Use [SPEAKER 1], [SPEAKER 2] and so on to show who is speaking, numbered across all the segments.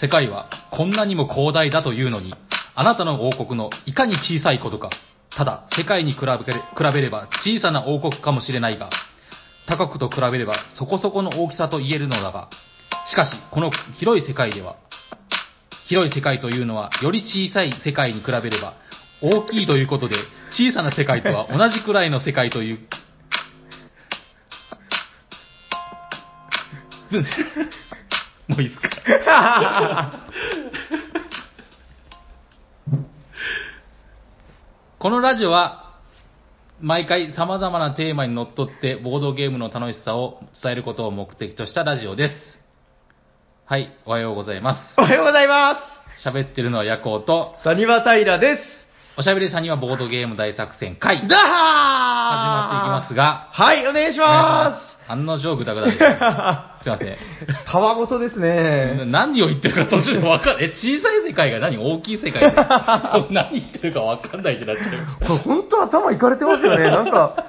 [SPEAKER 1] 世界はこんなにも広大だというのに、あなたの王国のいかに小さいことか。ただ、世界に比べ比べれば小さな王国かもしれないが、他国と比べればそこそこの大きさと言えるのだが、しかし、この広い世界では、広い世界というのは、より小さい世界に比べれば、大きいということで、小さな世界とは同じくらいの世界という。もういいですかこのラジオは、毎回様々なテーマにのっとって、ボードゲームの楽しさを伝えることを目的としたラジオです。はい、 おはようございます。
[SPEAKER 2] おはようございま
[SPEAKER 1] 喋ってるのはヤコウと、
[SPEAKER 2] す。サニバタイラです。
[SPEAKER 1] おしゃべりさんにはボードゲーム大作戦会、始
[SPEAKER 2] だ
[SPEAKER 1] ま
[SPEAKER 2] は
[SPEAKER 1] っていきますが、
[SPEAKER 2] はい、お願いしま
[SPEAKER 1] 案の定グダグダです。
[SPEAKER 2] す。
[SPEAKER 1] すいませ
[SPEAKER 2] 川ごとですね。
[SPEAKER 1] ん。何を言ってるか途中で分かんない。え小さい世界が何大きい世界で何言ってるか分かんないってなっちゃいまし
[SPEAKER 2] こ
[SPEAKER 1] た。
[SPEAKER 2] れ本当頭いかれてますよね。なんか、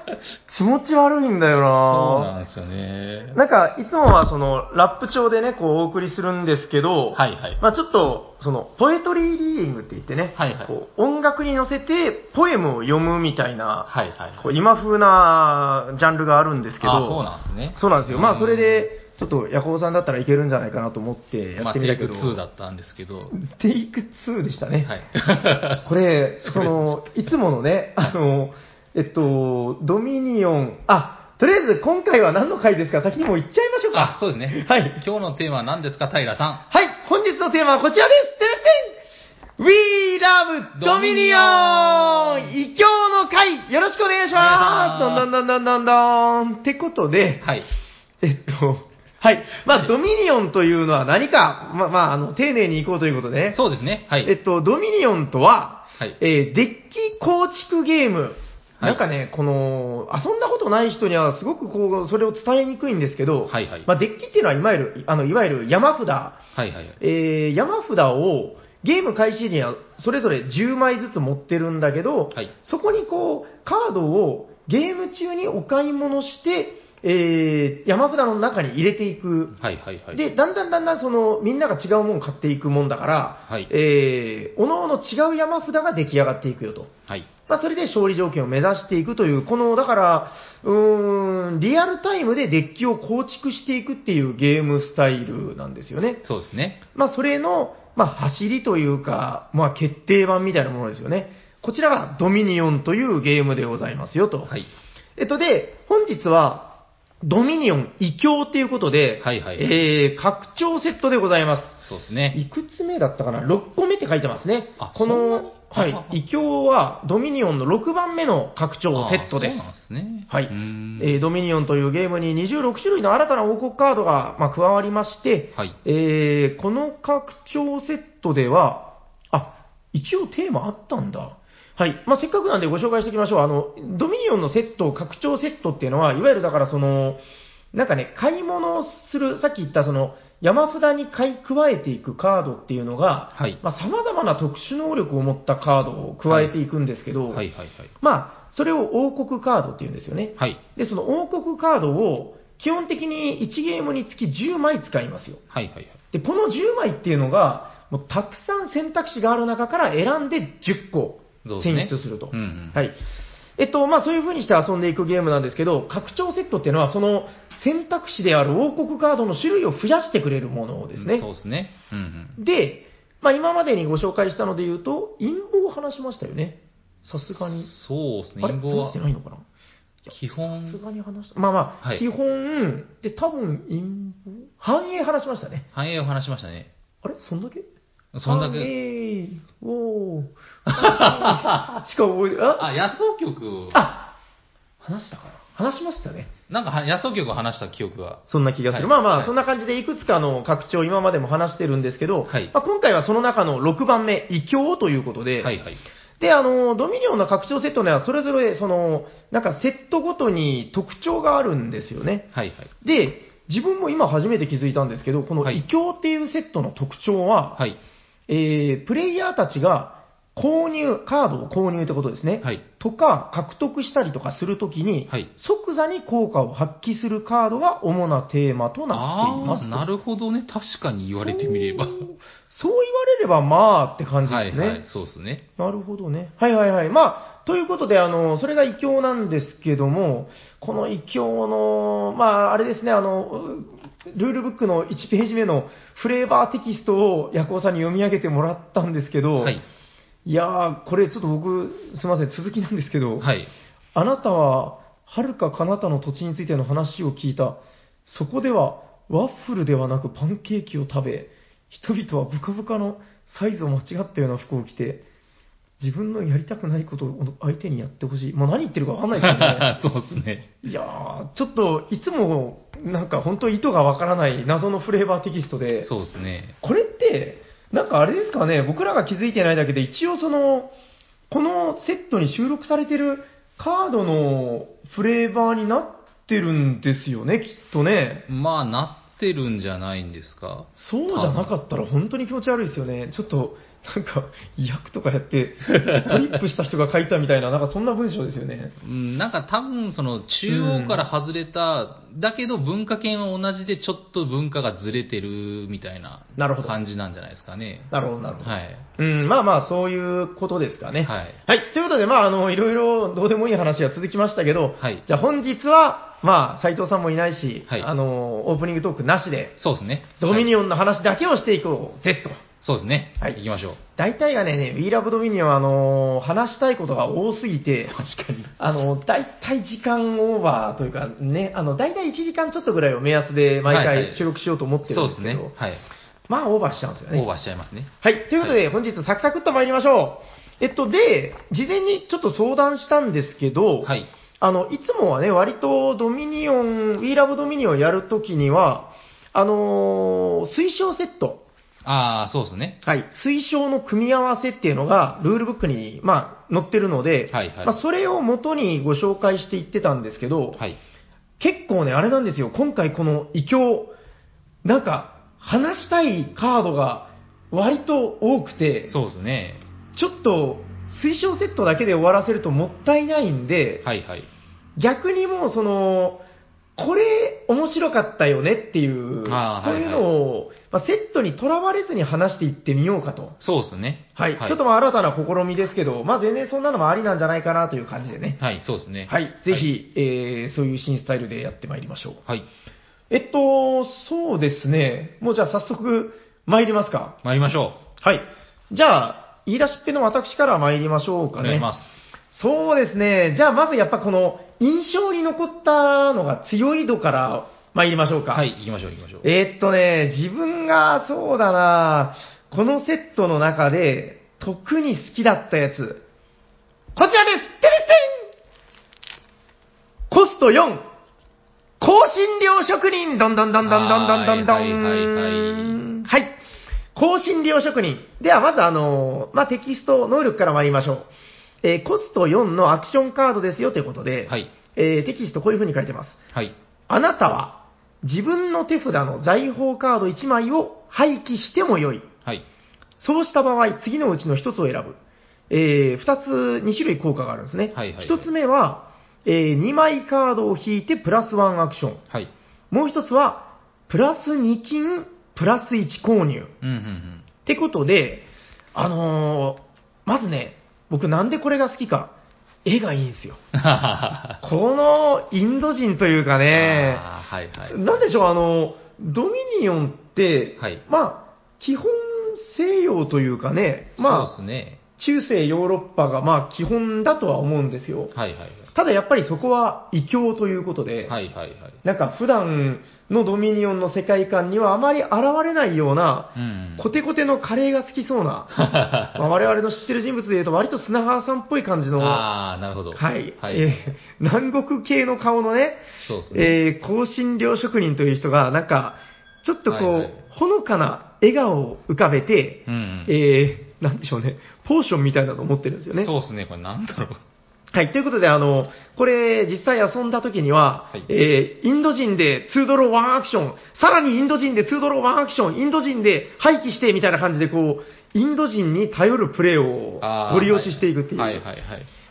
[SPEAKER 2] 気持ち悪いんだよ
[SPEAKER 1] そう
[SPEAKER 2] な
[SPEAKER 1] なんですよね。
[SPEAKER 2] なんか、いつもはその、ラップ調でね、こう、お送りするんですけど、
[SPEAKER 1] はいはい
[SPEAKER 2] まあちょっと、その、ポエトリーリーディングって言ってね、
[SPEAKER 1] はいはい
[SPEAKER 2] こう音楽に乗せて、ポエムを読むみたいな、
[SPEAKER 1] はいはい。
[SPEAKER 2] こう今風なジャンルがあるんですけど、
[SPEAKER 1] あ、そうなんですね。
[SPEAKER 2] そうなんですよ。ま
[SPEAKER 1] う
[SPEAKER 2] あ、
[SPEAKER 1] ん
[SPEAKER 2] それで、ちょっと、ヤコウさんだったらいけるんじゃないかなと思ってや
[SPEAKER 1] ま
[SPEAKER 2] っ
[SPEAKER 1] あ、
[SPEAKER 2] てみ
[SPEAKER 1] テ
[SPEAKER 2] た
[SPEAKER 1] イ
[SPEAKER 2] け
[SPEAKER 1] ク
[SPEAKER 2] ど。
[SPEAKER 1] 2だったんですけど。
[SPEAKER 2] テイク2でしたね。
[SPEAKER 1] はい。
[SPEAKER 2] これ、
[SPEAKER 1] そ
[SPEAKER 2] そ
[SPEAKER 1] れ
[SPEAKER 2] の、いつも のね、あの、えっと、ドミニオン、あ、とりあえず今回は何の回ですか先にもう言っちゃいましょう
[SPEAKER 1] あ
[SPEAKER 2] か。、
[SPEAKER 1] そうですね。
[SPEAKER 2] はい
[SPEAKER 1] 今日のテーマは何ですか、平さん。
[SPEAKER 2] はい、本日のテーマはこちらですてれてん !We love ドミニオン異教の会よろしくお願いします
[SPEAKER 1] お願いします
[SPEAKER 2] どんどんどんどんどんってことで、
[SPEAKER 1] はい。
[SPEAKER 2] えっと、はい。まあ、ドミニオンというのは何か、まあ、まあ、あの、丁寧にいこうということでね。
[SPEAKER 1] そうですね。はい。
[SPEAKER 2] えっと、ドミニオンとは、
[SPEAKER 1] はい
[SPEAKER 2] えーデッキ構築ゲーム。
[SPEAKER 1] はい
[SPEAKER 2] なんかね、この、遊んだことない人にはすごくこう、それを伝えにくいんですけど、
[SPEAKER 1] はいはい
[SPEAKER 2] まあ、デッキっていうのはいわゆる、あの、いわゆる山札。
[SPEAKER 1] はいはいはい。
[SPEAKER 2] えー山札を、ゲーム開始時にはそれぞれ10枚ずつ持ってるんだけど、
[SPEAKER 1] はい
[SPEAKER 2] そこにこう、カードをゲーム中にお買い物して、えー山札の中に入れていく
[SPEAKER 1] はいはいはい。
[SPEAKER 2] で、だんだんだんだんその、みんなが違うものを買っていくもんだから、
[SPEAKER 1] はい
[SPEAKER 2] えー、おのおの違う山札が出来上がっていくよと。
[SPEAKER 1] はい。
[SPEAKER 2] まあ、それで勝利条件を目指していくという、この、だから、うーん、リアルタイムでデッキを構築していくっていうゲームスタイルなんですよね。
[SPEAKER 1] そうですね。
[SPEAKER 2] まあ、それの、まあ、走りというか、まあ、決定版みたいなものですよね。こちらがドミニオンというゲームでございますよと。
[SPEAKER 1] はい。
[SPEAKER 2] えっとで、本日は、ドミニオン異教っていうことで、
[SPEAKER 1] はいはい
[SPEAKER 2] えー、拡張セットでございます。
[SPEAKER 1] そうですね。
[SPEAKER 2] いくつ目だったかな ?6 個目って書いてますね
[SPEAKER 1] あ。
[SPEAKER 2] こ
[SPEAKER 1] そんなに
[SPEAKER 2] の、は
[SPEAKER 1] ああ
[SPEAKER 2] い、異教はドミニオンの6番目の拡張セットで
[SPEAKER 1] あ。
[SPEAKER 2] す
[SPEAKER 1] そうなんですね。
[SPEAKER 2] はいう
[SPEAKER 1] ーん
[SPEAKER 2] えードミニオンというゲームに26種類の新たな王国カードが、まあ、加わりまして、
[SPEAKER 1] はい
[SPEAKER 2] えーこの拡張セットでは、あ、一応テーマあったんだ。はい。まあ、せっかくなんでご紹介しておきましょう。あの、ドミニオンのセット、拡張セットっていうのは、いわゆるだからその、なんかね、買い物をする、さっき言ったその、山札に買い加えていくカードっていうのが、
[SPEAKER 1] はい
[SPEAKER 2] まあ、様々な特殊能力を持ったカードを加えていくんですけど、
[SPEAKER 1] はいはいはい。
[SPEAKER 2] まあ、それを王国カードっていうんですよね。
[SPEAKER 1] はい。
[SPEAKER 2] で、その王国カードを、基本的に1ゲームにつき10枚使いますよ。
[SPEAKER 1] はいはいはい。
[SPEAKER 2] で、この10枚っていうのが、もうたくさん選択肢がある中から選んで10個
[SPEAKER 1] そうです
[SPEAKER 2] 選
[SPEAKER 1] ね
[SPEAKER 2] 出すると。
[SPEAKER 1] うんうん
[SPEAKER 2] はい。えっと、まあそういう風にして遊んでいくゲームなんですけど、拡張セットっていうのは、その選択肢である王国カードの種類を増やしてくれるものですね。
[SPEAKER 1] そうですね。うんうん。
[SPEAKER 2] で、まあ今までにご紹介したので言うと、陰謀を話しましたよね。さすがに。
[SPEAKER 1] そうですね。
[SPEAKER 2] あれ
[SPEAKER 1] 陰謀
[SPEAKER 2] 話
[SPEAKER 1] は
[SPEAKER 2] してないのかな
[SPEAKER 1] 基
[SPEAKER 2] さす
[SPEAKER 1] 本、
[SPEAKER 2] がに話した。まあまあ、
[SPEAKER 1] はい
[SPEAKER 2] 基本、で、多分、陰謀繁栄話しましたね。
[SPEAKER 1] 繁栄を話しましたね。
[SPEAKER 2] あれそんだけ
[SPEAKER 1] そんだ
[SPEAKER 2] 繁
[SPEAKER 1] け。
[SPEAKER 2] 栄 おー。繁栄しか覚えて、あ
[SPEAKER 1] あ、野草曲、
[SPEAKER 2] あ話したかな話しましたね。
[SPEAKER 1] なんかは野草曲を話した記憶が。
[SPEAKER 2] そんな気がす
[SPEAKER 1] はい
[SPEAKER 2] る。まあまあ、
[SPEAKER 1] はい
[SPEAKER 2] そんな感じでいくつかの拡張今までも話してるんですけど、
[SPEAKER 1] はい
[SPEAKER 2] まあ、今回はその中の6番目、異教ということで、
[SPEAKER 1] はいはい。
[SPEAKER 2] で、あの、ドミニオンの拡張セットにはそれぞれ、その、なんかセットごとに特徴があるんですよね。
[SPEAKER 1] はいはい。
[SPEAKER 2] で、自分も今初めて気づいたんですけど、この
[SPEAKER 1] はい
[SPEAKER 2] 異教っていうセットの特徴は、
[SPEAKER 1] はい。
[SPEAKER 2] えー、プレイヤーたちが購入、カードを購入ってことですね。
[SPEAKER 1] はい。
[SPEAKER 2] とか、獲得したりとかするときに、
[SPEAKER 1] はい
[SPEAKER 2] 即座に効果を発揮するカードが主なテーマとなっています
[SPEAKER 1] ああ、。なるほどね。確かに言われてみれば。
[SPEAKER 2] そうそう言われればまあって感じ
[SPEAKER 1] は
[SPEAKER 2] で
[SPEAKER 1] い
[SPEAKER 2] すね。
[SPEAKER 1] はい、そうですね。
[SPEAKER 2] なるほどね。はいはいはい。まあ、ということで、あの、それが異教なんですけども、この異教の、まあ、あれですね、あの、ルールブックの1ページ目のフレーバーテキストをヤコウさんに読み上げてもらったんですけど、
[SPEAKER 1] はい。
[SPEAKER 2] いやー、これちょっと僕、すみません、続きなんですけど、
[SPEAKER 1] はい。
[SPEAKER 2] あなたは、はるか彼方の土地についての話を聞いた。そこでは、ワッフルではなくパンケーキを食べ、人々はブカブカのサイズを間違ったような服を着て、自分のやりたくないことを相手にやってほしい。もう何言ってるかわかんないですよ ね。
[SPEAKER 1] そうですね。
[SPEAKER 2] いやー、ちょっと、いつも、なんか本当意図がわからない謎のフレーバーテキストで、
[SPEAKER 1] そうですね。
[SPEAKER 2] これって、なんかあれですかね、僕らが気づいてないだけで、一応その、このセットに収録されてるカードのフレーバーになってるんですよね、きっとね。
[SPEAKER 1] まあ、なってるんじゃないんですか。
[SPEAKER 2] そうじゃなかったら本当に気持ち悪いですよね。ちょっと、なんか、役とかやって、トリップした人が書いたみたいな、なんかそんな文章ですよね。
[SPEAKER 1] うん、なんか多分、その、中央から外れた、だけど文化圏は同じで、ちょっと文化がずれてるみたいな
[SPEAKER 2] なるほど
[SPEAKER 1] 感じなんじゃないですかね。
[SPEAKER 2] なるほど、なるほど。
[SPEAKER 1] はい。
[SPEAKER 2] うん、まあまあ、そういうことですかね。
[SPEAKER 1] はい。
[SPEAKER 2] はい。ということで、まあ、あの、いろいろどうでもいい話が続きましたけど、
[SPEAKER 1] はい
[SPEAKER 2] じゃあ本日は、まあ、斉藤さんもいないし、
[SPEAKER 1] はい
[SPEAKER 2] あの、オープニングトークなしで、
[SPEAKER 1] そうですね。
[SPEAKER 2] ドミニ
[SPEAKER 1] はい
[SPEAKER 2] オンの話だけをしていこうぜ、と。
[SPEAKER 1] そうですね。
[SPEAKER 2] はい
[SPEAKER 1] 行きましょう。
[SPEAKER 2] 大体がね、ね We Love Dominion は、あの、話したいことが多すぎて、
[SPEAKER 1] 確かに。
[SPEAKER 2] あの、大体時間オーバーというかね、あの、大体1時間ちょっとぐらいを目安で毎
[SPEAKER 1] はいは
[SPEAKER 2] 回
[SPEAKER 1] い
[SPEAKER 2] 収録しようと思ってる
[SPEAKER 1] そ
[SPEAKER 2] ん
[SPEAKER 1] う
[SPEAKER 2] で
[SPEAKER 1] ですす
[SPEAKER 2] けど、
[SPEAKER 1] ね。はい。
[SPEAKER 2] まあ、オーバーしちゃうんですよね。
[SPEAKER 1] オーバーしちゃいますね。
[SPEAKER 2] はい。ということで、本日サクサクっと参りましょう。えっと、で、事前にちょっと相談したんですけど、
[SPEAKER 1] はい。
[SPEAKER 2] あの、いつもはね、割とドミニオン、ウィーラブドミニオンやるときには、あのー推奨セット、
[SPEAKER 1] ああ、そうですね。
[SPEAKER 2] はい、推奨の組み合わせっていうのが、ルールブックに、まあ、載ってるので、
[SPEAKER 1] はいはい
[SPEAKER 2] まあ、それを元にご紹介していってたんですけど、
[SPEAKER 1] はい。
[SPEAKER 2] 結構ね、あれなんですよ、今回この異教、なんか、話したいカードが割と多くて、
[SPEAKER 1] そうですね。
[SPEAKER 2] ちょっと推奨セットだけで終わらせるともったいないんで、
[SPEAKER 1] はいはい。
[SPEAKER 2] 逆にもうその、これ面白かったよねっていう、
[SPEAKER 1] あー
[SPEAKER 2] そういうのを、まあ、セットにとらわれずに話していってみようかと。
[SPEAKER 1] そうですね。
[SPEAKER 2] はい。ちょっとまあ新たな試みですけど、まあ全然そんなのもありなんじゃないかなという感じでね。
[SPEAKER 1] はい、そうですね。
[SPEAKER 2] はい。ぜひ、えーそういう新スタイルでやってまいりましょう。
[SPEAKER 1] はい。
[SPEAKER 2] えっと、そうですね。もうじゃあ早速参りますか。
[SPEAKER 1] 参りましょ
[SPEAKER 2] はい。じゃあ、言い出しっぺの私から参りましょう
[SPEAKER 1] う。
[SPEAKER 2] か
[SPEAKER 1] お
[SPEAKER 2] ね。
[SPEAKER 1] 願いします。
[SPEAKER 2] そうですね。じゃあ、まずやっぱこの、印象に残ったのが強い度から参りましょうか。
[SPEAKER 1] はい、行きましょう、行きましょう。
[SPEAKER 2] えーっとね、自分が、そうだなこのセットの中で、特に好きだったやつ。こちらですテレステンコスト4香辛料職人どんどんどんどんどんどんどんどん
[SPEAKER 1] はいはいはい
[SPEAKER 2] はい。香辛料職人。では、まずあのーまあ、テキスト能力から参りましょう。えーコスト4のアクションカードですよということで、
[SPEAKER 1] はい
[SPEAKER 2] えーテキストこういう風に書いてます。
[SPEAKER 1] はい。
[SPEAKER 2] あなたは自分の手札の財宝カード1枚を廃棄してもよい。
[SPEAKER 1] はい。
[SPEAKER 2] そうした場合、次のうちの1つを選ぶ。えー、2つ、2種類効果があるんですね。
[SPEAKER 1] はいはいはい
[SPEAKER 2] 1つ目は、え2枚カードを引いてプラス1アクション。
[SPEAKER 1] はい。
[SPEAKER 2] もう1つは、プラス2金、プラス1購入。
[SPEAKER 1] うん、うん、うん。
[SPEAKER 2] ってことで、あのーまずね、僕なんでこれが好きか、絵がいいんですよ。
[SPEAKER 1] はははは
[SPEAKER 2] このインド人というかね、
[SPEAKER 1] あーはい、はい。
[SPEAKER 2] なんでしょう、あの、ドミニオンって、
[SPEAKER 1] はい
[SPEAKER 2] まあ、基本西洋というかね、まあ、
[SPEAKER 1] そうですね。
[SPEAKER 2] 中世ヨーロッパがまあ基本だとは思うんですよ。
[SPEAKER 1] はい、はい。
[SPEAKER 2] ただやっぱりそこは異教ということで、
[SPEAKER 1] はい、はい、はい。
[SPEAKER 2] なんか普段のドミニオンの世界観にはあまり現れないような、
[SPEAKER 1] うん。
[SPEAKER 2] コテコテのカレーが好きそうな、まあ我々の知ってる人物でいうと割と砂川さんっぽい感じの、は
[SPEAKER 1] ああ、なるほど。
[SPEAKER 2] い、
[SPEAKER 1] はい。
[SPEAKER 2] えー南国系の顔のね、
[SPEAKER 1] そうですね。
[SPEAKER 2] えー、香辛料職人という人が、なんか、ちょっとこう、
[SPEAKER 1] はいはい
[SPEAKER 2] ほのかな笑顔を浮かべて、
[SPEAKER 1] うん、うん
[SPEAKER 2] えー、なんでしょうね、ポーションみたいなのを持ってるんですよね。
[SPEAKER 1] そうですね、これなんだろう。
[SPEAKER 2] はい。ということで、あの、これ、実際遊んだ時には、
[SPEAKER 1] はい
[SPEAKER 2] えーインド人で2ドロー1アクション、さらにインド人で2ドロー1アクション、インド人で廃棄して、みたいな感じで、こう、インド人に頼るプレーを
[SPEAKER 1] あー
[SPEAKER 2] ご利用ししていくっていう。
[SPEAKER 1] はいはいはい。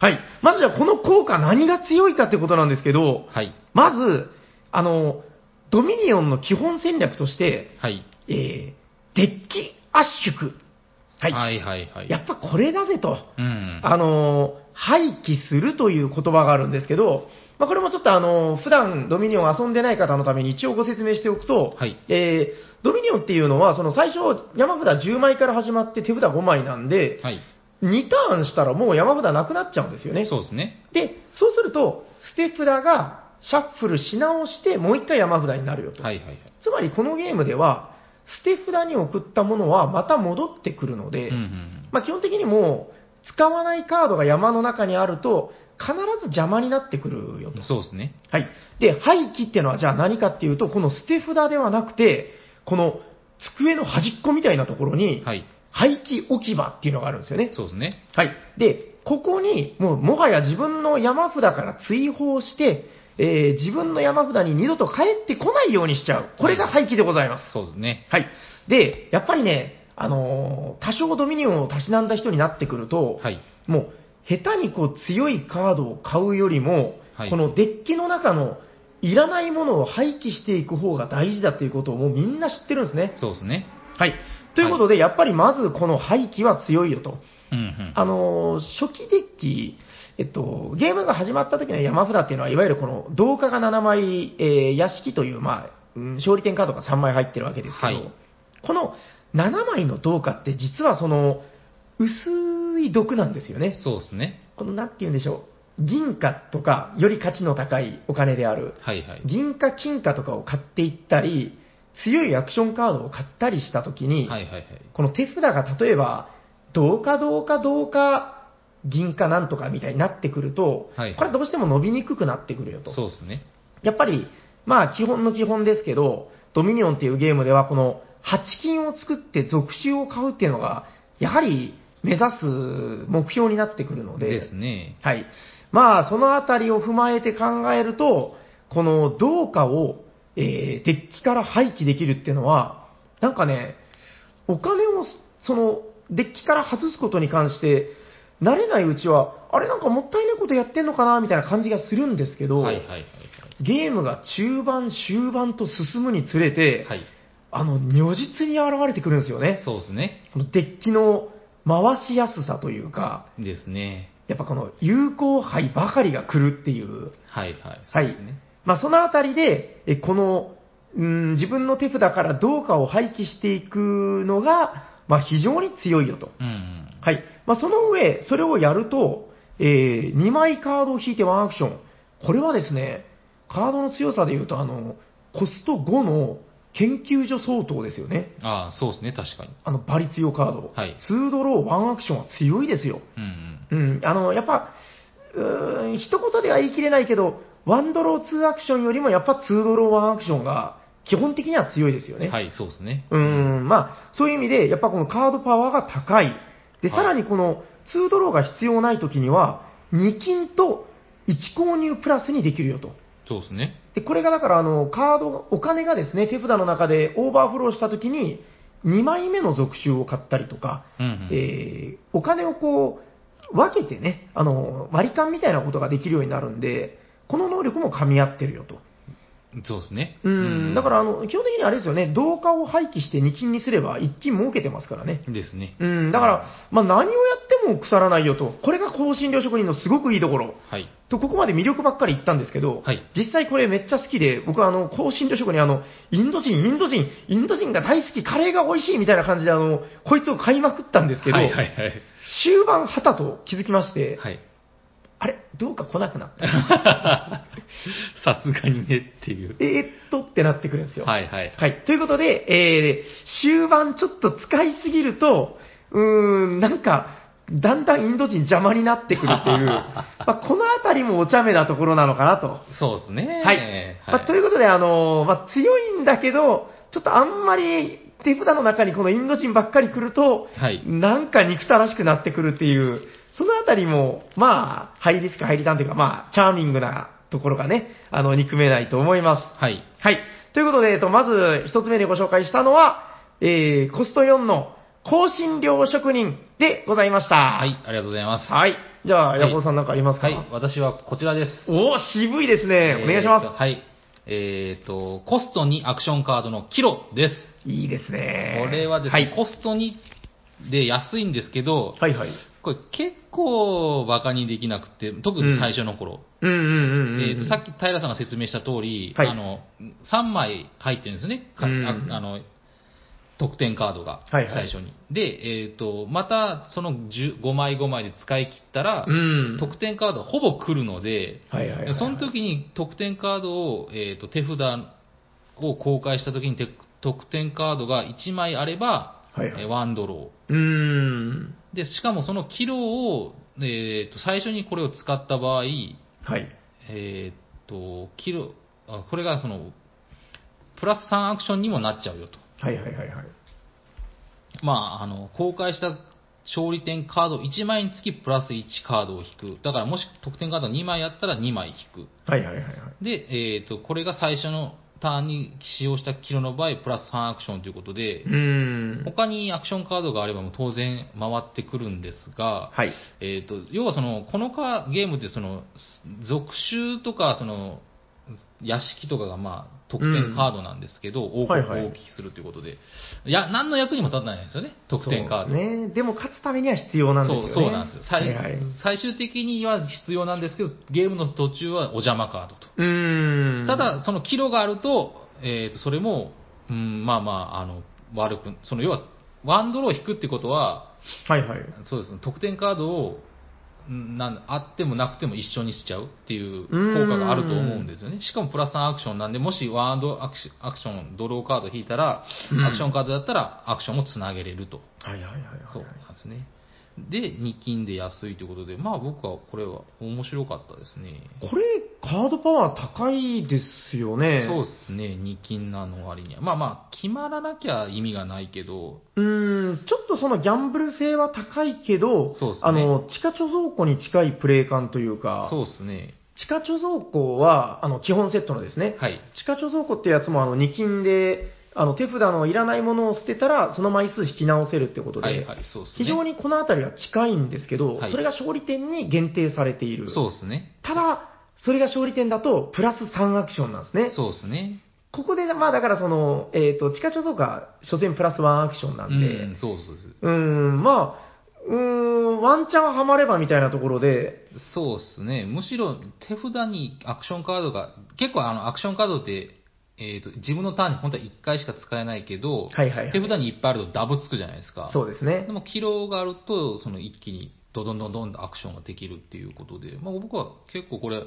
[SPEAKER 2] はい。まずじゃあ、この効果何が強いかってことなんですけど、
[SPEAKER 1] はい。
[SPEAKER 2] まず、あの、ドミニオンの基本戦略として、
[SPEAKER 1] はい。
[SPEAKER 2] えーデッキ圧縮。はい。
[SPEAKER 1] はいはいはい。
[SPEAKER 2] やっぱこれだぜと。
[SPEAKER 1] うん。
[SPEAKER 2] あのー、廃棄するという言葉があるんですけど、まあ、これもちょっとあのー、普段ドミニオン遊んでない方のために一応ご説明しておくと、
[SPEAKER 1] はい
[SPEAKER 2] えードミニオンっていうのは、その最初、山札10枚から始まって手札5枚なんで、
[SPEAKER 1] はい。
[SPEAKER 2] 2ターンしたらもう山札なくなっちゃうんですよね。
[SPEAKER 1] そうですね。
[SPEAKER 2] で、そうすると、捨て札がシャッフルし直して、もう一回山札になるよと。
[SPEAKER 1] はいはいはい。
[SPEAKER 2] つまりこのゲームでは、捨て札に送ったものはまた戻ってくるので、
[SPEAKER 1] うんうん。
[SPEAKER 2] まあ、基本的にもう、使わないカードが山の中にあると、必ず邪魔になってくるよと。
[SPEAKER 1] そうですね。
[SPEAKER 2] はい。で、廃棄っていうのはじゃあ何かっていうと、この捨て札ではなくて、この机の端っこみたいなところに、
[SPEAKER 1] はい。
[SPEAKER 2] 廃棄置き場っていうのがあるんですよね。
[SPEAKER 1] そうですね。
[SPEAKER 2] はい。で、ここに、もう、もはや自分の山札から追放して、えー自分の山札に二度と帰ってこないようにしちゃう。これが廃棄でございます。
[SPEAKER 1] そうですね。
[SPEAKER 2] はい。で、やっぱりね、あのー多少ドミニオンをたしなんだ人になってくると、
[SPEAKER 1] はい。
[SPEAKER 2] もう、下手にこう強いカードを買うよりも、
[SPEAKER 1] はい
[SPEAKER 2] このデッキの中のいらないものを廃棄していく方が大事だということをもうみんな知ってるんですね。
[SPEAKER 1] そうですね。
[SPEAKER 2] はい。ということで、やっぱりまずこの廃棄は強いよと。
[SPEAKER 1] うんうん。
[SPEAKER 2] あのー初期デッキ、えっと、ゲームが始まった時の山札っていうのは、いわゆるこの、同化が7枚、えー屋敷という、まあ、うん勝利点カードが3枚入ってるわけですけど、
[SPEAKER 1] はい
[SPEAKER 2] この7枚の同化って、実はその、薄い毒なんですよね。
[SPEAKER 1] そうですね。
[SPEAKER 2] この、なんて言うんでしょう。銀貨とか、より価値の高いお金である、
[SPEAKER 1] はいはい。
[SPEAKER 2] 銀貨、金貨とかを買っていったり、強いアクションカードを買ったりした時に、
[SPEAKER 1] はいはいはい。
[SPEAKER 2] この手札が例えば、どうかどうかどうか、銀かなんとかみたいになってくると、
[SPEAKER 1] はい
[SPEAKER 2] これどうしても伸びにくくなってくるよと。
[SPEAKER 1] そうですね。
[SPEAKER 2] やっぱり、まあ基本の基本ですけど、ドミニオンっていうゲームではこの8金を作って続集を買うっていうのが、やはり目指す目標になってくるので、
[SPEAKER 1] ですね。
[SPEAKER 2] はい。まあ、そのあたりを踏まえて考えると、この銅貨を、えーデッキから廃棄できるっていうのは、なんかね、お金を、その、デッキから外すことに関して、慣れないうちは、あれなんかもったいないことやってんのかなみたいな感じがするんですけど、
[SPEAKER 1] はいはいはい
[SPEAKER 2] ゲームが中盤、終盤と進むにつれて、
[SPEAKER 1] はい。はい。
[SPEAKER 2] あの、如実に現れてくるんですよね。
[SPEAKER 1] そうですね。
[SPEAKER 2] このデッキの回しやすさというか、
[SPEAKER 1] ですね。
[SPEAKER 2] やっぱこの有効杯ばかりが来るっていう、
[SPEAKER 1] はいはい。そう
[SPEAKER 2] はい
[SPEAKER 1] ですね。
[SPEAKER 2] まあ、そのあたりで、えこの、うん、自分の手札からどうかを廃棄していくのが、まあ、非常に強いよと。
[SPEAKER 1] うんうん。
[SPEAKER 2] はい。まあ、その上、それをやると、え2枚カードを引いてワンアクション。これはですね、カードの強さで言うと、あの、コスト5の研究所相当ですよね。
[SPEAKER 1] ああ、そうですね。確かに。
[SPEAKER 2] あの、バリ強カード。
[SPEAKER 1] はい
[SPEAKER 2] 2ドロー、ワンアクションは強いですよ。
[SPEAKER 1] うんうん。
[SPEAKER 2] うん、あの、やっぱ、うーん、一言では言い切れないけど、1ドロー2アクションよりもやっぱ2ドロー1アクションが基本的には強いですよね。
[SPEAKER 1] はい、そうですね。
[SPEAKER 2] うーん、まあ、そういう意味で、やっぱこのカードパワーが高い。
[SPEAKER 1] は
[SPEAKER 2] で、
[SPEAKER 1] い
[SPEAKER 2] さらにこの2ドローが必要ない時には、2金と1購入プラスにできるよと。
[SPEAKER 1] そうですね。
[SPEAKER 2] で、これがだから、あの、カード、お金がですね、手札の中でオーバーフローした時に、2枚目の続集を買ったりとか、
[SPEAKER 1] うんうん。
[SPEAKER 2] えーお金をこう、分けてね、あの、割り勘みたいなことができるようになるんで、この能力も噛み合ってるよと。
[SPEAKER 1] そうですね。
[SPEAKER 2] うん、だから、あの、基本的にあれですよね、同化を廃棄して2金にすれば1金儲けてますからね。
[SPEAKER 1] ですね。
[SPEAKER 2] うん、だから、まあ何をやっても腐らないよと。これが香辛料職人のすごくいいところ。
[SPEAKER 1] はい。
[SPEAKER 2] と、ここまで魅力ばっかり言ったんですけど、
[SPEAKER 1] はい
[SPEAKER 2] 実際これめっちゃ好きで、僕はあの、香辛料食にあの、インド人、インド人、インド人が大好き、カレーが美味しいみたいな感じであの、こいつを買いまくったんですけど、
[SPEAKER 1] はいはいはい。
[SPEAKER 2] 終盤、はたと気づきまして、
[SPEAKER 1] はい。
[SPEAKER 2] あれ、どうか来なくなった。
[SPEAKER 1] さすがにねっていう。
[SPEAKER 2] えー、っとってなってくるんですよ。
[SPEAKER 1] はいはい。
[SPEAKER 2] はい。ということで、えー、終盤ちょっと使いすぎると、うーん、なんか、だんだんインド人邪魔になってくるって いう、まあ、このあたりもお茶目なところなのかなと。
[SPEAKER 1] そうですね。
[SPEAKER 2] はい。まあといううことで、あのーまあ、強いんだけど、ちょっとあんまり手札の中にこのインド人ばっかり来ると、
[SPEAKER 1] はい
[SPEAKER 2] なんか憎たらしくなってくるっていう、そのあたりも、まあ、ハイリスク、ハイリターンというか、まあ、チャーミングなところがね、あの、憎めないと思います。
[SPEAKER 1] はい。
[SPEAKER 2] はい。ということで、えっと、まず一つ目にご紹介したのは、えー、コスト4の香辛料職人でございました。
[SPEAKER 1] は、
[SPEAKER 2] はい
[SPEAKER 1] ありがとうございます。
[SPEAKER 2] はい。じゃあ、
[SPEAKER 1] はい
[SPEAKER 2] ヤコウさんなんかありますか、
[SPEAKER 1] はい、私はこちらです。
[SPEAKER 2] おー、渋いですね。お願いし
[SPEAKER 1] えーと
[SPEAKER 2] ま
[SPEAKER 1] はい。えっ、と、コストにアクションカードのキロです。
[SPEAKER 2] す。いいですね。
[SPEAKER 1] これはです
[SPEAKER 2] は
[SPEAKER 1] ね、
[SPEAKER 2] い。
[SPEAKER 1] コストにで安いんですけど、
[SPEAKER 2] はいはい。
[SPEAKER 1] これ結構バカにできなくて、特に最初の頃。
[SPEAKER 2] うんうんうんうん。
[SPEAKER 1] えーとさっき平さんが説明した通り、
[SPEAKER 2] はい
[SPEAKER 1] あの、3枚入ってるんですよね。か
[SPEAKER 2] うん
[SPEAKER 1] ああの、得点カードが、
[SPEAKER 2] はい
[SPEAKER 1] 最
[SPEAKER 2] はい
[SPEAKER 1] 初に。で、えっ、と、またその10 5枚5枚で使い切ったら、
[SPEAKER 2] うん。
[SPEAKER 1] 得点カードほぼ来るので、
[SPEAKER 2] はいはいはいはい
[SPEAKER 1] その時に得点カードを、えー、と手札を公開した時にて得点カードが1枚あれば、
[SPEAKER 2] はいはい
[SPEAKER 1] えーワンドロ
[SPEAKER 2] うーん。
[SPEAKER 1] ーでしかもそのキロを、えー、と最初にこれを使った場合、
[SPEAKER 2] はい。
[SPEAKER 1] えー、とキロあこれがそのプラス3アクションにもなっちゃうよと、
[SPEAKER 2] はいはいはいはい。
[SPEAKER 1] まあ、あの公開した勝利点カード1枚につきプラス1カードを引くだからもし得点カード2枚あったら2枚引く
[SPEAKER 2] はいはいはいはい。
[SPEAKER 1] で、えー、とこれが最初のターンに使用したキロの場合、プラス3アクションということで
[SPEAKER 2] う、ーん。
[SPEAKER 1] 他にアクションカードがあればもう当然回ってくるんですが、
[SPEAKER 2] はい。
[SPEAKER 1] えー、と要はそのこのカーゲームってその属州とかその屋敷とかがまあ得点カードなんですけど、王国を大きくするということで、いや何の役にも立たないんですよね、得点カード。
[SPEAKER 2] そうですね。でも勝つためには必要なんですよね。
[SPEAKER 1] そうそうなんですよ最,、
[SPEAKER 2] はいはい。う
[SPEAKER 1] 最終的には必要なんですけど、ゲームの途中はお邪魔カードと。
[SPEAKER 2] ーん。
[SPEAKER 1] た、だ、そのキロがあると、えーとそれも、うん、まあまあ、あの、悪く、その要は、ワンドローを引くってことは、
[SPEAKER 2] はいはい。
[SPEAKER 1] そうですね、得点カードを、うんなんあってもなくても一緒にしちゃうっていう
[SPEAKER 2] うん
[SPEAKER 1] 効果があると思うんですよね。しかもプラス3アクションなんで、もしワンドアクシアクション、ドローカード引いたら、
[SPEAKER 2] うん
[SPEAKER 1] アクションカードだったらアクションもつなげれると。
[SPEAKER 2] はいはいはいはい。
[SPEAKER 1] そうなんですね。で、2金で安いということで、まあ僕はこれは面白かったですね。
[SPEAKER 2] これ、カードパワー高いですよね。
[SPEAKER 1] そうですね、二金なの割には。まあまあ、決まらなきゃ意味がないけど、
[SPEAKER 2] うーん、ちょっとそのギャンブル性は高いけど、
[SPEAKER 1] そうっすね
[SPEAKER 2] あの、地下貯蔵庫に近いプレイ感というか、
[SPEAKER 1] そうですね。
[SPEAKER 2] 地下貯蔵庫は、あの、基本セットのですね、
[SPEAKER 1] はい。
[SPEAKER 2] 地下貯蔵庫ってやつも、あの、2金で、あの、手札のいらないものを捨てたら、その枚数引き直せるってことで、
[SPEAKER 1] はいはい、そうですね。
[SPEAKER 2] 非常にこのあたりは近いんですけど、
[SPEAKER 1] はい
[SPEAKER 2] それが勝利点に限定されている。
[SPEAKER 1] そうですね。
[SPEAKER 2] ただ、それが勝利点だと、プラス3アクションなんですね。
[SPEAKER 1] そうですね。
[SPEAKER 2] ここで、まあだからその、えっ、と、地下貯蔵庫は、所詮プラス1アクションな
[SPEAKER 1] うん
[SPEAKER 2] で、
[SPEAKER 1] ん、そうそう
[SPEAKER 2] うーん、まあ、うーん、ワンチャンはまればみたいなところで、
[SPEAKER 1] そう。そうですね。むしろ手札にアクションカードが、結構あの、アクションカードって、えー、と自分のターンに本当は1回しか使えないけど、
[SPEAKER 2] はいはいはい
[SPEAKER 1] 手札にいっぱいあるとダブつくじゃないですか。
[SPEAKER 2] そうですね
[SPEAKER 1] で。も、キロがあると、その一気にドドンドンドンとアクションができるっていうことで、まあ、僕は結構これ、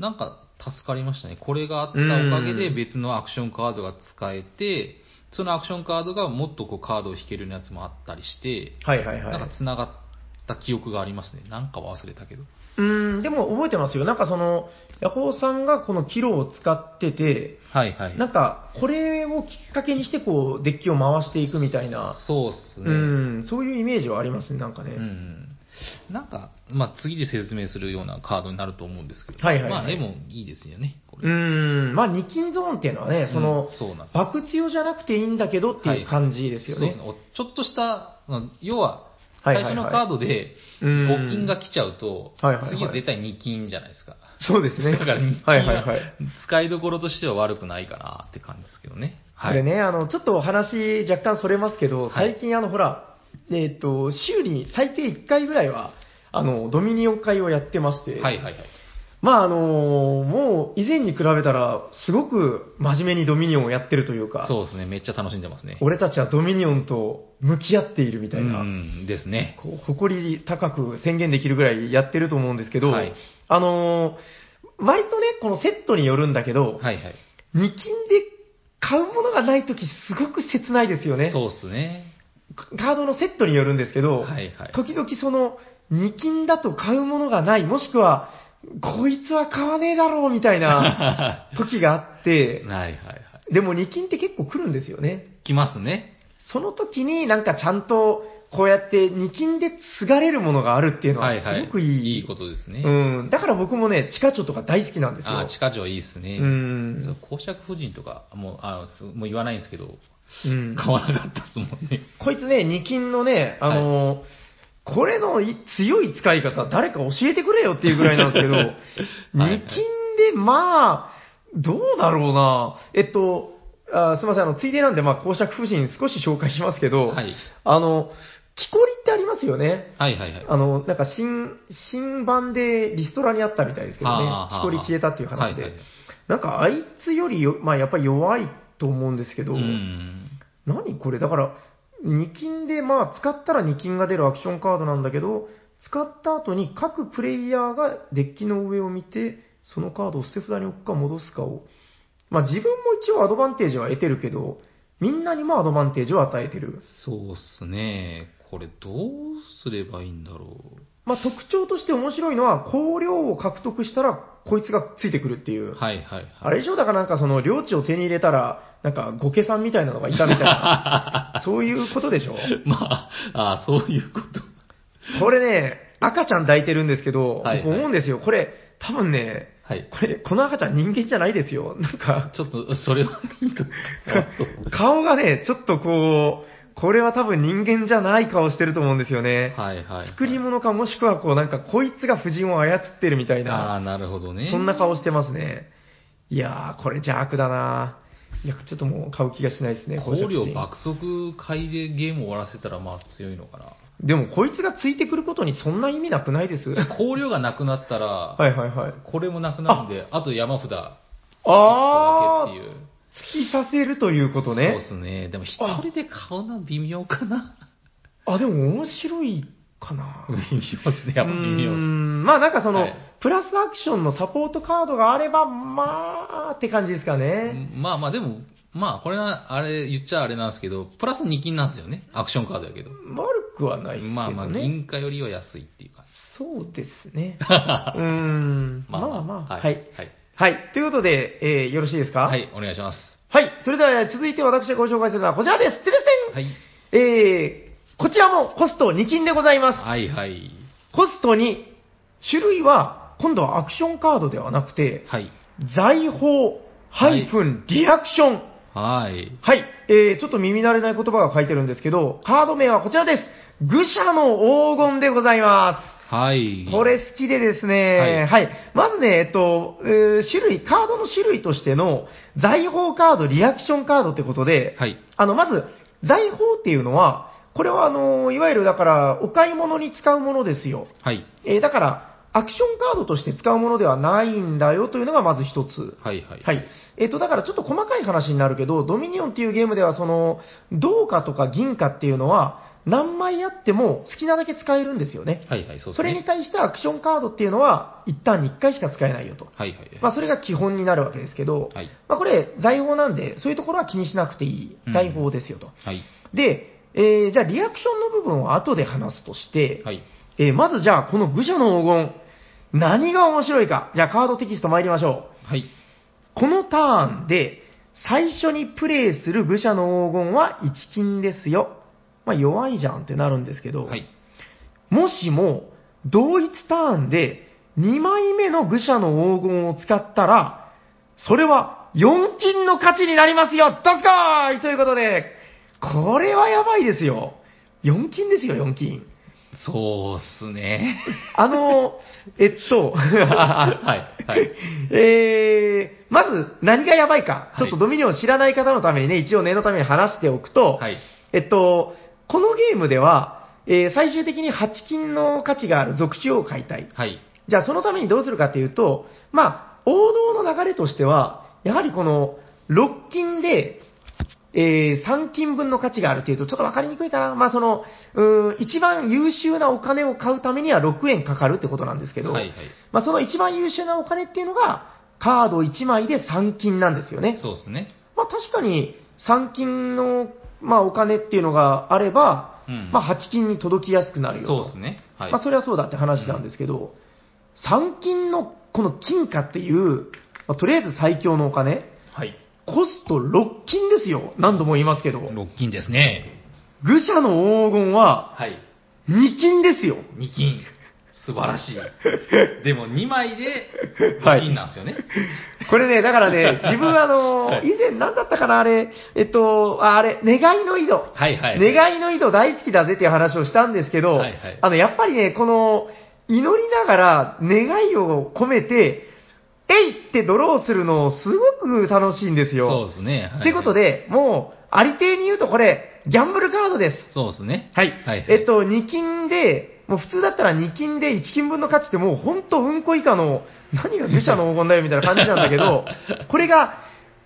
[SPEAKER 1] なんか助かりましたね。これがあったおかげで
[SPEAKER 2] うん
[SPEAKER 1] 別のアクションカードが使えて、そのアクションカードがもっとこうカードを引けるようなやつもあったりして、
[SPEAKER 2] はいはいは
[SPEAKER 1] なん
[SPEAKER 2] い
[SPEAKER 1] か。繋がった記憶がありますね。なんかは忘れたけど。
[SPEAKER 2] うーん、でも覚えてますよ。なんかその、ヤホーさんがこのキロを使ってて、
[SPEAKER 1] はいはい。
[SPEAKER 2] なんか、これをきっかけにして、こう、デッキを回していくみたいな、
[SPEAKER 1] そうっす
[SPEAKER 2] う
[SPEAKER 1] ね。
[SPEAKER 2] ん、そういうイメージはありますね、なんかね。
[SPEAKER 1] うんなんか、まあ、次で説明するようなカードになると思うんですけど、
[SPEAKER 2] はいはいはい
[SPEAKER 1] まあ、でもいいですよね、こ
[SPEAKER 2] う
[SPEAKER 1] れ。
[SPEAKER 2] ん、まあ、二金ゾーンっていうのはね、その
[SPEAKER 1] うん、そうなんですよ
[SPEAKER 2] 爆強じゃなくていいんだけどっていう感じですよね。
[SPEAKER 1] そうですねおちょっとした、うん要は、
[SPEAKER 2] は
[SPEAKER 1] 最
[SPEAKER 2] いはいはい
[SPEAKER 1] 初のカードで
[SPEAKER 2] うん
[SPEAKER 1] 5金が来ちゃうと、
[SPEAKER 2] はいはいはい
[SPEAKER 1] 次は絶対2金じゃないですか。
[SPEAKER 2] そうですね。
[SPEAKER 1] だから2金
[SPEAKER 2] はいはいはい。
[SPEAKER 1] 使いどころとしては悪くないかなって感じですけどね。
[SPEAKER 2] これね、あの、ちょっとお話若干それますけ
[SPEAKER 1] は
[SPEAKER 2] ど、
[SPEAKER 1] い
[SPEAKER 2] 最近あの、ほら、えっ、と、週に最低1回ぐらいは、あの、ドミニオン会をやってまして、
[SPEAKER 1] はいはいはい。
[SPEAKER 2] まああの、もう以前に比べたら、すごく真面目にドミニオンをやってるというか、
[SPEAKER 1] そうですね、めっちゃ楽しんでますね。
[SPEAKER 2] 俺たちはドミニオンと向き合っているみたいな、
[SPEAKER 1] うんですね。
[SPEAKER 2] こう誇り高く宣言できるぐらいやってると思うんですけど、
[SPEAKER 1] はい
[SPEAKER 2] あの、割とね、このセットによるんだけど、
[SPEAKER 1] はいはい。
[SPEAKER 2] 二2金で買うものがないとき、すごく切ないですよね。
[SPEAKER 1] そうですね。
[SPEAKER 2] カードのセットによるんですけど、
[SPEAKER 1] はいはい
[SPEAKER 2] 時々その、二金だと買うものがない、もしくは、こいつは買わねえだろうみた いな
[SPEAKER 1] は
[SPEAKER 2] 時があって
[SPEAKER 1] い、はいはい。
[SPEAKER 2] でも二金って結構来るんですよね。
[SPEAKER 1] 来ますね。
[SPEAKER 2] その時になんかちゃんと、こうやって二金で継がれるものがあるっていうのは、
[SPEAKER 1] はいはい。
[SPEAKER 2] すごくいい。
[SPEAKER 1] いことですね。
[SPEAKER 2] うん。だから僕もね、地下庁とか大好きなんですよ。
[SPEAKER 1] ああ、地下城いいですね。
[SPEAKER 2] うん
[SPEAKER 1] そう公爵夫人とか、もう、あのすもう言わないんですけど、
[SPEAKER 2] うん
[SPEAKER 1] 買わなかったですもんね。
[SPEAKER 2] こいつね、二金のね、あのーこれのい強い使い方、誰か教えてくれよっていうぐらいなんですけど、
[SPEAKER 1] はい
[SPEAKER 2] 二金で、まあ、どうだろうな。えっと、あすみません、あの、ついでなんで、まあ、公爵夫人少し紹介しますけど、
[SPEAKER 1] はい。
[SPEAKER 2] あの、木こりってありますよね。
[SPEAKER 1] はいはいはい。
[SPEAKER 2] あの、なんか新、新版でリストラにあったみたいですけどね
[SPEAKER 1] あ、ー
[SPEAKER 2] 木こり消えたっていう話で。
[SPEAKER 1] はいはい
[SPEAKER 2] なんか、あいつよりよ、まあ、やっぱり弱いと思うんですけど、
[SPEAKER 1] うん。
[SPEAKER 2] 何これだから、2金で、まあ、使ったら2金が出るアクションカードなんだけど、使った後に各プレイヤーがデッキの上を見て、そのカードを捨て札に置くか戻すかを、まあ自分も一応アドバンテージは得てるけど、みんなにもアドバンテージを与えてる。
[SPEAKER 1] そうっすね。これどうすればいいんだろ
[SPEAKER 2] まあ特徴として面白いのは、香料を獲得したら、こいつがついてくるっていう
[SPEAKER 1] う。。はいはいはい。
[SPEAKER 2] あれ以上だからなんかその領地を手に入れたら、なんかゴケさんみたいなのがいたみたいな、そういうことでしょ
[SPEAKER 1] まあ、ああ、そういうこと。
[SPEAKER 2] これね、赤ちゃん抱いてるんですけど、
[SPEAKER 1] はいはい
[SPEAKER 2] 僕思うんですよ。これ、多分ね、
[SPEAKER 1] はい。
[SPEAKER 2] これ、この赤ちゃん人間じゃないですよ。なんか、
[SPEAKER 1] ちょっと、それはなんか、
[SPEAKER 2] 顔がね、ちょっとこう、これは多分人間じゃない顔してると思うんですよね。
[SPEAKER 1] はいはいはい。
[SPEAKER 2] 作り物かもしくはこう、なんかこいつが夫人を操ってるみたい
[SPEAKER 1] あ
[SPEAKER 2] な、
[SPEAKER 1] あ、なるほどね。
[SPEAKER 2] そんな顔してますね。いやー、これ邪悪だないや、ちょっともう買う気がしないですね、
[SPEAKER 1] 香料
[SPEAKER 2] 公爵夫人
[SPEAKER 1] 爆速買いでゲーム終わらせたら、まあ強いのかな。
[SPEAKER 2] でもこいつがついてくることにそんな意味なくないです。は
[SPEAKER 1] 香料がなくなったら、
[SPEAKER 2] いはいはい。
[SPEAKER 1] これもなくなるんで、あと山札、
[SPEAKER 2] あ
[SPEAKER 1] 一
[SPEAKER 2] ー
[SPEAKER 1] 個だけっていう。
[SPEAKER 2] 突きさせるということね。
[SPEAKER 1] そうですね。でも一人で買うのは微妙かな。
[SPEAKER 2] あ、でも面白いかな。
[SPEAKER 1] 微妙ですね。
[SPEAKER 2] う
[SPEAKER 1] やっぱ微
[SPEAKER 2] ー
[SPEAKER 1] 妙。
[SPEAKER 2] んまあなんかその、
[SPEAKER 1] はい
[SPEAKER 2] プラスアクションのサポートカードがあれば、まあって感じですかね。
[SPEAKER 1] まあまあでも、まあこれはあれ言っちゃあれなんですけど、プラス2金なんですよね。アクションカードやけど。
[SPEAKER 2] 悪くはないですけどね。
[SPEAKER 1] まあまあ銀貨よりは安いっていうか。
[SPEAKER 2] そうです ね。うーん。まあまあ。はい。
[SPEAKER 1] はい。
[SPEAKER 2] はい。ということで、えーよろしいですか
[SPEAKER 1] はい、お願いします。
[SPEAKER 2] はい。それでは続いて私がご紹介するのはこちらです。てれ
[SPEAKER 1] はい。
[SPEAKER 2] せんえー、こちらもコスト2金でございます。
[SPEAKER 1] はいはい。
[SPEAKER 2] コスト2、種類は今度はアクションカードではなくて、
[SPEAKER 1] はい。
[SPEAKER 2] 財宝ハイフンリアクション。
[SPEAKER 1] はい。
[SPEAKER 2] はい、えー、ちょっと耳慣れない言葉が書いてるんですけど、カード名はこちらです。愚者の黄金でございます。
[SPEAKER 1] はい。
[SPEAKER 2] これ好きでですね、はい、まずね、えっと、えー種類、カードの種類としての、財宝カード、リアクションカードってことで、
[SPEAKER 1] はい。
[SPEAKER 2] あの、まず、財宝っていうのは、これはあの、いわゆるだから、お買い物に使うものですよ。
[SPEAKER 1] はい。
[SPEAKER 2] えーだから、アクションカードとして使うものではないんだよというのがまず一つ。
[SPEAKER 1] はいはい。
[SPEAKER 2] はい。えっ、と、だからちょっと細かい話になるけど、ドミニオンっていうゲームでは、その、銅貨とか銀貨っていうのは、何枚あっても好きなだけ使えるんですよね。
[SPEAKER 1] はいはい、そうですね。
[SPEAKER 2] それに対してアクションカードっていうのは、一旦に1回しか使えないよと。
[SPEAKER 1] はいはい。
[SPEAKER 2] まあ、それが基本になるわけですけど、
[SPEAKER 1] はい。
[SPEAKER 2] まあ、これ、財宝なんで、そういうところは気にしなくていい
[SPEAKER 1] うん
[SPEAKER 2] 財宝ですよと。
[SPEAKER 1] はい。
[SPEAKER 2] で、えーじゃあリアクションの部分は後で話すとして、
[SPEAKER 1] はい。
[SPEAKER 2] えーまずじゃあ、この愚者の黄金、何が面白いか。じゃあ、カードテキスト参りましょう。
[SPEAKER 1] はい。
[SPEAKER 2] このターンで、最初にプレイする愚者の黄金は1金ですよ。まあ、弱いじゃんってなるんですけど、
[SPEAKER 1] はい。
[SPEAKER 2] もしも、同一ターンで2枚目の愚者の黄金を使ったら、それは4金の価値になりますよどすかーいということで、これはやばいですよ。4金ですよ、4金。
[SPEAKER 1] そうっす ね。
[SPEAKER 2] あの、えっと、
[SPEAKER 1] はい。はい。
[SPEAKER 2] えー、まず何がやばいか、
[SPEAKER 1] はい
[SPEAKER 2] ちょっとドミニオン知らない方のためにね、一応念のために話しておくと、
[SPEAKER 1] はい。
[SPEAKER 2] えっと、このゲームでは、えー最終的に8金の価値がある属種を解体。
[SPEAKER 1] はい。
[SPEAKER 2] じゃあそのためにどうするかというと、まあ、王道の流れとしては、やはりこの6金で、えー3金分の価値があるというと、ちょっとわかりにくいかな。まあ、その、うーん、一番優秀なお金を買うためには6円かかるってことなんですけど、
[SPEAKER 1] はい。はい。
[SPEAKER 2] まあ、その一番優秀なお金っていうのが、カード1枚で3金なんですよね。
[SPEAKER 1] そうですね。
[SPEAKER 2] まあ、確かに3金の、まあ、お金っていうのがあれば、
[SPEAKER 1] うん
[SPEAKER 2] まあ、8金に届きやすくなるよと。
[SPEAKER 1] そうですね。はい。
[SPEAKER 2] まあ、それはそうだって話なんですけど、3金のこの金貨っていう、まあ、とりあえず最強のお金、
[SPEAKER 1] はい。
[SPEAKER 2] コスト6金ですよ。何度も言いますけど。
[SPEAKER 1] ロッキンですね。
[SPEAKER 2] 愚者の黄金は、
[SPEAKER 1] はい。
[SPEAKER 2] 2金ですよ。
[SPEAKER 1] 2金。素晴らし い。でも2枚で
[SPEAKER 2] はい
[SPEAKER 1] 2金なんですよね。
[SPEAKER 2] これね、だからね、自分あの、
[SPEAKER 1] はい
[SPEAKER 2] 以前何だったかな、あれ、えっと、ああれ、願いの井戸。
[SPEAKER 1] はい、はい、
[SPEAKER 2] 願いの井戸大好きだぜっていう話をしたんですけど、
[SPEAKER 1] はいはい
[SPEAKER 2] あの、やっぱりね、この、祈りながら願いを込めて、えいってドローするの、すごく楽しいんです
[SPEAKER 1] そう
[SPEAKER 2] よ。
[SPEAKER 1] ですね。は
[SPEAKER 2] ということ。で、もう、ありていに言うとこれ、ギャンブルカードです。
[SPEAKER 1] そうですね。
[SPEAKER 2] はい。
[SPEAKER 1] はいはい
[SPEAKER 2] えっと、2金で、もう普通だったら2金で1金分の価値ってもう本当うんこ以下の、何が愚者の黄金だよみたいな感じなんだ けど、これが、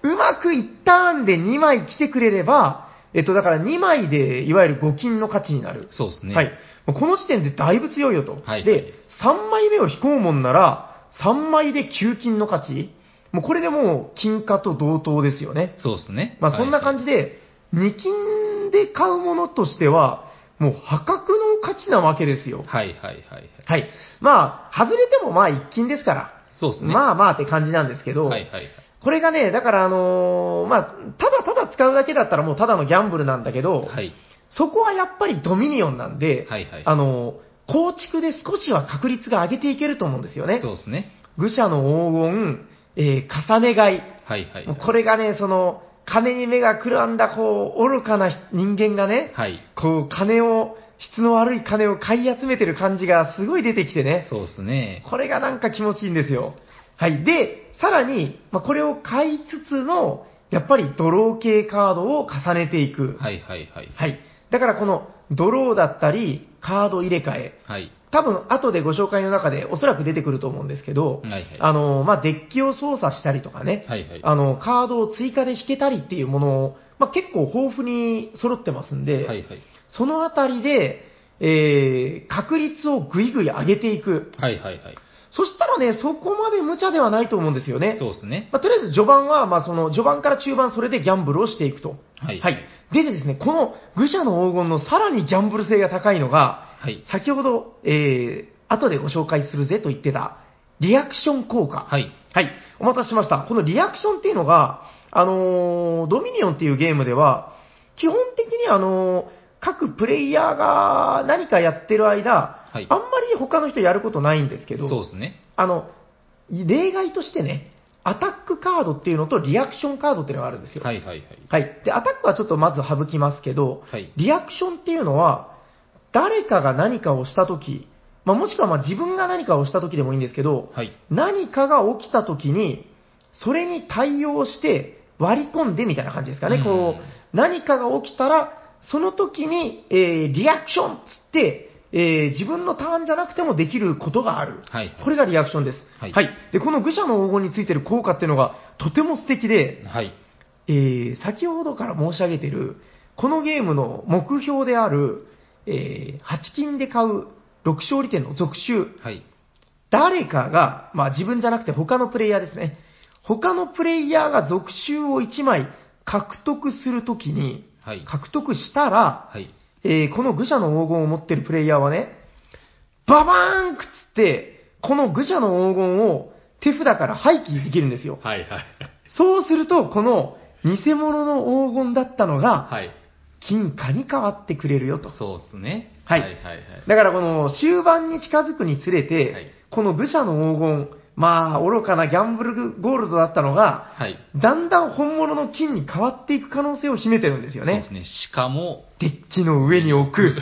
[SPEAKER 2] うまく1ターンで2枚来てくれれば、えっと、だから2枚で、いわゆる5金の価値になる。
[SPEAKER 1] そうですね。
[SPEAKER 2] はい。もうこの時点でだいぶ強いよと。
[SPEAKER 1] はいはい
[SPEAKER 2] で、3枚目を飛行門なら、3枚で9金の価値もうこれでもう金貨と同等ですよね。
[SPEAKER 1] そうですね。
[SPEAKER 2] まあ、そんな感じ
[SPEAKER 1] で。
[SPEAKER 2] で、2金で買うものとしては、もう破格の価値なわけですよ。
[SPEAKER 1] はい、はい、はいはい。
[SPEAKER 2] はい。まあ、外れてもまあ1金ですから、
[SPEAKER 1] そうですね。
[SPEAKER 2] まあまあって感じなんですけど、
[SPEAKER 1] はい、はいはい。
[SPEAKER 2] これがね、だからあのーまあ、ただただ使うだけだったらもうただのギャンブルなんだけど、
[SPEAKER 1] はい、
[SPEAKER 2] そこはやっぱりドミニオンなんで、
[SPEAKER 1] はい、はい。
[SPEAKER 2] あのー構築で少しは確率が上げていけると思うんですよね。
[SPEAKER 1] そうですね。
[SPEAKER 2] 愚者の黄金、えー重ね買い、
[SPEAKER 1] はい、はい。
[SPEAKER 2] もうこれがね、その、金に目がくらんだ、こう、愚かな人間がね、
[SPEAKER 1] はい。
[SPEAKER 2] こう、金を、質の悪い金を買い集めてる感じがすごい出てきてね、
[SPEAKER 1] そうですね。
[SPEAKER 2] これがなんか気持ちいいんですよ。はい。で、さらに、まあ、これを買いつつの、やっぱりドロー系カードを重ねていく。
[SPEAKER 1] はい、はい、はい。
[SPEAKER 2] はい。だからこの、ドローだったり、カード入れ替え、
[SPEAKER 1] はい。
[SPEAKER 2] 多分後でご紹介の中でおそらく出てくると思うんですけど、
[SPEAKER 1] はいはい
[SPEAKER 2] あの、まあ、デッキを操作したりとかね、
[SPEAKER 1] はいはい
[SPEAKER 2] あの、カードを追加で引けたりっていうものを、まあ、結構豊富に揃ってますんで、
[SPEAKER 1] はい、はい。
[SPEAKER 2] そのあたりで、えー、確率をぐいぐい上げていく。
[SPEAKER 1] はい、はい、はい。
[SPEAKER 2] そしたらね、そこまで無茶ではないと思うんですよね。
[SPEAKER 1] そうですね。
[SPEAKER 2] まあ、とりあえず序盤は、まあ、その、序盤から中盤それでギャンブルをしていくと。
[SPEAKER 1] はい
[SPEAKER 2] でですね、この愚者の黄金のさらにギャンブル性が高いのが、
[SPEAKER 1] はい。
[SPEAKER 2] 先ほど、えー、後でご紹介するぜと言ってた、リアクション効果。。
[SPEAKER 1] はいい。
[SPEAKER 2] お待たせしました。このリアクションっていうのが、あのードミニオンっていうゲームでは、基本的にあのー各プレイヤーが何かやってる間、
[SPEAKER 1] はい
[SPEAKER 2] あんまり他の人やることないんですけど、
[SPEAKER 1] そうですね。
[SPEAKER 2] あの、例外としてね、アタックカードっていうのとリアクションカードっていうのがあるんですよ。
[SPEAKER 1] はい、はい、はい。
[SPEAKER 2] はい。で、アタックはちょっとまず省きますけど、
[SPEAKER 1] はい
[SPEAKER 2] リアクションっていうのは、誰かが何かをしたとき、まあ、もしくはまあ自分が何かをしたときでもいいんですけど、
[SPEAKER 1] はい。
[SPEAKER 2] 何かが起きたときに、それに対応して割り込んでみたいな感じですかね。
[SPEAKER 1] うん
[SPEAKER 2] こう、何かが起きたら、その時に、えーリアクションっつって、えー自分のターンじゃなくてもできることがある。
[SPEAKER 1] はい
[SPEAKER 2] これがリアクションです。
[SPEAKER 1] はい
[SPEAKER 2] で、この愚者の黄金についてる効果っていうのがとても素敵で、
[SPEAKER 1] はい。
[SPEAKER 2] えー先ほどから申し上げている、このゲームの目標である、え8金で買う6勝利点の続集、
[SPEAKER 1] はい。
[SPEAKER 2] 誰かが、まあ自分じゃなくて他のプレイヤーですね、他のプレイヤーが続集を1枚獲得するときに、
[SPEAKER 1] はい。
[SPEAKER 2] 獲得したら、
[SPEAKER 1] はい。
[SPEAKER 2] えーこの愚者の黄金を持ってるプレイヤーはね、ババーンくっつって、この愚者の黄金を手札から廃棄できるんですよ。
[SPEAKER 1] はい、はい。
[SPEAKER 2] そうすると、この偽物の黄金だったのが、
[SPEAKER 1] はい。
[SPEAKER 2] 金貨に変わってくれるよと。
[SPEAKER 1] そうですね。
[SPEAKER 2] はい
[SPEAKER 1] はい、はい。
[SPEAKER 2] だからこの終盤に近づくにつれて、
[SPEAKER 1] はい
[SPEAKER 2] この愚者の黄金、まあ愚かなギャンブルゴールドだったのが、
[SPEAKER 1] はい。
[SPEAKER 2] だんだん本物の金に変わっていく可能性を秘めてるんですよ
[SPEAKER 1] そうで
[SPEAKER 2] ね
[SPEAKER 1] す。ね。しかも、
[SPEAKER 2] デッキの上に置く。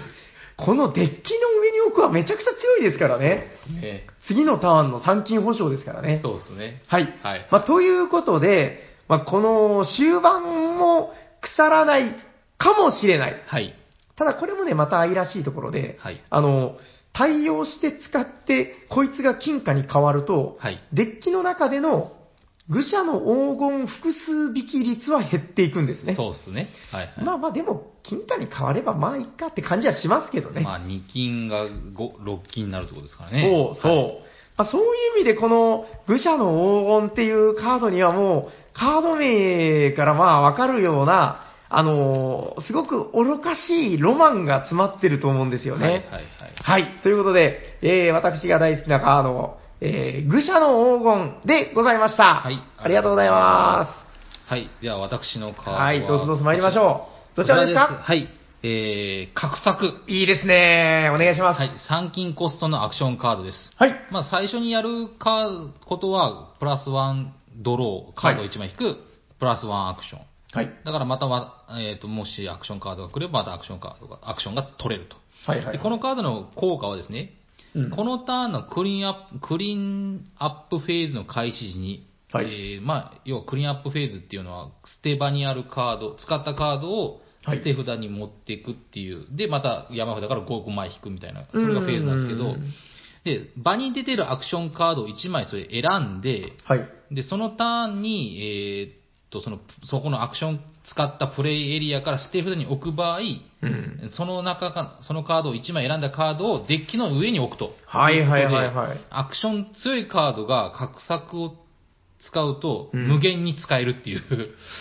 [SPEAKER 2] このデッキの上に置くはめちゃくちゃ強いですからね。
[SPEAKER 1] ね
[SPEAKER 2] 次のターンの参金保証ですからね。
[SPEAKER 1] そうですね。
[SPEAKER 2] はい。
[SPEAKER 1] はい
[SPEAKER 2] まあ、ということで、まあ、この終盤も腐らないかもしれない。
[SPEAKER 1] はい。
[SPEAKER 2] ただこれもね、また愛らしいところで、
[SPEAKER 1] はい
[SPEAKER 2] あの、対応して使って、こいつが金貨に変わると、
[SPEAKER 1] はい
[SPEAKER 2] デッキの中での愚者の黄金複数引き率は減っていくんですね。
[SPEAKER 1] そうですね。はい、はい。
[SPEAKER 2] まあまあでも、金貨に変わればまあいいかって感じはしますけどね。
[SPEAKER 1] まあ、2金が五6金になるってことですからね。
[SPEAKER 2] そうそう。まあ、そういう意味でこの愚者の黄金っていうカードにはもうカード名からまあわかるような、あのーすごく愚かしいロマンが詰まってると思うんですよね。
[SPEAKER 1] はいはいはい
[SPEAKER 2] はいということで、えー私が大好きなカード、えー愚者の黄金でございました。
[SPEAKER 1] はい
[SPEAKER 2] ありがとうございます。
[SPEAKER 1] はい。では、私のカードは
[SPEAKER 2] はい、どうぞどうぞ参りましょう。どちらですか
[SPEAKER 1] こはい。えー、格索。
[SPEAKER 2] いいですね。お願いします。
[SPEAKER 1] はい、参勤コストのアクションカードです。
[SPEAKER 2] はい。
[SPEAKER 1] まあ、最初にやるか、ことは、プラスワンドロー、カード
[SPEAKER 2] はい
[SPEAKER 1] 1枚引く、プラスワンアクション。
[SPEAKER 2] はい。
[SPEAKER 1] だからまたは、えーと、もしアクションカードが来れば、またアクションカードが、アクションが取れると。
[SPEAKER 2] はいはい。
[SPEAKER 1] で、このカードの効果はですね、
[SPEAKER 2] うん
[SPEAKER 1] このターンのクリーンアップ、クリーンアップフェーズの開始時に、
[SPEAKER 2] はい
[SPEAKER 1] えーまあ、要はクリーンアップフェーズっていうのは、捨て場にあるカード、使ったカードを
[SPEAKER 2] はい
[SPEAKER 1] 捨て札に持っていくっていう、で、また山札から5、5枚引くみたいな、それがフェーズなんですけ
[SPEAKER 2] うん
[SPEAKER 1] ど
[SPEAKER 2] うんうん、
[SPEAKER 1] で、場に出てるアクションカードを1枚それ選んで、
[SPEAKER 2] はい。
[SPEAKER 1] で、そのターンに、えーっと、その、そこのアクション使ったプレイエリアから捨て札に置く場合、
[SPEAKER 2] うん。
[SPEAKER 1] その中か、そのカードを1枚選んだカードをデッキの上に置くと。
[SPEAKER 2] はいはいはいはい。
[SPEAKER 1] アクション強いカードが格策を使うと、
[SPEAKER 2] うん
[SPEAKER 1] 無限に使えるっていう。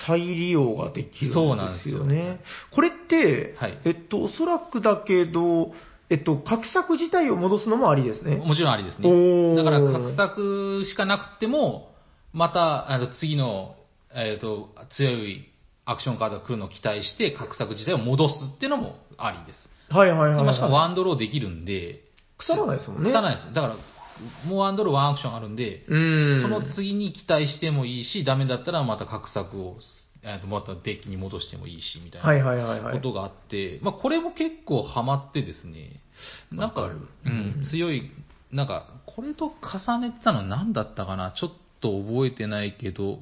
[SPEAKER 2] 再利用ができる
[SPEAKER 1] そうなん
[SPEAKER 2] ん
[SPEAKER 1] で
[SPEAKER 2] ですす
[SPEAKER 1] よ
[SPEAKER 2] よね。これって、
[SPEAKER 1] はい
[SPEAKER 2] えっと、おそらくだけど、えっと、格策自体を戻すのもありですね。
[SPEAKER 1] もちろんありです
[SPEAKER 2] お
[SPEAKER 1] ね。
[SPEAKER 2] ー
[SPEAKER 1] だから格策しかなくても、また、あの、次の、えっ、と、強いアクションカードが来るのを期待して、格策自体を戻すっていうのもありです。
[SPEAKER 2] はいはいはい、
[SPEAKER 1] で
[SPEAKER 2] はい。
[SPEAKER 1] まあ、しかもワンドローできるんで、
[SPEAKER 2] 腐らないですもんね。
[SPEAKER 1] 腐らないです。だから、もうワンドローワンアクションあるんで、
[SPEAKER 2] うん。
[SPEAKER 1] その次に期待してもいいし、ダメだったらまた格策を、えーとまたデッキに戻してもいいし、みた
[SPEAKER 2] はいいはいはい
[SPEAKER 1] な
[SPEAKER 2] は
[SPEAKER 1] こ
[SPEAKER 2] い。
[SPEAKER 1] とがあって、まあこれも結構ハマってですね、なんか、
[SPEAKER 2] わか
[SPEAKER 1] う
[SPEAKER 2] る
[SPEAKER 1] ん、強い、なんか、これと重ねてたの何だったかなちょっと覚えてないけど、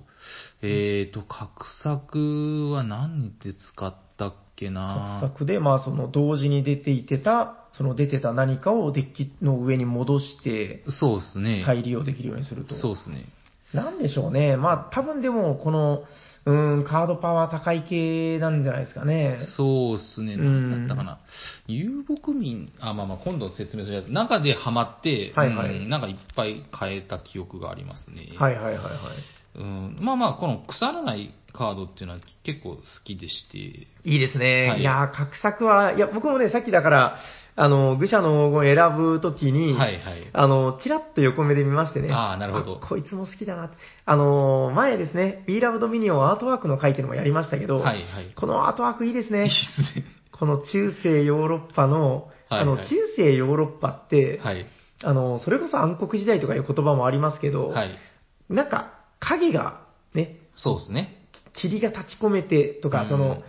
[SPEAKER 1] えっ、ー、と、格策は何で使ったっけな
[SPEAKER 2] 格策で、まあ、その同時に出ていてた、その出てた何かをデッキの上に戻して、
[SPEAKER 1] そうですね。
[SPEAKER 2] 再利用できるようにすると。
[SPEAKER 1] そうですね。
[SPEAKER 2] なんでしょうね。まあ、多分でも、この、うーん、カードパワー高い系なんじゃないですかね。
[SPEAKER 1] そうっすね、
[SPEAKER 2] う
[SPEAKER 1] なん
[SPEAKER 2] ん
[SPEAKER 1] だったかな。遊牧民、あ、まあまあ、今度説明するやつ。中でハマって、
[SPEAKER 2] はいはい
[SPEAKER 1] うんなんかいっぱい変えた記憶がありますね。
[SPEAKER 2] はいはいはいはい。
[SPEAKER 1] うん、まあまあ、この腐らないカードっていうのは結構好きでして、
[SPEAKER 2] いいですね。
[SPEAKER 1] はい
[SPEAKER 2] い、やー、格策は、いや、僕もね、さっきだから、あの、愚者の黄金選ぶときに、
[SPEAKER 1] はいはい。
[SPEAKER 2] あの、ちらっと横目で見ましてね。
[SPEAKER 1] あーなるほど
[SPEAKER 2] あこいつも好きだなって。あのー、前ですね、We Love Dominion アートワークの回っていうのもやりましたけど、
[SPEAKER 1] はいはい。いいっ
[SPEAKER 2] このアートワークいいですね。
[SPEAKER 1] すね。
[SPEAKER 2] この中世ヨーロッパの、
[SPEAKER 1] はいはい
[SPEAKER 2] あの、中世ヨーロッパって、
[SPEAKER 1] はい。
[SPEAKER 2] あの、それこそ暗黒時代とかいう言葉もありますけど、
[SPEAKER 1] はい。
[SPEAKER 2] なんか、影が、ね、
[SPEAKER 1] そうですね。
[SPEAKER 2] 霧が立ち込めてと
[SPEAKER 1] う
[SPEAKER 2] か
[SPEAKER 1] ん、
[SPEAKER 2] その、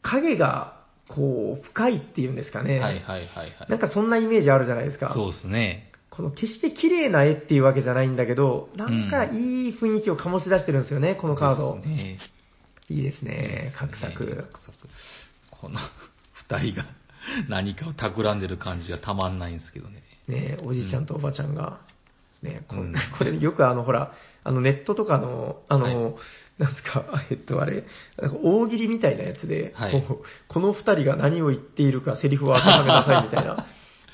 [SPEAKER 2] 影が、こう、深いっていうんですか
[SPEAKER 1] は
[SPEAKER 2] ね。
[SPEAKER 1] いはいはいはい。
[SPEAKER 2] なんかそんなイメージあるじゃないですか。
[SPEAKER 1] そうですね。
[SPEAKER 2] この決して綺麗な絵っていうわけじゃないんだけど、なんかいい雰囲気を醸し出してるんですよね、このカード
[SPEAKER 1] です。ね。
[SPEAKER 2] いいですね、格
[SPEAKER 1] ね
[SPEAKER 2] 作。
[SPEAKER 1] 格作この 二人が何かを企んでる感じがたまんないんですけどね。
[SPEAKER 2] ね、おじいちゃんとおばちゃんが。ね、こ
[SPEAKER 1] うん
[SPEAKER 2] これよくあの、ほら、あのネットとかの、あの、なんですか、 えっと、あれ、なんか大喜利みたいなやつで、
[SPEAKER 1] はい
[SPEAKER 2] こうこの二人が何を言っているかセリフを当てはめなさいみた いな。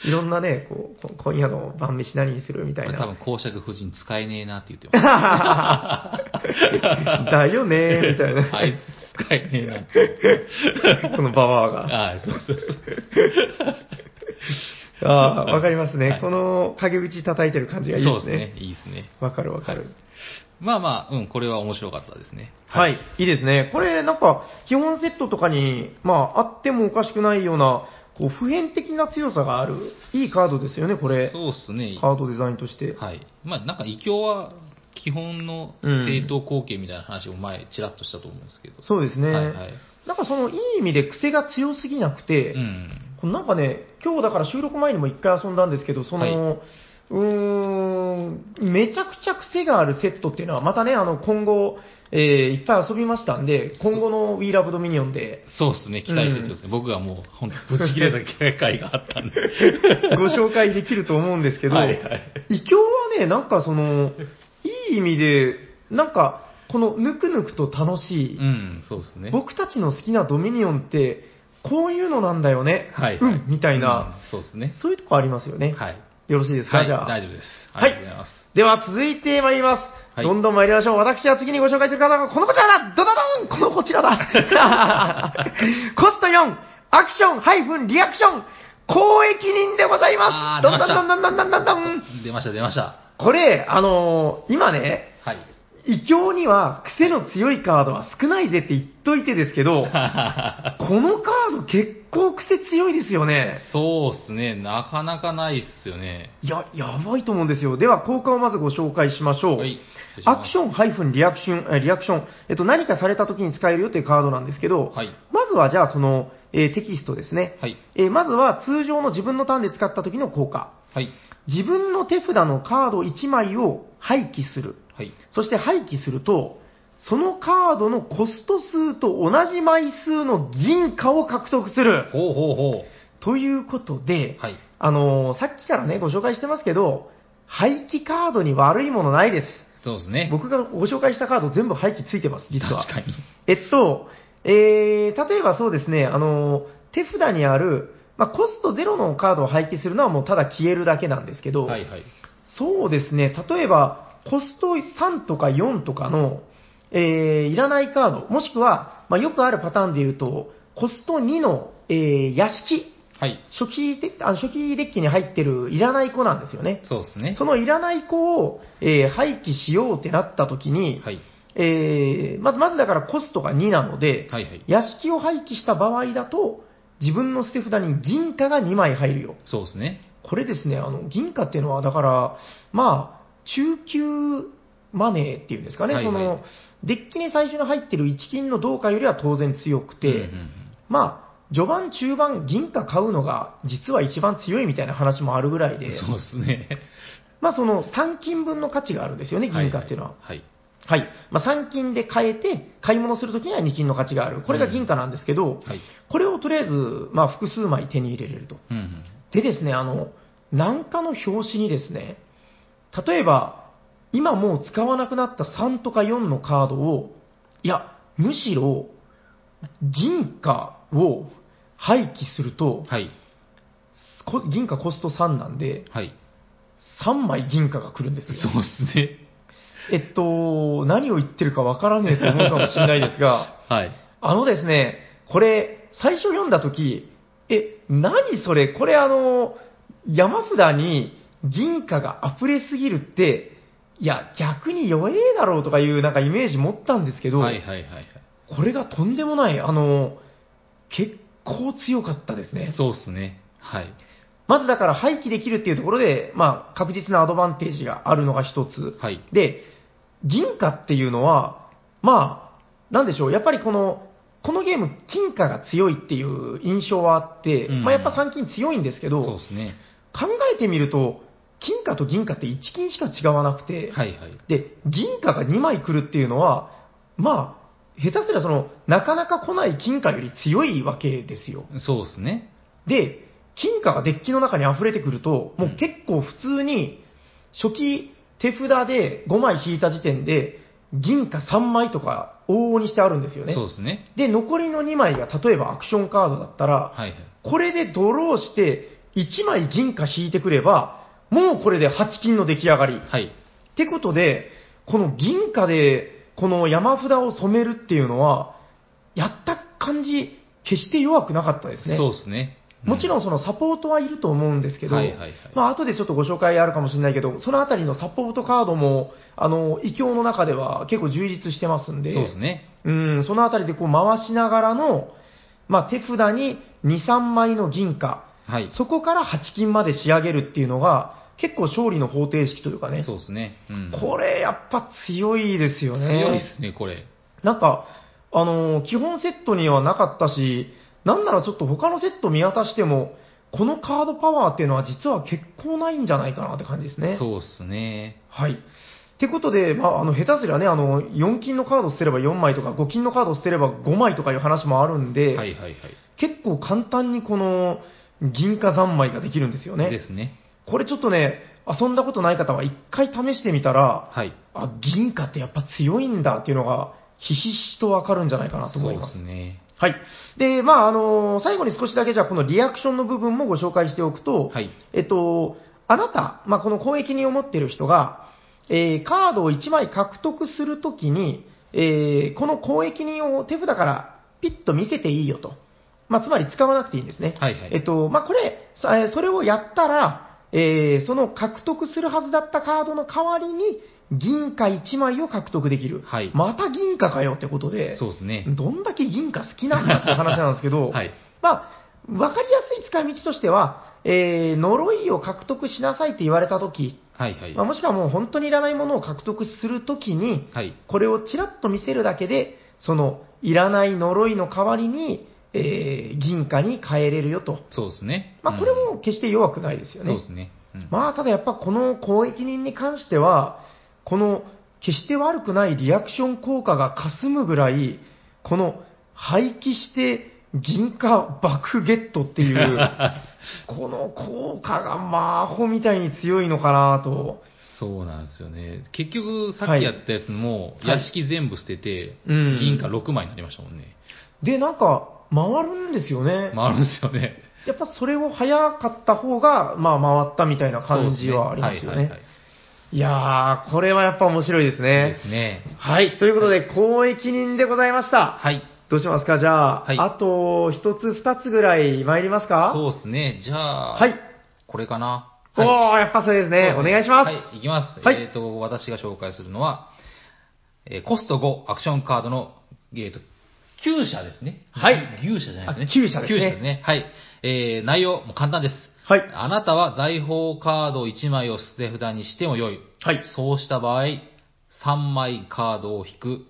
[SPEAKER 2] いろんなね、こう、こ今夜の晩飯何にするみたいな。
[SPEAKER 1] 多分公爵夫人使えねえなって言ってます。
[SPEAKER 2] だよね ーみたいな。
[SPEAKER 1] あいつ使えねえなって。
[SPEAKER 2] このババアが。
[SPEAKER 1] ああ、そうそうそう。
[SPEAKER 2] ああ、わかりますね。
[SPEAKER 1] はい
[SPEAKER 2] この陰口叩いてる感じがいい
[SPEAKER 1] そう
[SPEAKER 2] で
[SPEAKER 1] ですす
[SPEAKER 2] ね
[SPEAKER 1] ね。。いいですね。
[SPEAKER 2] わ、かるわかる。
[SPEAKER 1] まあまあ、うん、これは面白かったですね。
[SPEAKER 2] はい、い、いですね。これなんか、基本セットとかに、まあ、あってもおかしくないような、こう、普遍的な強さがある、いいカードですよね、これ。
[SPEAKER 1] そうですね。
[SPEAKER 2] カードデザインとして。
[SPEAKER 1] はい。まあ、なんか、異教は基本の正当後継みたいな話を前、ちらっとしたと思うんですけど。
[SPEAKER 2] そうですね。
[SPEAKER 1] はいはい。
[SPEAKER 2] なんかその、いい意味で癖が強すぎなくて、
[SPEAKER 1] うん。
[SPEAKER 2] このなんかね、今日だから収録前にも一回遊んだんですけど、その、
[SPEAKER 1] はいう
[SPEAKER 2] ーん、めちゃくちゃ癖があるセットっていうのは、またね、あの、今後、えーいっぱい遊びましたんで、今後の We Love Dominion で
[SPEAKER 1] そうですね。期待しててですね。僕がもう、本当ぶち切れた機会があったんで。
[SPEAKER 2] ご紹介できると思うん ですけ ど、
[SPEAKER 1] はいはい
[SPEAKER 2] 異教はね、なんかその、いい意味で、なんか、このぬくぬくと楽しい、
[SPEAKER 1] うん、そうですね。
[SPEAKER 2] 僕たちの好きなドミニオンって、こういうのなんだよね、
[SPEAKER 1] はい、
[SPEAKER 2] うん、みたいな、
[SPEAKER 1] うんそうですね。
[SPEAKER 2] そういうとこありますよね。
[SPEAKER 1] はい。
[SPEAKER 2] よろしいですか、
[SPEAKER 1] はい、
[SPEAKER 2] じゃあ。
[SPEAKER 1] 大丈夫です。あ
[SPEAKER 2] はい
[SPEAKER 1] りがとうございます。
[SPEAKER 2] では続いて参ります。
[SPEAKER 1] はい
[SPEAKER 2] どんどん参りましょう。私は次にご紹介する方がこのこちらだドドドンこのこちらだ コスト4、アクションハイフンリアクション、公益人でござい
[SPEAKER 1] あ
[SPEAKER 2] ます
[SPEAKER 1] ー
[SPEAKER 2] どんどんどんどんどんどんどん
[SPEAKER 1] 出ました、出ました。
[SPEAKER 2] これ、あのー今ね、
[SPEAKER 1] はい。
[SPEAKER 2] 異教には癖の強いカードは少ないぜって言っといてですけど、このカード結構癖強いですよね。
[SPEAKER 1] そうっすね。なかなかないっすよね。
[SPEAKER 2] いや、やばいと思うんですよ。では、効果をまずご紹介しましょう。
[SPEAKER 1] はい。
[SPEAKER 2] アクシ
[SPEAKER 1] ョン
[SPEAKER 2] ョンハイフンリアクション、えリアクション、えっと、何かされた時に使えるよというカードなんですけど、
[SPEAKER 1] はい。
[SPEAKER 2] まずはじゃあその、えーテキストですね。
[SPEAKER 1] はい。
[SPEAKER 2] えーまずは通常の自分のターンで使った時の効果。
[SPEAKER 1] はい。
[SPEAKER 2] 自分の手札のカード1枚を廃棄する。
[SPEAKER 1] はい。
[SPEAKER 2] そして廃棄すると、そのカードのコスト数と同じ枚数の銀貨を獲得する。
[SPEAKER 1] ほうほうほ
[SPEAKER 2] ということで
[SPEAKER 1] う。、はい。
[SPEAKER 2] あのーさっきからね、ご紹介してますけど、廃棄カードに悪いものないです。
[SPEAKER 1] そうですね。
[SPEAKER 2] 僕がご紹介したカード全部廃棄ついてます、実は。
[SPEAKER 1] 確かに。
[SPEAKER 2] えっと、えー、例えばそうですね、あの、手札にある、まあ、コストゼロのカードを廃棄するのはもうただ消えるだけなんですけど、
[SPEAKER 1] はいはい。
[SPEAKER 2] そうですね、例えば、コスト3とか4とかの、えー、いらないカード、もしくは、まあ、よくあるパターンで言うと、コスト2の、えー、屋敷、
[SPEAKER 1] はい。
[SPEAKER 2] 初期デッあ初期デッキに入ってるいらない子なんですよね。
[SPEAKER 1] そうですね。
[SPEAKER 2] そのいらない子を、えー廃棄しようってなった時に、
[SPEAKER 1] はい。
[SPEAKER 2] えーまず、まずだからコストが2なので、
[SPEAKER 1] はいはい。
[SPEAKER 2] 屋敷を廃棄した場合だと、自分の捨て札に銀貨が2枚入るよ。
[SPEAKER 1] そうですね。
[SPEAKER 2] これですね、あの、銀貨っていうのは、だから、まあ、中級マネーっていうんですかね、
[SPEAKER 1] はいはい
[SPEAKER 2] その、デッキに最初に入ってる1金の銅貨よりは当然強くて、
[SPEAKER 1] うんうんうん
[SPEAKER 2] まあ、序盤、中盤、銀貨買うのが、実は一番強いみたいな話もあるぐらいで、
[SPEAKER 1] そうですね。
[SPEAKER 2] まあ、その3金分の価値があるんですよね、銀貨っていうのは。
[SPEAKER 1] はい。
[SPEAKER 2] はい。まあ、3金で買えて、買い物するときには2金の価値がある。これが銀貨なんですけど、
[SPEAKER 1] はい。
[SPEAKER 2] これをとりあえず、まあ、複数枚手に入れれると。
[SPEAKER 1] うんうん。
[SPEAKER 2] でですね、あの、なんかの表紙にですね、例えば、今もう使わなくなった3とか4のカードを、いや、むしろ、銀貨を廃棄すると、
[SPEAKER 1] はい。
[SPEAKER 2] こ銀貨コスト3なんで、
[SPEAKER 1] はい。
[SPEAKER 2] 3枚銀貨が来るんですよ。
[SPEAKER 1] そうですね。
[SPEAKER 2] えっと、何を言ってるかわからねえと思うかもしれないですが、
[SPEAKER 1] はい。
[SPEAKER 2] あのですね、これ、最初読んだとき、え、何それこれあの、山札に銀貨が溢れすぎるって、いや、逆に弱えだろうとかいうなんかイメージ持ったんですけど、
[SPEAKER 1] はいはいはいはい。
[SPEAKER 2] これがとんでもない、あの、結構強かったですね。
[SPEAKER 1] そうですね。はい。
[SPEAKER 2] まずだから廃棄できるっていうところで、まあ、確実なアドバンテージがあるのが一つ。
[SPEAKER 1] はい。
[SPEAKER 2] で、銀貨っていうのは、まあ、なんでしょう、やっぱりこの、このゲーム、金貨が強いっていう印象はあって、
[SPEAKER 1] うん
[SPEAKER 2] まあ、やっぱ3金強いんですけど、
[SPEAKER 1] そう
[SPEAKER 2] 考
[SPEAKER 1] ですね。
[SPEAKER 2] えてみると、金貨と銀貨って1金しか違わなくて、
[SPEAKER 1] はいはい。
[SPEAKER 2] で、銀貨が2枚来るっていうのは、まあ、下手すりゃその、なかなか来ない金貨より強いわけですよ。
[SPEAKER 1] そうですね。
[SPEAKER 2] で、金貨がデッキの中に溢れてくると、もう結構普通に、初期手札で5枚引いた時点で、銀貨3枚とか往々にしてあるんですよね。
[SPEAKER 1] そうですね。
[SPEAKER 2] で、残りの2枚が例えばアクションカードだったら、
[SPEAKER 1] はいはい。
[SPEAKER 2] これでドローして、1枚銀貨引いてくれば、もうこれで8金の出来上がり。
[SPEAKER 1] はい。
[SPEAKER 2] ってことで、この銀貨で、この山札を染めるっていうのは、やった感じ、決して弱くなかったですね。
[SPEAKER 1] そうですね。
[SPEAKER 2] もちろ
[SPEAKER 1] ん、
[SPEAKER 2] んそのサポートはいると思うんですけど、
[SPEAKER 1] はいはいはい
[SPEAKER 2] まあ後でちょっとご紹介あるかもしれないけど、そのあたりのサポートカードも、あの、異教の中では結構充実してますんで、
[SPEAKER 1] そうですね。
[SPEAKER 2] うん、そのあたりでこう回しながらの、まあ手札に2、3枚の銀貨、
[SPEAKER 1] はい。
[SPEAKER 2] そこから8金まで仕上げるっていうのが、結構勝利の方程式というかね、
[SPEAKER 1] そうですね。うん。
[SPEAKER 2] これやっぱ強いですよね。
[SPEAKER 1] 強いですね、これ。
[SPEAKER 2] なんか、あのー基本セットにはなかったし、なんならちょっと他のセット見渡しても、このカードパワーっていうのは実は結構ないんじゃないかなって感じですね。
[SPEAKER 1] そうですね。
[SPEAKER 2] はい。ってことで、まあ、あの、下手すりゃね、あの、4金のカード捨てれば4枚とか、5金のカード捨てれば5枚とかいう話もあるん
[SPEAKER 1] は
[SPEAKER 2] で、
[SPEAKER 1] いはいはい。
[SPEAKER 2] 結構簡単にこの、銀貨三枚ができるんですよ
[SPEAKER 1] で
[SPEAKER 2] ね。
[SPEAKER 1] すね。
[SPEAKER 2] これちょっとね、遊んだことない方は一回試してみたら、
[SPEAKER 1] はい。
[SPEAKER 2] あ、銀貨ってやっぱ強いんだっていうのが、ひしひしとわかるんじゃないかなと
[SPEAKER 1] そ
[SPEAKER 2] 思いう
[SPEAKER 1] で
[SPEAKER 2] ます
[SPEAKER 1] す。ね。
[SPEAKER 2] はい。で、まあ、あの、最後に少しだけじゃあこのリアクションの部分もご紹介しておくと、
[SPEAKER 1] はい。
[SPEAKER 2] えっと、あなた、まあ、この攻撃に思っている人が、えーカードを1枚獲得するときに、えーこの攻撃人を手札からピッと見せていいよと。まあ、つまり使わなくていいんですね。
[SPEAKER 1] はいはい
[SPEAKER 2] えっと、まあ、これ、さえーそれをやったら、えーその獲得するはずだったカードの代わりに、銀貨1枚を獲得できる。
[SPEAKER 1] はい
[SPEAKER 2] また銀貨かよってことで。
[SPEAKER 1] そうですね。
[SPEAKER 2] どんだけ銀貨好きなんだって話なんですけど、
[SPEAKER 1] はい。
[SPEAKER 2] まあ、わかりやすい使い道としては、えー、呪いを獲得しなさいって言われたとき、
[SPEAKER 1] はいはい
[SPEAKER 2] まあ、。もしくはもう本当にいらないものを獲得するときに、
[SPEAKER 1] はい。
[SPEAKER 2] これをちらっと見せるだけで、その、いらない呪いの代わりに、えー、銀貨に変えれるよと。
[SPEAKER 1] そうですね。
[SPEAKER 2] まあ、これも決して弱くないです
[SPEAKER 1] うん、
[SPEAKER 2] よ
[SPEAKER 1] そ
[SPEAKER 2] ね。
[SPEAKER 1] うですね。うん
[SPEAKER 2] まあ、ただやっぱこの公益人に関しては、この決して悪くないリアクション効果が霞むぐらい、この廃棄して銀貨爆ゲットっていう、 この効果がまあ、アホみたいに強いのかなと。
[SPEAKER 1] そうなんですよね。結局、さっきやったやつも、
[SPEAKER 2] は
[SPEAKER 1] 屋
[SPEAKER 2] い
[SPEAKER 1] 敷全部捨てて、
[SPEAKER 2] うん
[SPEAKER 1] 銀貨6枚になりましたもんね。
[SPEAKER 2] で、なんか、回るんですよね。
[SPEAKER 1] 回るんですよね。
[SPEAKER 2] やっぱそれを早かった方が、まあ、回ったみたいな感じはありますよ
[SPEAKER 1] そうです
[SPEAKER 2] ね。いやー、これはやっぱ面白いです
[SPEAKER 1] はいはいはい。いい
[SPEAKER 2] ね
[SPEAKER 1] で。すね。
[SPEAKER 2] はい、ということで、公益人でございました。
[SPEAKER 1] はい。
[SPEAKER 2] どうしますかじゃあ、
[SPEAKER 1] はい
[SPEAKER 2] あと一つ二つぐらい参りますか
[SPEAKER 1] そうですね。じゃあ、
[SPEAKER 2] はい。
[SPEAKER 1] これかな。
[SPEAKER 2] お
[SPEAKER 1] はい
[SPEAKER 2] ー、やっぱそれです
[SPEAKER 1] そう
[SPEAKER 2] ね。
[SPEAKER 1] です
[SPEAKER 2] お願いします。
[SPEAKER 1] はい、いきます。
[SPEAKER 2] はい
[SPEAKER 1] えっ、と、私が紹介するのは、えーコスト5アクションカードの、えーと、旧社ですね。
[SPEAKER 2] はい。
[SPEAKER 1] 牛社じゃないですね。
[SPEAKER 2] あ旧社ですね
[SPEAKER 1] 旧社ですね。はい。えー、内容、もう簡単です。
[SPEAKER 2] はい。
[SPEAKER 1] あなたは財宝カード1枚を捨て札にしても良い。
[SPEAKER 2] はい
[SPEAKER 1] そうした場合、3枚カードを引く、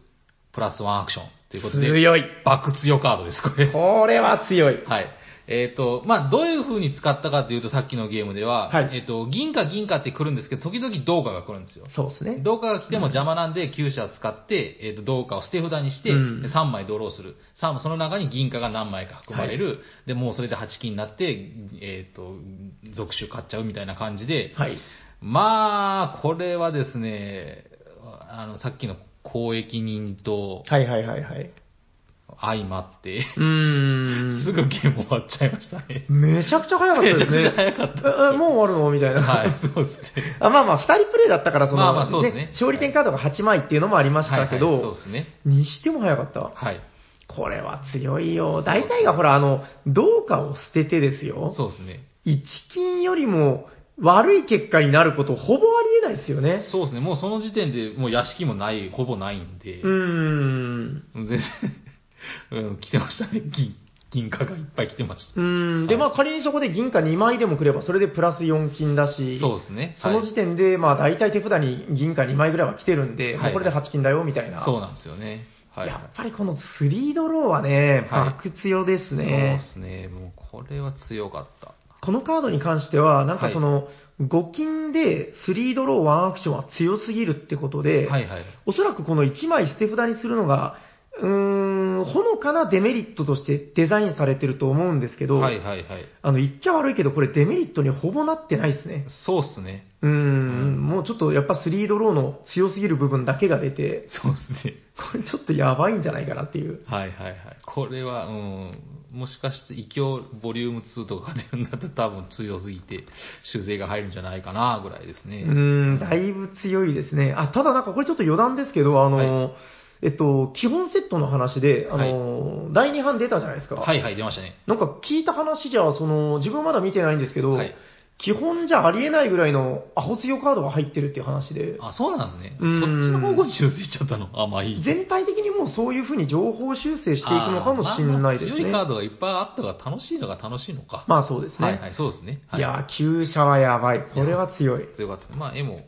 [SPEAKER 1] プラスワンアクション。ということで、
[SPEAKER 2] 強い。
[SPEAKER 1] 爆強カードです、これ。
[SPEAKER 2] これは強い。
[SPEAKER 1] はい。えっ、と、まあ、どういう風に使ったかというと、さっきのゲームでは、
[SPEAKER 2] はい
[SPEAKER 1] えっ、と、銀貨銀貨って来るんですけど、時々銅貨が来るんですよ。
[SPEAKER 2] そうですね。
[SPEAKER 1] 銅貨が来ても邪魔なんで、旧車を使って、えっ、と、銅貨を捨て札にして、
[SPEAKER 2] うん
[SPEAKER 1] 3枚ドローする。三その中に銀貨が何枚か含まれる。で、もうそれで8金になって、えっ、と、続種買っちゃうみたいな感じで、
[SPEAKER 2] はい。
[SPEAKER 1] まあ、これはですね、あの、さっきの公益人と
[SPEAKER 2] はいはいはいはい。
[SPEAKER 1] 相まって、
[SPEAKER 2] うーん。
[SPEAKER 1] すぐゲーム終わっちゃいましたね。
[SPEAKER 2] めちゃくちゃ早かったです
[SPEAKER 1] め
[SPEAKER 2] ね。
[SPEAKER 1] ちゃくちゃ早かった
[SPEAKER 2] ええもう終わるのみたいな。
[SPEAKER 1] はい、そうですね。
[SPEAKER 2] あまあまあ、二人プレイだったから、その、
[SPEAKER 1] まあまあそうですね
[SPEAKER 2] 勝利点カードが8枚っていうのもありましたけど、
[SPEAKER 1] はいはいそうですね。
[SPEAKER 2] にしても早かった。
[SPEAKER 1] はい。
[SPEAKER 2] これは強いよ。大体がほら、あの、銅貨を捨ててですよ。
[SPEAKER 1] そうですね。
[SPEAKER 2] 一金よりも悪い結果になることほぼありえないですよね。
[SPEAKER 1] そうですね。もうその時点でもう屋敷もない、ほぼないんで、
[SPEAKER 2] うーん。
[SPEAKER 1] 全然、 うん、来てましたね。銀、銀貨がいっぱい来てまし
[SPEAKER 2] う
[SPEAKER 1] た。
[SPEAKER 2] ーん。で、
[SPEAKER 1] は
[SPEAKER 2] ま
[SPEAKER 1] い
[SPEAKER 2] あ仮にそこで銀貨2枚でもくれば、それでプラス4金だし、
[SPEAKER 1] そうですね。
[SPEAKER 2] その
[SPEAKER 1] はい
[SPEAKER 2] 時点で、まあ大体手札に銀貨2枚ぐらいは来てるんで、
[SPEAKER 1] はい
[SPEAKER 2] もうこれで8金だよ、みたいな。
[SPEAKER 1] そうなんですよね。はい。
[SPEAKER 2] やっぱりこの3ドローはね、
[SPEAKER 1] はい
[SPEAKER 2] 爆強ですね。
[SPEAKER 1] そうですね。もうこれは強かった。
[SPEAKER 2] このカードに関しては、なんかその、5金で3ドロー1アクションは強すぎるってことで、
[SPEAKER 1] はいはい。
[SPEAKER 2] おそらくこの1枚捨て札にするのが、うーん、ほのかなデメリットとしてデザインされてると思うんですけど、
[SPEAKER 1] はいはいはい。
[SPEAKER 2] あの、言っちゃ悪いけど、これデメリットにほぼなってないですね。
[SPEAKER 1] そうですね。
[SPEAKER 2] うーん、
[SPEAKER 1] うん
[SPEAKER 2] もうちょっとやっぱ3ドローの強すぎる部分だけが出て、
[SPEAKER 1] そうですね。
[SPEAKER 2] これちょっとやばいんじゃないかなっていう。
[SPEAKER 1] はいはいはい。これは、うん、もしかして、異教ボリューム2とかでなったら多分強すぎて、修正が入るんじゃないかな、ぐらいです
[SPEAKER 2] う
[SPEAKER 1] ね。
[SPEAKER 2] ーん、だいぶ強いですね。あ、ただなんかこれちょっと余談ですけど、あの、えっと、基本セットの話で、あの、第2版出たじゃないですか。
[SPEAKER 1] はいはい、出ましたね。
[SPEAKER 2] なんか聞いた話じゃ、その、自分まだ見てないんですけど、
[SPEAKER 1] はい
[SPEAKER 2] 基本じゃありえないぐらいのアホ強カードが入ってるっていう話で、
[SPEAKER 1] あ、そうなんですね。
[SPEAKER 2] う
[SPEAKER 1] そ
[SPEAKER 2] ーん
[SPEAKER 1] っちの方向に修正しちゃったの。あ、まあいい。
[SPEAKER 2] 全体的にもうそういうふうに情報修正していくのかもし
[SPEAKER 1] あ
[SPEAKER 2] れないです
[SPEAKER 1] ーまあまあ強
[SPEAKER 2] ね。
[SPEAKER 1] い
[SPEAKER 2] ま
[SPEAKER 1] カ
[SPEAKER 2] あ、
[SPEAKER 1] ードがいっぱいあったが楽しいのが楽しいのか。
[SPEAKER 2] そうですね。
[SPEAKER 1] はい
[SPEAKER 2] い
[SPEAKER 1] はい、そうですね。はい、
[SPEAKER 2] やー、旧車はやばい。これは強い。
[SPEAKER 1] 強かったですね。まあ、絵も、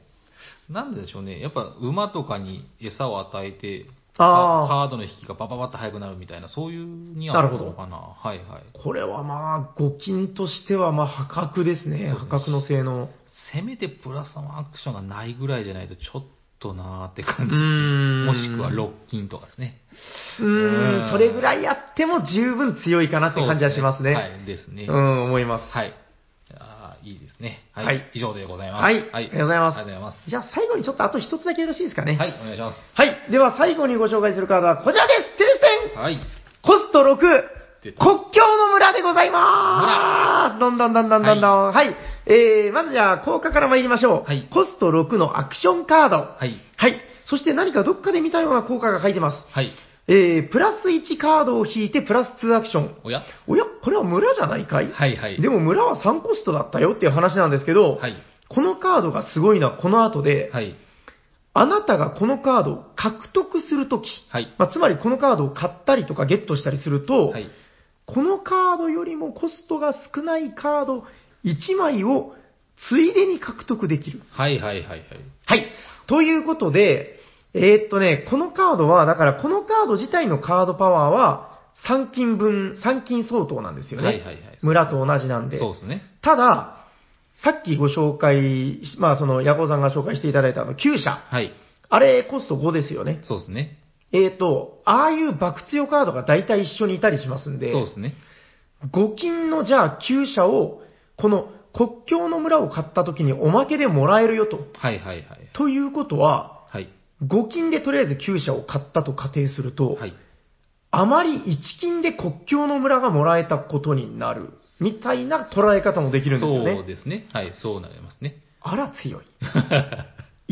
[SPEAKER 1] なんででしょうね。やっぱ馬とかに餌を与えて、
[SPEAKER 2] あー
[SPEAKER 1] カードの引きがバババッと速くなるみたいな、そういうニュ
[SPEAKER 2] な
[SPEAKER 1] ア
[SPEAKER 2] る
[SPEAKER 1] ンスな
[SPEAKER 2] ほど
[SPEAKER 1] のかな。はいはい。
[SPEAKER 2] これはまあ、五金としてはまあ破格です
[SPEAKER 1] そう
[SPEAKER 2] ね。
[SPEAKER 1] です
[SPEAKER 2] 破
[SPEAKER 1] ね
[SPEAKER 2] 格の性能。
[SPEAKER 1] せめてプラスのアクションがないぐらいじゃないと、ちょっとなーって
[SPEAKER 2] うー
[SPEAKER 1] 感じ。
[SPEAKER 2] ん。
[SPEAKER 1] もしくは6金とかですね。
[SPEAKER 2] うーん。それぐらいやっても十分強いかなって感じはしますね。
[SPEAKER 1] そうですねはい、ですね。
[SPEAKER 2] うん、思います。
[SPEAKER 1] はい。あーいいですね。はい。
[SPEAKER 2] はい
[SPEAKER 1] 以上でございます。
[SPEAKER 2] はい、ありがとうございます。
[SPEAKER 1] ありがとうございます。
[SPEAKER 2] じゃあ最後にちょっとあと一つだけよろしいですかね。。
[SPEAKER 1] はいい、お願いしま
[SPEAKER 2] はい。では最後にご紹介するカードはこちらですテレステ
[SPEAKER 1] す。はい。
[SPEAKER 2] ンコスト6
[SPEAKER 1] 出
[SPEAKER 2] 国
[SPEAKER 1] た
[SPEAKER 2] 境の村でございまーすどんどんどんどんどんどん。はい。えー、まずじゃあ効果から参りましょう。
[SPEAKER 1] はい
[SPEAKER 2] コスト6のアクションカード。は。
[SPEAKER 1] はいい。
[SPEAKER 2] そして何かどっかで見たような効果が書いてます。
[SPEAKER 1] はい。
[SPEAKER 2] えー、プラス1カードを引いてプラス2アクション。
[SPEAKER 1] おや
[SPEAKER 2] おや、これは村じゃないかい
[SPEAKER 1] はいはい。
[SPEAKER 2] でも村は3コストだったよっていう話なんですけど、
[SPEAKER 1] はい。
[SPEAKER 2] このカードがすごいのはこの後で、
[SPEAKER 1] はい。
[SPEAKER 2] あなたがこのカードを獲得するとき、
[SPEAKER 1] はい。
[SPEAKER 2] まあ、つまりこのカードを買ったりとかゲットしたりすると、
[SPEAKER 1] はい。
[SPEAKER 2] このカードよりもコストが少ないカード1枚をついでに獲得できる。
[SPEAKER 1] はいはいはいはい。
[SPEAKER 2] はい。ということで、えーっとね、このカードは、だからこのカード自体のカードパワーは、3金分、3金相当なんですよね。
[SPEAKER 1] はいはいはい
[SPEAKER 2] 村と同じなんで。
[SPEAKER 1] そうですね。
[SPEAKER 2] ただ、さっきご紹介し、まあその、ヤコさんが紹介していただいたあの、旧車。
[SPEAKER 1] はい。
[SPEAKER 2] あれ、コスト5ですよね。
[SPEAKER 1] そうですね。
[SPEAKER 2] えーっと、ああいう爆強カードが大体一緒にいたりしますんで、
[SPEAKER 1] そうですね。
[SPEAKER 2] 5金のじゃあ旧車を、この国境の村を買った時におまけでもらえるよと。
[SPEAKER 1] はいはいはい。
[SPEAKER 2] ということは、
[SPEAKER 1] はい。
[SPEAKER 2] 5金でとりあえず旧車を買ったと仮定すると、
[SPEAKER 1] はい。
[SPEAKER 2] あまり1金で国境の村がもらえたことになる、みたいな捉え方もできるんです
[SPEAKER 1] そう
[SPEAKER 2] よね。
[SPEAKER 1] ですね。はい、そうなりますね。
[SPEAKER 2] あら強い。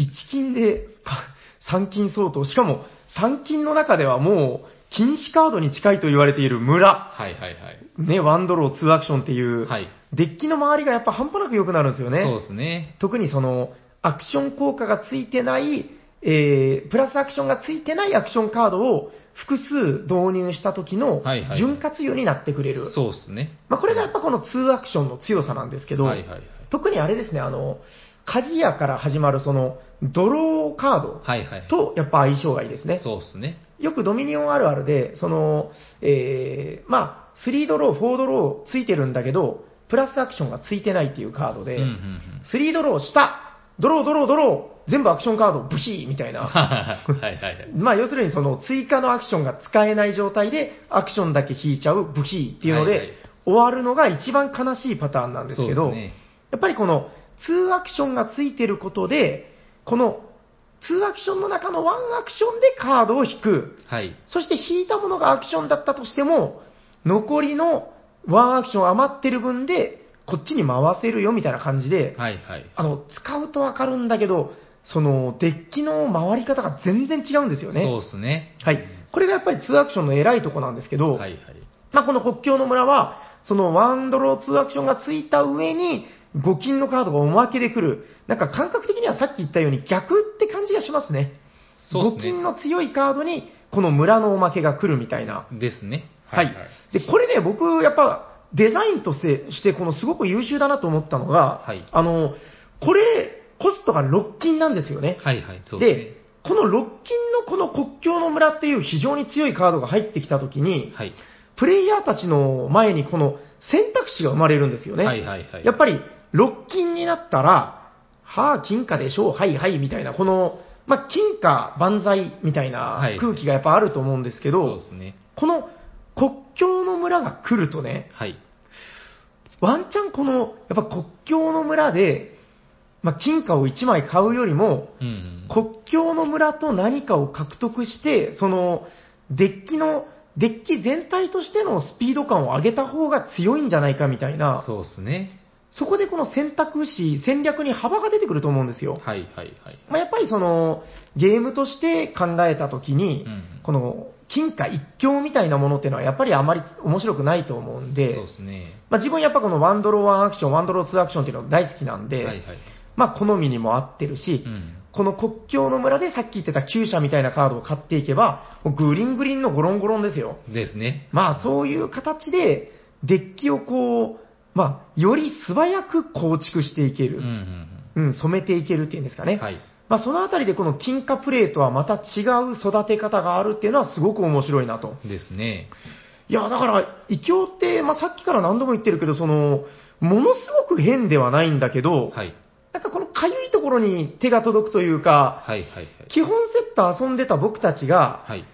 [SPEAKER 2] 1金でか3金相当、しかも3金の中ではもう禁止カードに近いと言われている村、
[SPEAKER 1] はいはいはい。
[SPEAKER 2] ね、ワンドロー、ツーアクションっていう、
[SPEAKER 1] はい
[SPEAKER 2] デッキの周りがやっぱ半端なく良くなるんですよね。
[SPEAKER 1] そうですね。
[SPEAKER 2] 特にその、アクション効果がついてない、えー、プラスアクションがついてないアクションカードを複数導入した時の
[SPEAKER 1] はいはいはい
[SPEAKER 2] 潤滑油になってくれる。
[SPEAKER 1] そうですね。
[SPEAKER 2] まあ、これがやっぱこの2アクションの強さなんですけど、
[SPEAKER 1] はいはいはい。
[SPEAKER 2] 特にあれですね、あの、鍛冶屋から始まるその、ドローカード
[SPEAKER 1] はいはい。
[SPEAKER 2] とやっぱ相性がいいですね。
[SPEAKER 1] そうですね。
[SPEAKER 2] よくドミニオンあるあるで、その、えー、まあ、3ドロー、4ドローついてるんだけど、プラスアクションがついてないっていうカード
[SPEAKER 1] う
[SPEAKER 2] で、
[SPEAKER 1] んうんうん。
[SPEAKER 2] 3ドローした、ドロー、ドロー、ドロー、全部アクションカード、ブヒーみたいな。
[SPEAKER 1] はいはいはい。
[SPEAKER 2] まあ、要するにその追加のアクションが使えない状態で、アクションだけ引いちゃう、ブヒーっていうので、
[SPEAKER 1] はいはい
[SPEAKER 2] 終わるのが一番悲しいパターンなんです
[SPEAKER 1] そうで
[SPEAKER 2] けど、
[SPEAKER 1] すね。
[SPEAKER 2] やっぱりこの2アクションがついてることで、この2アクションの中の1アクションでカードを引く。
[SPEAKER 1] はい。
[SPEAKER 2] そして引いたものがアクションだったとしても、残りの1アクション余ってる分で、こっちに回せるよみたいな感じで、
[SPEAKER 1] はいはい。
[SPEAKER 2] あの、使うとわかるんだけど、その、デッキの回り方が全然違うんですよね。
[SPEAKER 1] そうですね。
[SPEAKER 2] はい。これがやっぱり2アクションの偉いとこなんですけど、
[SPEAKER 1] はいはい。
[SPEAKER 2] まあ、この国境の村は、その1ドロー2アクションがついた上に、5金のカードがおまけで来る。なんか感覚的にはさっき言ったように逆って感じがしますね。
[SPEAKER 1] そう
[SPEAKER 2] 5
[SPEAKER 1] です
[SPEAKER 2] 金
[SPEAKER 1] ね。
[SPEAKER 2] の強いカードに、この村のおまけが来るみたいな。
[SPEAKER 1] ですね。
[SPEAKER 2] はい。で、これね、僕、やっぱ、デザインとして、してこのすごく優秀だなと思ったのが、
[SPEAKER 1] はい
[SPEAKER 2] あの、これ、コストが6金なんですよね。
[SPEAKER 1] はいはい。そう
[SPEAKER 2] で
[SPEAKER 1] ですね。
[SPEAKER 2] この6金のこの国境の村っていう非常に強いカードが入ってきたときに、
[SPEAKER 1] はい。
[SPEAKER 2] プレイヤーたちの前にこの選択肢が生まれるんですよね。
[SPEAKER 1] はいはいはい。
[SPEAKER 2] やっぱり、6金になったら、はあ、金貨でしょう、はいはい、みたいな、この、まあ、金貨万歳みたいな空気がやっぱあると思うんですけど、
[SPEAKER 1] そうですね。
[SPEAKER 2] この国境の村が来るとね、
[SPEAKER 1] はい。
[SPEAKER 2] ワンチャンこの、やっぱ国境の村で、まあ、金貨を1枚買うよりも、
[SPEAKER 1] うんうん。
[SPEAKER 2] 国境の村と何かを獲得して、その、デッキの、デッキ全体としてのスピード感を上げた方が強いんじゃないかみたいな、
[SPEAKER 1] そうですね。
[SPEAKER 2] そこでこの選択肢、戦略に幅が出てくると思うんですよ。
[SPEAKER 1] はいはいはい。
[SPEAKER 2] まあ、やっぱりその、ゲームとして考えたときに、
[SPEAKER 1] うん
[SPEAKER 2] この、金貨一強みたいなものっていうのはやっぱりあまり面白くないと思うんで、
[SPEAKER 1] そうですね。
[SPEAKER 2] まあ、自分やっぱこのワンドローワンアクション、ワンドローツーアクションっていうの大好きなん
[SPEAKER 1] は
[SPEAKER 2] で、
[SPEAKER 1] いはい。
[SPEAKER 2] まあ好みにも合ってるし、
[SPEAKER 1] うん。
[SPEAKER 2] この国境の村でさっき言ってた旧車みたいなカードを買っていけば、もうグリングリンのゴロンゴロンですよ。
[SPEAKER 1] ですね。
[SPEAKER 2] まあそういう形で、デッキをこう、まあより素早く構築していけ
[SPEAKER 1] うんう
[SPEAKER 2] る。
[SPEAKER 1] ん
[SPEAKER 2] うん、染めていけるっていうんですか
[SPEAKER 1] う
[SPEAKER 2] ね。
[SPEAKER 1] ん。はい。
[SPEAKER 2] まあそのあたりでこの金貨プレイとはまた違う育て方があるっていうのはすごく面白いなと。
[SPEAKER 1] ですね。
[SPEAKER 2] いや、だから、異教って、まあ、さっきから何度も言ってるけど、その、ものすごく変ではないんだけど、
[SPEAKER 1] はい。
[SPEAKER 2] なんかこのかゆいところに手が届くというか、
[SPEAKER 1] はいはいはい。
[SPEAKER 2] 基本セット遊んでた僕たちが、
[SPEAKER 1] はい。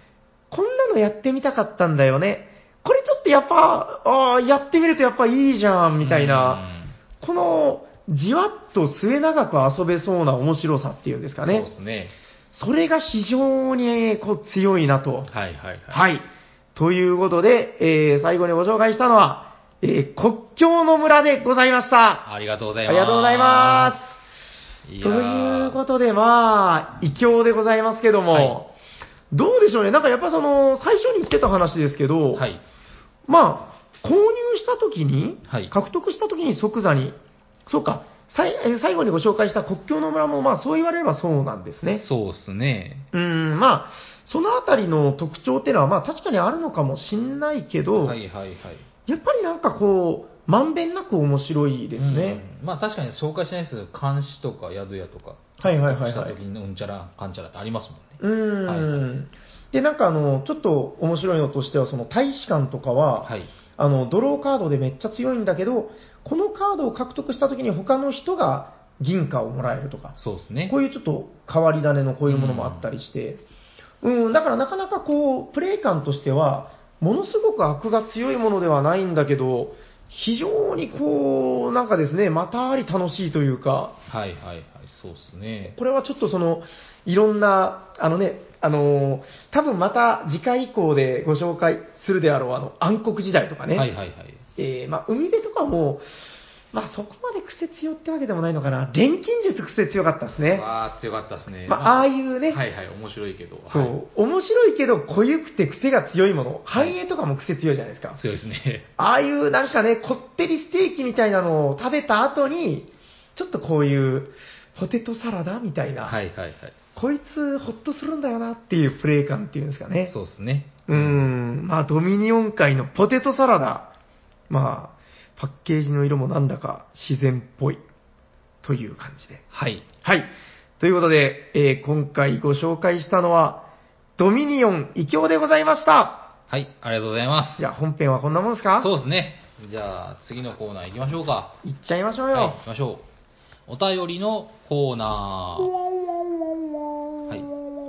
[SPEAKER 2] こんなのやってみたかったんだよね。これちょっとやっぱ、ああ、やってみるとやっぱいいじゃん、みたいな。この、じわっと末永く遊べそうな面白さっていうんです
[SPEAKER 1] う
[SPEAKER 2] か
[SPEAKER 1] ん。そう
[SPEAKER 2] ね
[SPEAKER 1] で。すね。
[SPEAKER 2] それが非常にこう強いな
[SPEAKER 1] は
[SPEAKER 2] と。
[SPEAKER 1] いはいはい。
[SPEAKER 2] はい。ということで、えー最後にご紹介したのは、えー国境の村でございました。
[SPEAKER 1] ありがとうござ
[SPEAKER 2] あ
[SPEAKER 1] い
[SPEAKER 2] り
[SPEAKER 1] ます。。
[SPEAKER 2] がとうございますす。ということで、まあ、異教でございますけども、
[SPEAKER 1] はい
[SPEAKER 2] どうでしょうね。なんかやっぱその、最初に言ってた話ですけど、
[SPEAKER 1] はい。
[SPEAKER 2] まあ、購入した時に、
[SPEAKER 1] はい
[SPEAKER 2] 獲得した時に即座に、そうか、さいえー最後にご紹介した国境の村も、まあ、そう言われればそうなんですね。
[SPEAKER 1] そうですね。
[SPEAKER 2] うーん、まあ、そのあたりの特徴っていうのは、まあ確かにあるのかもしんないけど、
[SPEAKER 1] はいはいはい。
[SPEAKER 2] やっぱりなんかこう、まんべんなく面白いですね。
[SPEAKER 1] うんまあ確かに紹介しないですけど、監視とか宿屋とか、
[SPEAKER 2] はいはいはい
[SPEAKER 1] し
[SPEAKER 2] は
[SPEAKER 1] た
[SPEAKER 2] い。
[SPEAKER 1] 時のうんちゃら、かんちゃらってありますもんね。
[SPEAKER 2] うーん、で、なんかあの、ちょっと面白いのとしては、その大使館とかは、
[SPEAKER 1] はい。
[SPEAKER 2] あの、ドローカードでめっちゃ強いんだけど、このカードを獲得した時に他の人が銀貨をもらえるとか、
[SPEAKER 1] そうですね
[SPEAKER 2] こ。ういうちょっと変わり種のこういうものもあったりして、うん、だからなかなかこう、プレイ感としては、ものすごく悪が強いものではないんだけど、非常にこう、なんかですね、またあり楽しいというか、
[SPEAKER 1] はいはいはい、そうですね。
[SPEAKER 2] これはちょっとその、いろんな、あのね、あのー多分また次回以降でご紹介するであろう、あの、暗黒時代とかね、
[SPEAKER 1] はいはいはい。
[SPEAKER 2] えーまあ、海辺とかも、まあ、そこまで癖強ってわけでもないのかな、錬金術癖強かったですね。
[SPEAKER 1] わあ、強かったですね。
[SPEAKER 2] まあ、ああいうね、
[SPEAKER 1] はいはい、面白いけど。
[SPEAKER 2] そう、
[SPEAKER 1] は
[SPEAKER 2] 面白いけど濃ゆくて癖が強いもの、
[SPEAKER 1] はい
[SPEAKER 2] 繁栄とかも癖強いじゃないですか。
[SPEAKER 1] い強いですね。
[SPEAKER 2] ああいうなんかね、こってりステーキみたいなのを食べた後に、ちょっとこういう、ポテトサラダみたいな、
[SPEAKER 1] はいはいはい。
[SPEAKER 2] こいつ、ほっとするんだよなっていうプレイ感っていうんですかね。
[SPEAKER 1] そうですね。
[SPEAKER 2] うーん、まあ、ドミニオン界のポテトサラダ。まあ、パッケージの色もなんだか自然っぽい。という感じで。
[SPEAKER 1] はい。
[SPEAKER 2] はい。ということで、えー今回ご紹介したのは、ドミニオン異教でございました。
[SPEAKER 1] はい、ありがとうございます。
[SPEAKER 2] じゃあ、本編はこんなもんですか
[SPEAKER 1] そうですね。じゃあ、次のコーナー行きましょうか。
[SPEAKER 2] いっちゃいましょうよ。
[SPEAKER 1] はい、行きましょう。お便りのコーナー。はい。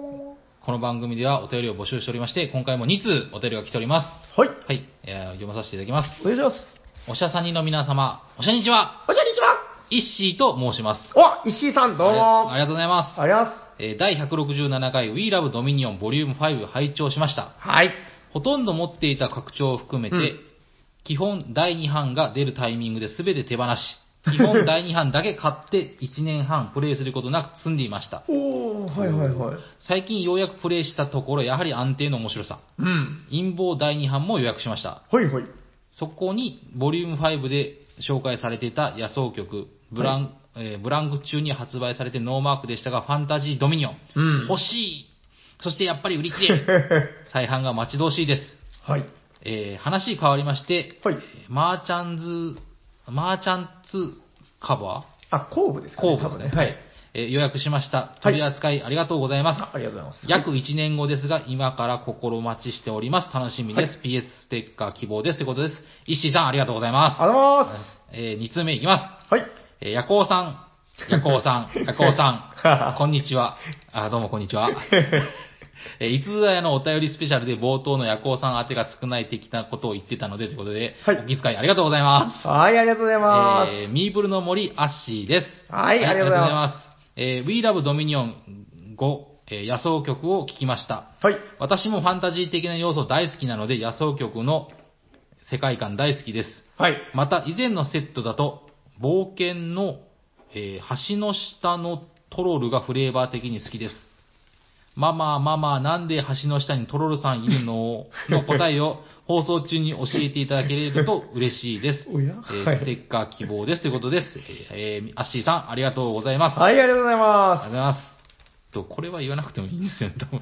[SPEAKER 1] この番組ではお便りを募集しておりまして、今回も2通お便りが来ております。
[SPEAKER 2] はい。
[SPEAKER 1] はい、えー読まさせていただきます。
[SPEAKER 2] お願いします。
[SPEAKER 1] おしゃさにの皆様、おしゃにちは、
[SPEAKER 2] おじゃにちは
[SPEAKER 1] イッシーと申します。
[SPEAKER 2] お、石井さん、どう
[SPEAKER 1] ありが
[SPEAKER 2] も
[SPEAKER 1] ありがとうございます。
[SPEAKER 2] ありがとうございま
[SPEAKER 1] えー第167回 We Love Dominion Vol. 5拝聴しました。
[SPEAKER 2] す。はい。
[SPEAKER 1] ほとんど持っていた拡張を含めて、
[SPEAKER 2] うん
[SPEAKER 1] 基本第2版が出るタイミングで全て手放し、基 本第2版だけ買って1年半プレイすることなく積んでいました。
[SPEAKER 2] おー、はいはいはい。
[SPEAKER 1] 最近ようやくプレイしたところ、やはり安定の面白さ。
[SPEAKER 2] うん。
[SPEAKER 1] 陰謀第2版も予約しました。
[SPEAKER 2] ほいほい。
[SPEAKER 1] そこに、ボリューム5で紹介されていた野草曲、ブラン、えーブランク中に発売されてノーマークでしたが、ファンタジードミニオン、
[SPEAKER 2] うん
[SPEAKER 1] 欲しいそしてやっぱり売り切 れ再販が待ち遠しいです。
[SPEAKER 2] はい。
[SPEAKER 1] えー話変わりまして、
[SPEAKER 2] はい。
[SPEAKER 1] マーチャンズ、マーチャンツカバ
[SPEAKER 2] あ、後部です
[SPEAKER 1] ー
[SPEAKER 2] かね。
[SPEAKER 1] 工房ですね。
[SPEAKER 2] 多分は
[SPEAKER 1] はいい。。えー予約しました。
[SPEAKER 2] はい
[SPEAKER 1] 取り扱いありがとうございます。
[SPEAKER 2] あありがとうございます。
[SPEAKER 1] 約1年後ですが、今から心待ちしております。楽しみです。PS ステッカー希望です。ということです。石井さん、ありがとうございます。
[SPEAKER 2] ありがとうございま。
[SPEAKER 1] えー、2通目いきます
[SPEAKER 2] はい。
[SPEAKER 1] す。えー、夜行さん、夜行 さん、夜行さん、こんにちは。あ、どうもこんにちは。えー、いつぞやのお便りスペシャルで冒頭の夜行さん宛てが少ない的なことを言ってたので、ということで、
[SPEAKER 2] はい
[SPEAKER 1] お気遣いありがとうございます。
[SPEAKER 2] はい、ありがとうございます。
[SPEAKER 1] えーミーブルの森アッシーです。。
[SPEAKER 2] はいありがとうございます
[SPEAKER 1] えー、We Love Dominion 5、えー野草曲を聴きました。
[SPEAKER 2] はい。
[SPEAKER 1] 私もファンタジー的な要素大好きなので、野草曲の世界観大好きです。
[SPEAKER 2] はい。
[SPEAKER 1] また、以前のセットだと、冒険の、えー橋の下のトロールがフレーバー的に好きです。ママ、ママ、なんで橋の下にトロールさんいるのの答え を放送中に教えていただけると嬉しいです。
[SPEAKER 2] おや
[SPEAKER 1] えー
[SPEAKER 2] はい
[SPEAKER 1] ステッカー希望ですということです。えーえーアッシーさん、ありがとうございます。
[SPEAKER 2] はい、ありがとうござい
[SPEAKER 1] ありが
[SPEAKER 2] ま
[SPEAKER 1] と
[SPEAKER 2] す。
[SPEAKER 1] うございます。とこれは言わなくてもいいんですよね、多分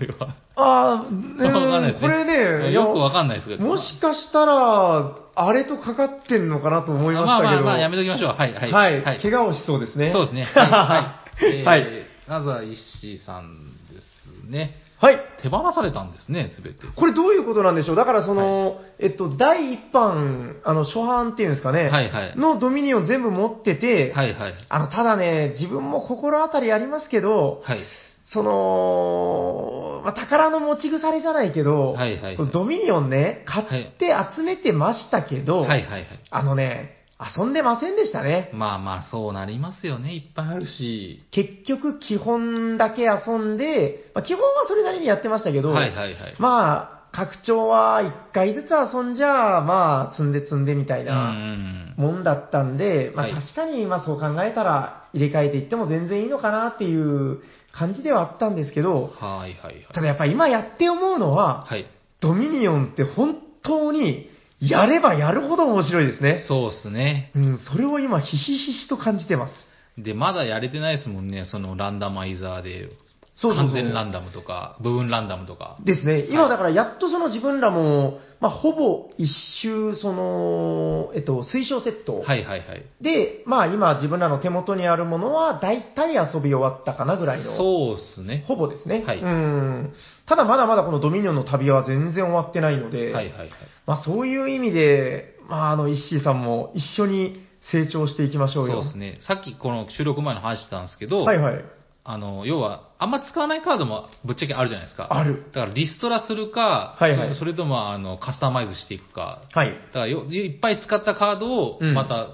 [SPEAKER 1] 俺は。
[SPEAKER 2] あー、え ー
[SPEAKER 1] わかんないですね。
[SPEAKER 2] これね、いや
[SPEAKER 1] よくわかんないですけど。
[SPEAKER 2] もしかしたら、あれとかかってんのかなと思いましたけど。
[SPEAKER 1] まあまあまあ、やめときましょう。はい、はい。
[SPEAKER 2] はい、怪我をしそうですね。
[SPEAKER 1] そうですね。
[SPEAKER 2] は
[SPEAKER 1] はい。はい
[SPEAKER 2] い。。は。
[SPEAKER 1] はいい。まずは石井さんですね。
[SPEAKER 2] はい
[SPEAKER 1] 手放されたんですね、すべて。
[SPEAKER 2] これどういうことなんでしょうだからその、えっと、第一版、あの、初版っていうんですかね。
[SPEAKER 1] はいはい
[SPEAKER 2] のドミニオン全部持ってて、
[SPEAKER 1] はいはい。
[SPEAKER 2] あの、ただね、自分も心当たりありますけど、
[SPEAKER 1] はい。
[SPEAKER 2] その、まあ、宝の持ち腐れじゃないけど、
[SPEAKER 1] はいはいはい
[SPEAKER 2] このドミニオンね、買って集めてましたけど、
[SPEAKER 1] はいはいはい。
[SPEAKER 2] あのね、遊んでませんでしたね。
[SPEAKER 1] まあまあ、そうなりますよね。いっぱいあるし。
[SPEAKER 2] 結局、基本だけ遊んで、まあ、基本はそれなりにやってましたけど、
[SPEAKER 1] はいはいはい。
[SPEAKER 2] まあ、拡張は1回ずつ遊んじゃ、まあ、積んで積んでみたい
[SPEAKER 1] うん
[SPEAKER 2] な
[SPEAKER 1] うん
[SPEAKER 2] もんだったんで、まあ
[SPEAKER 1] はい
[SPEAKER 2] 確かに、まあそう考えたら入れ替えていっても全然いいのかなっていう感じではあったんですけ
[SPEAKER 1] うん。
[SPEAKER 2] ど、
[SPEAKER 1] はいはいはい。
[SPEAKER 2] ただやっぱり今やって思うのは、
[SPEAKER 1] はい。
[SPEAKER 2] ドミニオンって本当にやればやるほど面白いですね。
[SPEAKER 1] そうですね。
[SPEAKER 2] うん、それを今ひしひしと感じてます。
[SPEAKER 1] で、まだやれてないですもんね、そのランダマイザーで。
[SPEAKER 2] そうそうそう
[SPEAKER 1] 完全ランダムとか、部分ランダムとか。
[SPEAKER 2] ですね。今だからやっとその自分らも、まあ、ほぼ一周、その、えっと、推奨セット。
[SPEAKER 1] はいはいはい。
[SPEAKER 2] で、まあ今自分らの手元にあるものは大体遊び終わったかなぐらいの。
[SPEAKER 1] そうっすね。
[SPEAKER 2] ほぼですね。
[SPEAKER 1] はい
[SPEAKER 2] うん。ただまだまだこのドミニオンの旅は全然終わってないの
[SPEAKER 1] は
[SPEAKER 2] で、
[SPEAKER 1] いはいはい。
[SPEAKER 2] まあそういう意味で、まああの、イッシーさんも一緒に成長していきまし
[SPEAKER 1] そ
[SPEAKER 2] ょ
[SPEAKER 1] う
[SPEAKER 2] うよ。
[SPEAKER 1] ですね。さっきこの収録前の話したんですけど、
[SPEAKER 2] はいはい。
[SPEAKER 1] あの、要は、あんま使わないカードもぶっちゃけあるじゃないですか。
[SPEAKER 2] ある。
[SPEAKER 1] だからリストラするか、
[SPEAKER 2] はいはい
[SPEAKER 1] そそれともあのカスタマイズしていくか。
[SPEAKER 2] はい。
[SPEAKER 1] だからよいっぱい使ったカードを
[SPEAKER 2] うん
[SPEAKER 1] また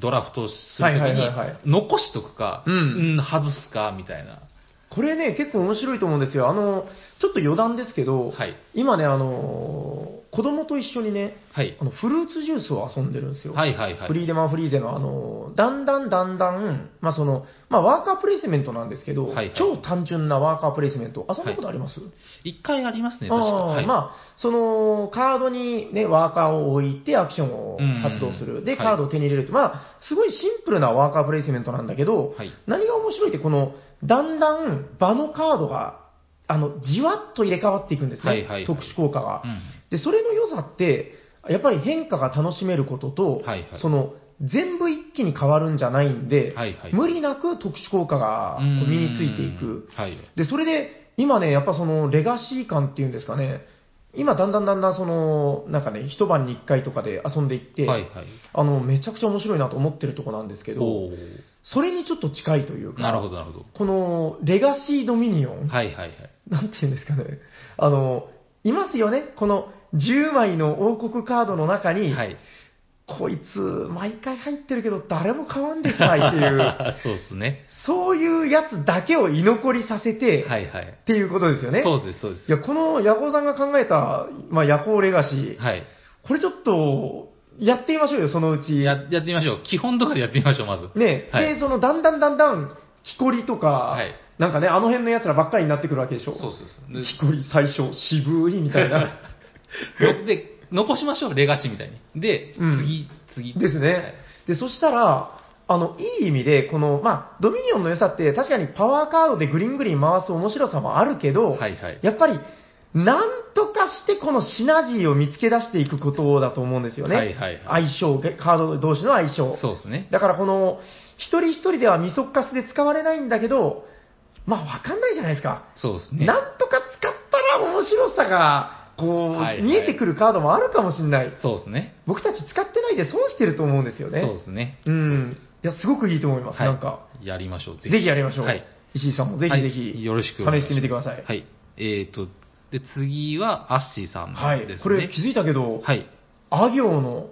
[SPEAKER 1] ドラフトするとき
[SPEAKER 2] はいはい
[SPEAKER 1] に
[SPEAKER 2] はいはい
[SPEAKER 1] 残しとくか、
[SPEAKER 2] うん
[SPEAKER 1] うん外すかみたいな。
[SPEAKER 2] これね、結構面白いと思うんですよ。あの、ちょっと余談ですけど、
[SPEAKER 1] はい。
[SPEAKER 2] 今ね、あの、子供と一緒にね、
[SPEAKER 1] はい
[SPEAKER 2] あ。のフルーツジュースを遊んでるんですよ。
[SPEAKER 1] はいはいはい。
[SPEAKER 2] フリーデマン・フリーゼの、あの、だんだんだんだん、まあ、その、まあ、ワーカープレイスメントなんですけど、
[SPEAKER 1] はいはい
[SPEAKER 2] 超単純なワーカープレイスメント、遊んだことあります、
[SPEAKER 1] 一回ありますね、
[SPEAKER 2] あ
[SPEAKER 1] 確か。
[SPEAKER 2] あ
[SPEAKER 1] はい、
[SPEAKER 2] まあ、その、カードにね、ワーカーを置いてアクションを発動す
[SPEAKER 1] うんうんう
[SPEAKER 2] る。
[SPEAKER 1] ん
[SPEAKER 2] で、
[SPEAKER 1] はい
[SPEAKER 2] カードを手に入れると、まあ、すごいシンプルなワーカープレイスメントなんだけど、
[SPEAKER 1] はい
[SPEAKER 2] 何が面白いって、この、だんだん場のカードが、あの、じわっと入れ替わっていくんですね。
[SPEAKER 1] はいはいはい
[SPEAKER 2] 特殊効果が
[SPEAKER 1] う。ん
[SPEAKER 2] で、それの良さって、やっぱり変化が楽しめることと、
[SPEAKER 1] はいはい
[SPEAKER 2] その、全部一気に変わるんじゃないんで、
[SPEAKER 1] はいはい
[SPEAKER 2] 無理なく特殊効果がこう身についていく。。
[SPEAKER 1] うんはい。
[SPEAKER 2] で、それで、今ね、やっぱその、レガシー感っていうんですかね、今だんだんだんだんその、なんかね、一晩に一回とかで遊んでいって、
[SPEAKER 1] はいはい。
[SPEAKER 2] あの、めちゃくちゃ面白いなと思ってるとこなんですけど、
[SPEAKER 1] おー
[SPEAKER 2] それにちょっと近いというか、
[SPEAKER 1] なるほどなるほど。
[SPEAKER 2] この、レガシードミニオン、
[SPEAKER 1] はいはいはい。
[SPEAKER 2] なんていうんですかね、あの、いますよね、この10枚の王国カードの中に、
[SPEAKER 1] はい。
[SPEAKER 2] こいつ、毎回入ってるけど、誰も買わんできないって いう、
[SPEAKER 1] そうですね。
[SPEAKER 2] そういうやつだけを居残りさせて、
[SPEAKER 1] はいはい。
[SPEAKER 2] っていうことですよね。
[SPEAKER 1] そうです、そうです。
[SPEAKER 2] いや、このヤコウさんが考えた、まあ、ヤコウレガシー、
[SPEAKER 1] はい。
[SPEAKER 2] これちょっと、やってみましょうよ、そのうち。
[SPEAKER 1] ややってみましょう。基本とかでやってみましょう、まず。
[SPEAKER 2] ね、
[SPEAKER 1] はい
[SPEAKER 2] で、その、だんだんだんだん、木こりとか、
[SPEAKER 1] はい
[SPEAKER 2] なんかね、あの辺の奴らばっかりになってくるわけでしょ。
[SPEAKER 1] そうそうそうで
[SPEAKER 2] 木こり最初、渋いみたいな。
[SPEAKER 1] ので、残しましょう、レガシーみたいに。で、
[SPEAKER 2] うん
[SPEAKER 1] 次、次。
[SPEAKER 2] ですね。で、そしたら、あの、いい意味で、この、まあ、ドミニオンの良さって、確かにパワーカードでグリングリン回す面白さもあるけど、
[SPEAKER 1] はいはい
[SPEAKER 2] やっぱり、なんとかしてこのシナジーを見つけ出していくことだと思うんですよね。
[SPEAKER 1] はいはいは
[SPEAKER 2] 相性、カード同士の相性。
[SPEAKER 1] そうですね。
[SPEAKER 2] だからこの、一人一人ではミソッカスで使われないんだけど、まあ、わかんないじゃないですか。
[SPEAKER 1] そうですね。
[SPEAKER 2] なんとか使ったら面白さが、こう、
[SPEAKER 1] はいはい
[SPEAKER 2] 見えてくるカードもあるかもしれない。
[SPEAKER 1] そうですね。
[SPEAKER 2] 僕たち使ってないで損してると思うんですよね。
[SPEAKER 1] そうですね。
[SPEAKER 2] うん。いや、すごくいいと思います。
[SPEAKER 1] はい
[SPEAKER 2] なんか、
[SPEAKER 1] やりましょう、
[SPEAKER 2] ぜひやりましょう。
[SPEAKER 1] はい。
[SPEAKER 2] 石井さんもぜひぜひ、
[SPEAKER 1] はいよろしくお願い
[SPEAKER 2] 試
[SPEAKER 1] します
[SPEAKER 2] してみてください。。
[SPEAKER 1] はいい。えーと、で、次は、アッシーさん
[SPEAKER 2] はい。
[SPEAKER 1] ですね。
[SPEAKER 2] これ気づいたけど、
[SPEAKER 1] はい。
[SPEAKER 2] あ行の、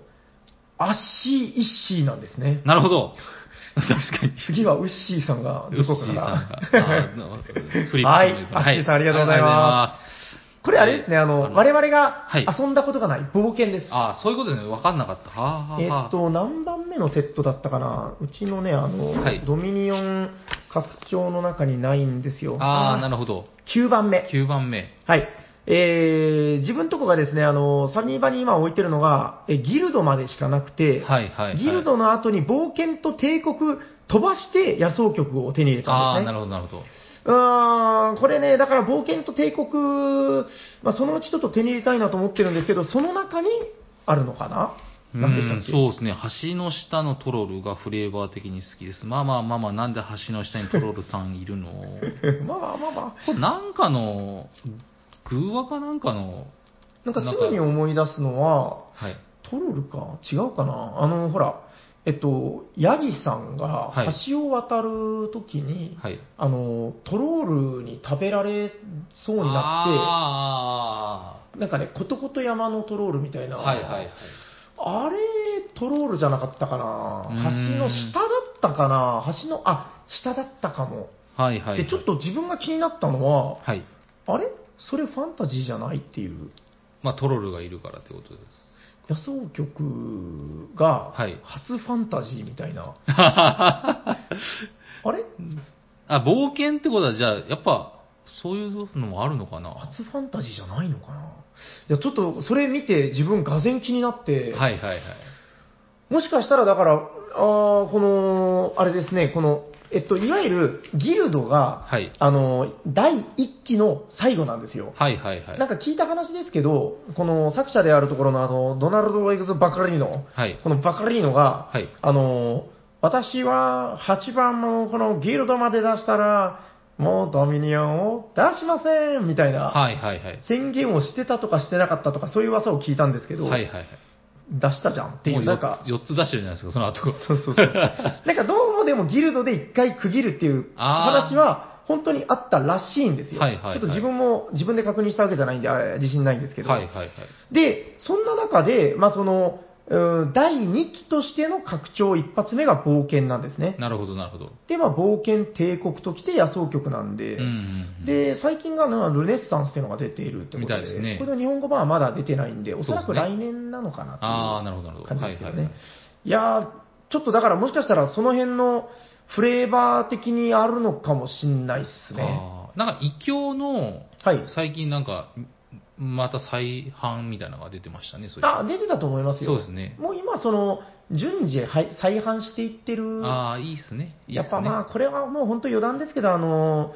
[SPEAKER 2] アッシー・イッシーなんですね。
[SPEAKER 1] なるほ ど。確かに。
[SPEAKER 2] 次はウッシーさんがどこ
[SPEAKER 1] ウッシ
[SPEAKER 2] か
[SPEAKER 1] ー
[SPEAKER 2] ら。
[SPEAKER 1] さんがあのフリップしてみる
[SPEAKER 2] はいアッシーさんありがとうございまこれあれですね、あの、我々が
[SPEAKER 1] はい
[SPEAKER 2] 遊んだことがない冒険です。
[SPEAKER 1] ああ、そういうことですね。わかんなかった。はあ、はあ、
[SPEAKER 2] え
[SPEAKER 1] はあ
[SPEAKER 2] っ、と、何番目のセットだったかなうちのね、あの、
[SPEAKER 1] はい
[SPEAKER 2] ドミニオン拡張の中にないんですよ。
[SPEAKER 1] ああ、なるほど。
[SPEAKER 2] 9番目。
[SPEAKER 1] 9番目。
[SPEAKER 2] はい。えー、自分とこがですね、あの、サニーバに今置いてるのが、えギルドまでしかなくて、
[SPEAKER 1] はいはい、はい。
[SPEAKER 2] ギルドの後に冒険と帝国飛ばして野草局を手に入れ
[SPEAKER 1] あ
[SPEAKER 2] た
[SPEAKER 1] あ、
[SPEAKER 2] んで
[SPEAKER 1] なるほ
[SPEAKER 2] すね。
[SPEAKER 1] ど、なるほど。
[SPEAKER 2] うーん、これね、だから冒険と帝国、まあ、そのうちちょっと手に入れたいなと思ってるんですけど、その中にあるのかな 何でしたっけ
[SPEAKER 1] うんそうですね。橋の下のトロールがフレーバー的に好きです。まあまあまあまあ、なんで橋の下にトロールさんいるの
[SPEAKER 2] まあまあまあまあ。
[SPEAKER 1] これなんかの、偶話かなんかの、
[SPEAKER 2] なんかすぐに思い出すのは、
[SPEAKER 1] はい。
[SPEAKER 2] トロルか違うかなあの、ほら、えっと、ヤギさんが
[SPEAKER 1] はい
[SPEAKER 2] 橋を渡るときに、
[SPEAKER 1] はい。
[SPEAKER 2] あの、トロールに食べられそうにな
[SPEAKER 1] あ
[SPEAKER 2] って、なんかね、ことこと山のトロールみたい
[SPEAKER 1] あ、
[SPEAKER 2] な、
[SPEAKER 1] はいはいはい。
[SPEAKER 2] あれ、トロールじゃなかったかな
[SPEAKER 1] うーん
[SPEAKER 2] 橋の下だったかな橋の、あ、下だったかも。
[SPEAKER 1] はいはい、はい。
[SPEAKER 2] で、ちょっと自分が気になったのは、
[SPEAKER 1] はい。
[SPEAKER 2] あれそれファンタジーじゃないっていう。
[SPEAKER 1] まあ、トロールがいるからってことです。
[SPEAKER 2] 野草局が
[SPEAKER 1] はい
[SPEAKER 2] 初ファンタジーみたい な、あれ
[SPEAKER 1] あ、冒険ってことは、じゃあ、やっぱ、そういうのもあるのかなは
[SPEAKER 2] 初ファンタジーじゃないのかないやちょっとそれ見て自分がぜん気になって、
[SPEAKER 1] いはいはい。
[SPEAKER 2] もしかしたらだからあーこのあれですねこのえっと、いわゆるギルドが、
[SPEAKER 1] はい
[SPEAKER 2] あの、第1期の最後なんですよ。
[SPEAKER 1] はいはいはい。
[SPEAKER 2] なんか聞いた話ですけど、この作者であるところのあの、ドナルド・エグズ・バカリーノ、
[SPEAKER 1] はい。
[SPEAKER 2] このバカリーノが、
[SPEAKER 1] はい
[SPEAKER 2] あの、私は8番のこのギルドまで出したら、もうドミニオンを出しませんみたいな
[SPEAKER 1] はいはいはい。
[SPEAKER 2] 宣言をしてたとかしてなかったとかそういう噂を聞いたんですけど、
[SPEAKER 1] はいはいはい。
[SPEAKER 2] 出したじゃんっていう、
[SPEAKER 1] も
[SPEAKER 2] な
[SPEAKER 1] うん
[SPEAKER 2] か、
[SPEAKER 1] 4つ出してるじゃないですか、その後。
[SPEAKER 2] そうそ うそう。なんかどうもでもギルドで一回区切るっていう
[SPEAKER 1] あー
[SPEAKER 2] 話は本当にあったらしいんですよ。
[SPEAKER 1] はいはいはい
[SPEAKER 2] ちょっと自分も自分で確認したわけじゃないんで、あれ自信ないんですけど。
[SPEAKER 1] はいはいはい。
[SPEAKER 2] で、そんな中で、まあその、うん第2期としての拡張一発目が冒険なんですね。
[SPEAKER 1] なるほどなるほど。
[SPEAKER 2] で、まあ冒険帝国ときて野草局なんで、
[SPEAKER 1] うんうんうん、
[SPEAKER 2] で、最近がなルネッサンスっていうのが出ているってこ
[SPEAKER 1] み
[SPEAKER 2] と
[SPEAKER 1] たい
[SPEAKER 2] で、
[SPEAKER 1] ですね
[SPEAKER 2] これの日本語版はまだ出てないんで、おそら
[SPEAKER 1] そ
[SPEAKER 2] く
[SPEAKER 1] うですね
[SPEAKER 2] 来年なのかなっていう。
[SPEAKER 1] ああ、なるほどなるほど。
[SPEAKER 2] 感じですけどね。
[SPEAKER 1] はいいはい
[SPEAKER 2] やー、ちょっとだからもしかしたらその辺のフレーバー的にあるのかもしんないっす
[SPEAKER 1] はい
[SPEAKER 2] ね。
[SPEAKER 1] あーなんか、異教の、
[SPEAKER 2] はい。
[SPEAKER 1] 最近なんか、また再販みたいなのが出てましたね、そうい
[SPEAKER 2] あ、出てたと思いますよ。
[SPEAKER 1] そうですね。
[SPEAKER 2] もう今、その、順次はい再販していってる。
[SPEAKER 1] ああ、いいっすね。いい
[SPEAKER 2] や
[SPEAKER 1] っ
[SPEAKER 2] っ
[SPEAKER 1] すね。
[SPEAKER 2] ぱまあ、これはもう本当余談ですけど、あの、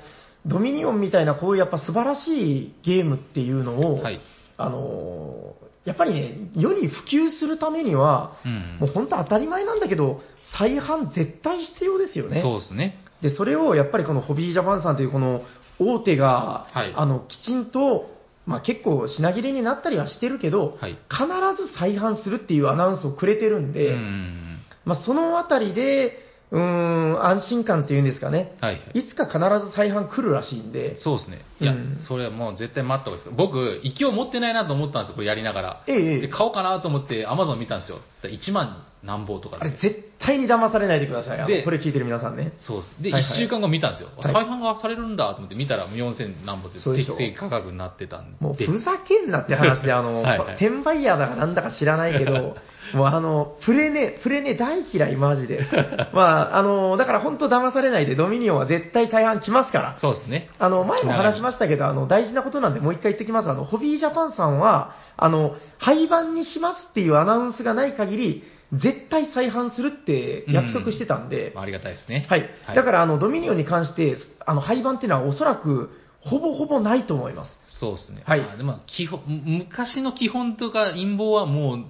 [SPEAKER 2] ドミニオンみたいなこういうやっぱ素晴らしいゲームっていうのを、
[SPEAKER 1] はい。
[SPEAKER 2] あの、やっぱりね、世に普及するためには、
[SPEAKER 1] うん。
[SPEAKER 2] もう本当当たり前なんだけど、再販絶対必要ですよね。
[SPEAKER 1] そうですね。
[SPEAKER 2] で、それをやっぱりこのホビージャパンさんというこの大手が、
[SPEAKER 1] はい
[SPEAKER 2] あの、きちんと、まあ、結構品切れになったりはしてるけど、
[SPEAKER 1] はい。
[SPEAKER 2] 必ず再販するっていうアナウンスをくれてるんで、
[SPEAKER 1] うん。
[SPEAKER 2] まあ、そのあたりで、うーん、安心感っていうんですかね、
[SPEAKER 1] はいはい。
[SPEAKER 2] いつか必ず再販来るらしいんで、
[SPEAKER 1] そうですね。いや、
[SPEAKER 2] うん
[SPEAKER 1] それはもう絶対待った方がいいです。僕、勢い持ってないなと思ったんですよ、これやりながら。
[SPEAKER 2] えええ
[SPEAKER 1] で、
[SPEAKER 2] え、
[SPEAKER 1] 買おうかなと思って、アマゾン見たんですよ。1万何ぼとか
[SPEAKER 2] あ
[SPEAKER 1] で
[SPEAKER 2] れ、。絶対に騙されないでください、あの
[SPEAKER 1] で
[SPEAKER 2] これ聞いてる皆さんね。
[SPEAKER 1] そうです。で、
[SPEAKER 2] はい
[SPEAKER 1] 1
[SPEAKER 2] はい
[SPEAKER 1] 週間後見たんですよ。
[SPEAKER 2] はい
[SPEAKER 1] 再販がされるんだと思って見たら、4000何ぼって
[SPEAKER 2] そうでし
[SPEAKER 1] 適
[SPEAKER 2] ょ
[SPEAKER 1] 正価格になってたんで。
[SPEAKER 2] もうふざけんなって 話で、あの、
[SPEAKER 1] はいはい
[SPEAKER 2] 転売ヤーだかなんだか知らない けど、もうあの、プレネ、プレネ大嫌い、マジ で。まあ、あの、だから本当騙されないで、ドミニオンは絶対再販来ますから。
[SPEAKER 1] そうですね。
[SPEAKER 2] あの、前も話しましたけど、あの、大事なことなんで、もう一回言っときます。あの、ホビージャパンさんは、あの、廃盤にしますっていうアナウンスがない限り、絶対再販するって約束してたんで、
[SPEAKER 1] まあありがたいですね。
[SPEAKER 2] はい
[SPEAKER 1] は。い
[SPEAKER 2] だから、あの、ドミニオンに関して、あの、廃盤っていうのはおそらく、ほぼほぼないと思います。
[SPEAKER 1] そうですね。
[SPEAKER 2] はい
[SPEAKER 1] まあでも基本、む昔の基本とか陰謀はもう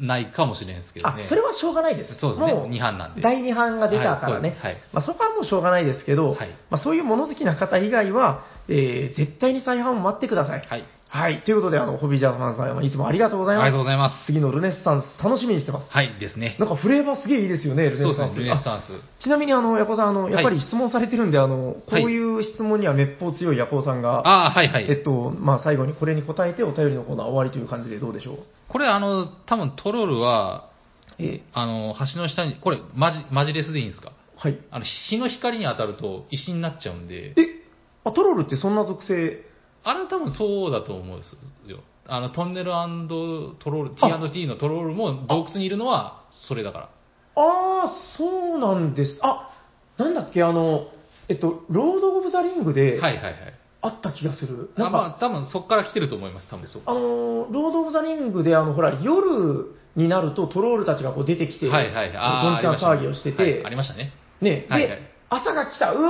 [SPEAKER 1] ないかもしれないですけどね。
[SPEAKER 2] あそれはしょうがないです、
[SPEAKER 1] そうですね
[SPEAKER 2] もう
[SPEAKER 1] 二版なんで
[SPEAKER 2] 第2版が出たか
[SPEAKER 1] はいそ
[SPEAKER 2] らね、
[SPEAKER 1] うですはい
[SPEAKER 2] まあ、そこはもうしょうがないですけど、
[SPEAKER 1] はい
[SPEAKER 2] まあ、そういう物好きな方以外は、えー絶対に再販を待ってください。
[SPEAKER 1] はい。
[SPEAKER 2] はいということで、あのホビージャパンさんはいつもありがとうご
[SPEAKER 1] あ
[SPEAKER 2] ざい
[SPEAKER 1] り
[SPEAKER 2] ま
[SPEAKER 1] が
[SPEAKER 2] す。
[SPEAKER 1] とうございます。
[SPEAKER 2] 次のルネッサンス、楽しみにしてます。
[SPEAKER 1] はい、ですね。
[SPEAKER 2] なんかフレーバーすげえいいですよね、ルネ
[SPEAKER 1] そうで
[SPEAKER 2] ッ
[SPEAKER 1] す
[SPEAKER 2] サン
[SPEAKER 1] ね
[SPEAKER 2] ス。、
[SPEAKER 1] ルネッサンス。
[SPEAKER 2] あちなみに、あの、ヤコウさん、あの、やっぱ
[SPEAKER 1] は
[SPEAKER 2] り
[SPEAKER 1] い
[SPEAKER 2] 質問されてるんで、あの、こういう質問には滅法強いヤコウさんが、
[SPEAKER 1] ああ、はいは
[SPEAKER 2] え
[SPEAKER 1] い。
[SPEAKER 2] っと、まあ、最後にこれに答えてお便りのコーナー終わりという感じでどうでしょう
[SPEAKER 1] これ、あの、多分トロールは、
[SPEAKER 2] え
[SPEAKER 1] あの、橋の下に、これ、マジ、マジレスでいいんですか
[SPEAKER 2] ーはい。
[SPEAKER 1] あの、日の光に当たると石になっちゃうんで、
[SPEAKER 2] え、あ、トロールってそんな属性
[SPEAKER 1] あれは多分そうだと思うんですよ。あの、トンネルトロール、
[SPEAKER 2] あ
[SPEAKER 1] T&T のトロールも洞窟にいるのは、それだから。
[SPEAKER 2] ああ、そうなんです。あ、なんだっけ、あの、えっと、ロード・オブ・ザ・リングで、
[SPEAKER 1] はいはいはい。
[SPEAKER 2] あった気がする。な
[SPEAKER 1] あ
[SPEAKER 2] ん
[SPEAKER 1] ま
[SPEAKER 2] か、
[SPEAKER 1] あ、多分そこから来てると思います、多分そこ
[SPEAKER 2] あ、のー、ロード・オブ・ザ・リングで、あの、ほら、夜になるとトロールたちがこう出てきて、
[SPEAKER 1] はいはいはい。あー
[SPEAKER 2] どんちゃん
[SPEAKER 1] あ
[SPEAKER 2] 騒ぎ
[SPEAKER 1] り
[SPEAKER 2] を
[SPEAKER 1] ま
[SPEAKER 2] し
[SPEAKER 1] した
[SPEAKER 2] て
[SPEAKER 1] ね
[SPEAKER 2] て、
[SPEAKER 1] はいありましたね。
[SPEAKER 2] ね、で、
[SPEAKER 1] はいはい
[SPEAKER 2] 朝が来た、うお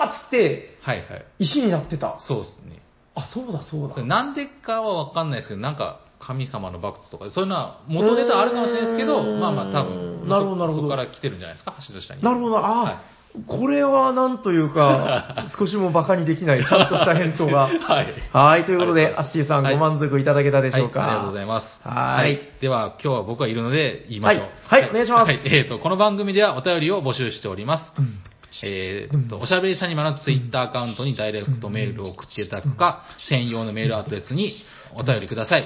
[SPEAKER 2] ーっつって、
[SPEAKER 1] はいはい。
[SPEAKER 2] 石になってた。
[SPEAKER 1] そうですね。
[SPEAKER 2] あ、そうだ、そうだ
[SPEAKER 1] それ。なんでかはわかんないですけど、なんか、神様のバクツとか、そういうのは元ネタあるかもしれないですけ
[SPEAKER 2] う
[SPEAKER 1] ど、
[SPEAKER 2] ーん
[SPEAKER 1] まあまあ多分、
[SPEAKER 2] なるほどなるほど
[SPEAKER 1] そこから来てるんじゃないですか、橋の下に。
[SPEAKER 2] なるほど、あ、
[SPEAKER 1] はい
[SPEAKER 2] ーこれはなんという か、少しも馬鹿にできない、ちゃんとした返答が。
[SPEAKER 1] はい。
[SPEAKER 2] はい、ということ
[SPEAKER 1] ありがとうご
[SPEAKER 2] で、
[SPEAKER 1] ざいます
[SPEAKER 2] アッシーさん、
[SPEAKER 1] はい
[SPEAKER 2] ご満足いただけたでしょうか。
[SPEAKER 1] はい、ありがとうございます。
[SPEAKER 2] はい
[SPEAKER 1] では、今日は僕はいるので言いましょう。
[SPEAKER 2] はいはいお願いします
[SPEAKER 1] はい、えっ、と、この番組ではお便りを募集しております。えっ、と、おしゃべりサニマのツイッターアカウントにダイレクトメールを送っていただくか、専用のメールアドレスにお便りください。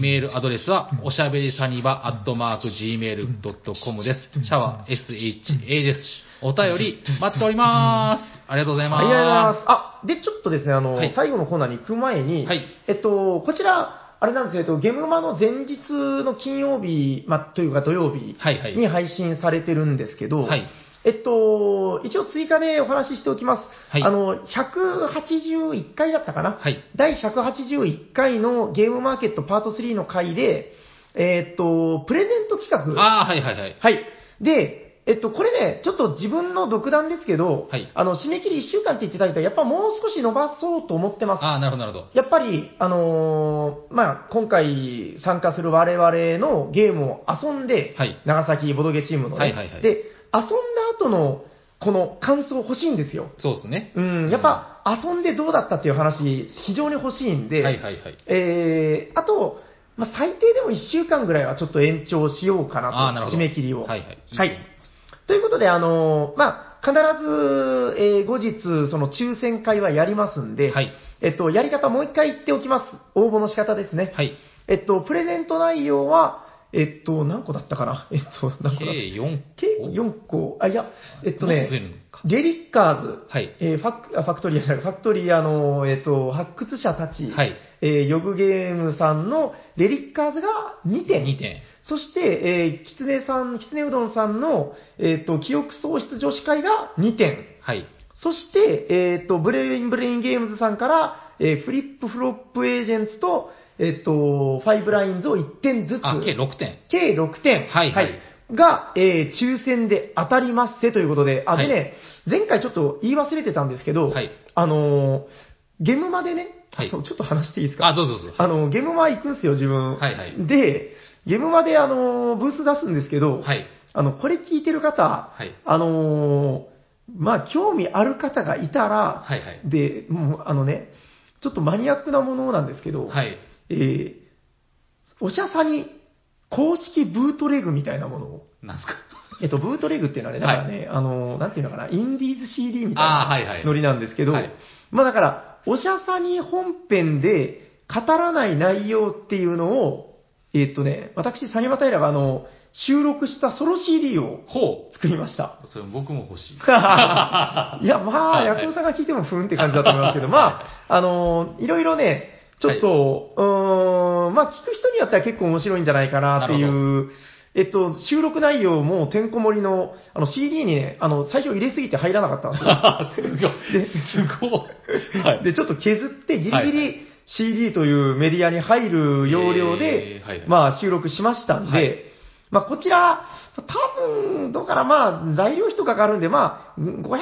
[SPEAKER 1] メールアドレスは、おしゃべりサニバアットマーク Gmail.com です。シャワー SHA です。お便り待っております。ありがとうございます。
[SPEAKER 2] はい、ありがとうございます。あ、で、ちょっとですね、あの、
[SPEAKER 1] はい
[SPEAKER 2] 最後のコーナーに行く前に、
[SPEAKER 1] はい
[SPEAKER 2] えっと、こちら、あれなんですよえっと、ゲームマの前日の金曜日、まあ、というか土曜日
[SPEAKER 1] はいはい
[SPEAKER 2] に配信されてるんですけど、
[SPEAKER 1] はい
[SPEAKER 2] えっと、一応追加でお話ししておきます。
[SPEAKER 1] はい
[SPEAKER 2] あの、181回だったかな、
[SPEAKER 1] はい
[SPEAKER 2] 第181回のゲームマーケットパート3の回で、えっと、プレゼント企画。
[SPEAKER 1] ああ、はいはいはい。
[SPEAKER 2] はい。で、えっと、これね、ちょっと自分の独断ですけど、
[SPEAKER 1] はい
[SPEAKER 2] あの、締め切り1週間って言っていただいたら、やっぱもう少し伸ばそうと思ってます。
[SPEAKER 1] ああ、なるほど、なるほど。
[SPEAKER 2] やっぱり、あのーまあ、今回参加する我々のゲームを遊んで、
[SPEAKER 1] はい
[SPEAKER 2] 長崎ボドゲチームのね、
[SPEAKER 1] はいはいはい
[SPEAKER 2] で、遊んだ後の、この感想欲しいんですよ。
[SPEAKER 1] そうですね。
[SPEAKER 2] うん、やっぱ、遊んでどうだったっていう話、非常に欲しいんで、
[SPEAKER 1] はいはいはい。
[SPEAKER 2] えーあと、まあ、最低でも1週間ぐらいはちょっと延長しようか
[SPEAKER 1] ああー、な
[SPEAKER 2] な
[SPEAKER 1] る
[SPEAKER 2] と、
[SPEAKER 1] ほど。
[SPEAKER 2] 締め切りを。
[SPEAKER 1] はいはい。いいと
[SPEAKER 2] は
[SPEAKER 1] 思
[SPEAKER 2] い
[SPEAKER 1] います
[SPEAKER 2] ということで、あのーまあ、必ず、えー後日、その抽選会はやりますんで、
[SPEAKER 1] はい
[SPEAKER 2] えっと、やり方もう一回言っておきます。応募の仕方ですね。
[SPEAKER 1] はい。
[SPEAKER 2] えっと、プレゼント内容は、えっと、何個だったかなえっと、何個だった
[SPEAKER 1] 計4
[SPEAKER 2] 計4個。あ、いや、えっと
[SPEAKER 1] もっと増えるの
[SPEAKER 2] ね、ゲリッカーズ、
[SPEAKER 1] はい。
[SPEAKER 2] えーファクあファクトリアじゃないファクトリアの、えっと、発掘者たち、
[SPEAKER 1] はい
[SPEAKER 2] えーヨグゲームさんのレリッカーズが2点。
[SPEAKER 1] 2点。
[SPEAKER 2] そして、えー、きつねさん、きつねうどんさんの、えっ、と、記憶喪失女子会が2点。
[SPEAKER 1] はい。
[SPEAKER 2] そして、えっ、と、ブレインブレインゲームズさんから、えーフリップフロップエージェンツと、えっ、と、ファイブラインズを1点ずつ。
[SPEAKER 1] あ、計6点。
[SPEAKER 2] 計6点。
[SPEAKER 1] はいはい
[SPEAKER 2] が、えー抽選で当たりますせということで、あ、
[SPEAKER 1] はい
[SPEAKER 2] でね、前回ちょっと言い忘れてたんですけど、
[SPEAKER 1] はい
[SPEAKER 2] あのーゲームまでね、
[SPEAKER 1] はい
[SPEAKER 2] そう、ちょっと話していいですか
[SPEAKER 1] あ、どうぞどうぞ。
[SPEAKER 2] あの、ゲームマ行くんすよ、自分。
[SPEAKER 1] はいはい
[SPEAKER 2] で、ゲームマで、あの、ブース出すんですけど、
[SPEAKER 1] はい。
[SPEAKER 2] あの、これ聞いてる方、
[SPEAKER 1] はい
[SPEAKER 2] あのーまあ、興味ある方がいたら、
[SPEAKER 1] はいはい
[SPEAKER 2] で、もう、あのね、ちょっとマニアックなものなんですけど、
[SPEAKER 1] はい。
[SPEAKER 2] えーおしゃさに公式ブートレグみたいなものを、
[SPEAKER 1] なんすか。
[SPEAKER 2] えっと、ブートレグっていうのはね、だからね、あの、なんていうのかな、インディーズ CD みた い
[SPEAKER 1] あーはいは
[SPEAKER 2] ないノリなんですけど、
[SPEAKER 1] はい
[SPEAKER 2] まあだから、おしゃさに本編で語らない内容っていうのを、えっとね、私、サニバタイラがあの、収録したソロ CD を
[SPEAKER 1] ほ
[SPEAKER 2] 作り ました。
[SPEAKER 1] う。それ僕も欲しい。
[SPEAKER 2] いや、まあ、
[SPEAKER 1] はいはい
[SPEAKER 2] ヤクオさんが聞いてもふーんって感じだと思いま すけど、まあ、あのーいろいろね、ちょっと、うーん、まあ、聞く人によっては結構面白いんじゃないかなってい
[SPEAKER 1] な
[SPEAKER 2] う、えっと、収録内容もてんこ盛りの、あの、CD にね、あの、最初入れすぎて入らなかったんですよ。
[SPEAKER 1] すごい。すごい。 はい。
[SPEAKER 2] で、ちょっと削ってギリギ
[SPEAKER 1] は
[SPEAKER 2] リ CD というメディアに入る要領
[SPEAKER 1] え
[SPEAKER 2] で
[SPEAKER 1] ーはいはい、
[SPEAKER 2] まあ収録しましたん
[SPEAKER 1] はい
[SPEAKER 2] で、まあこちら、多分、どうかな、まあ材料費とかかかるんで、まあ500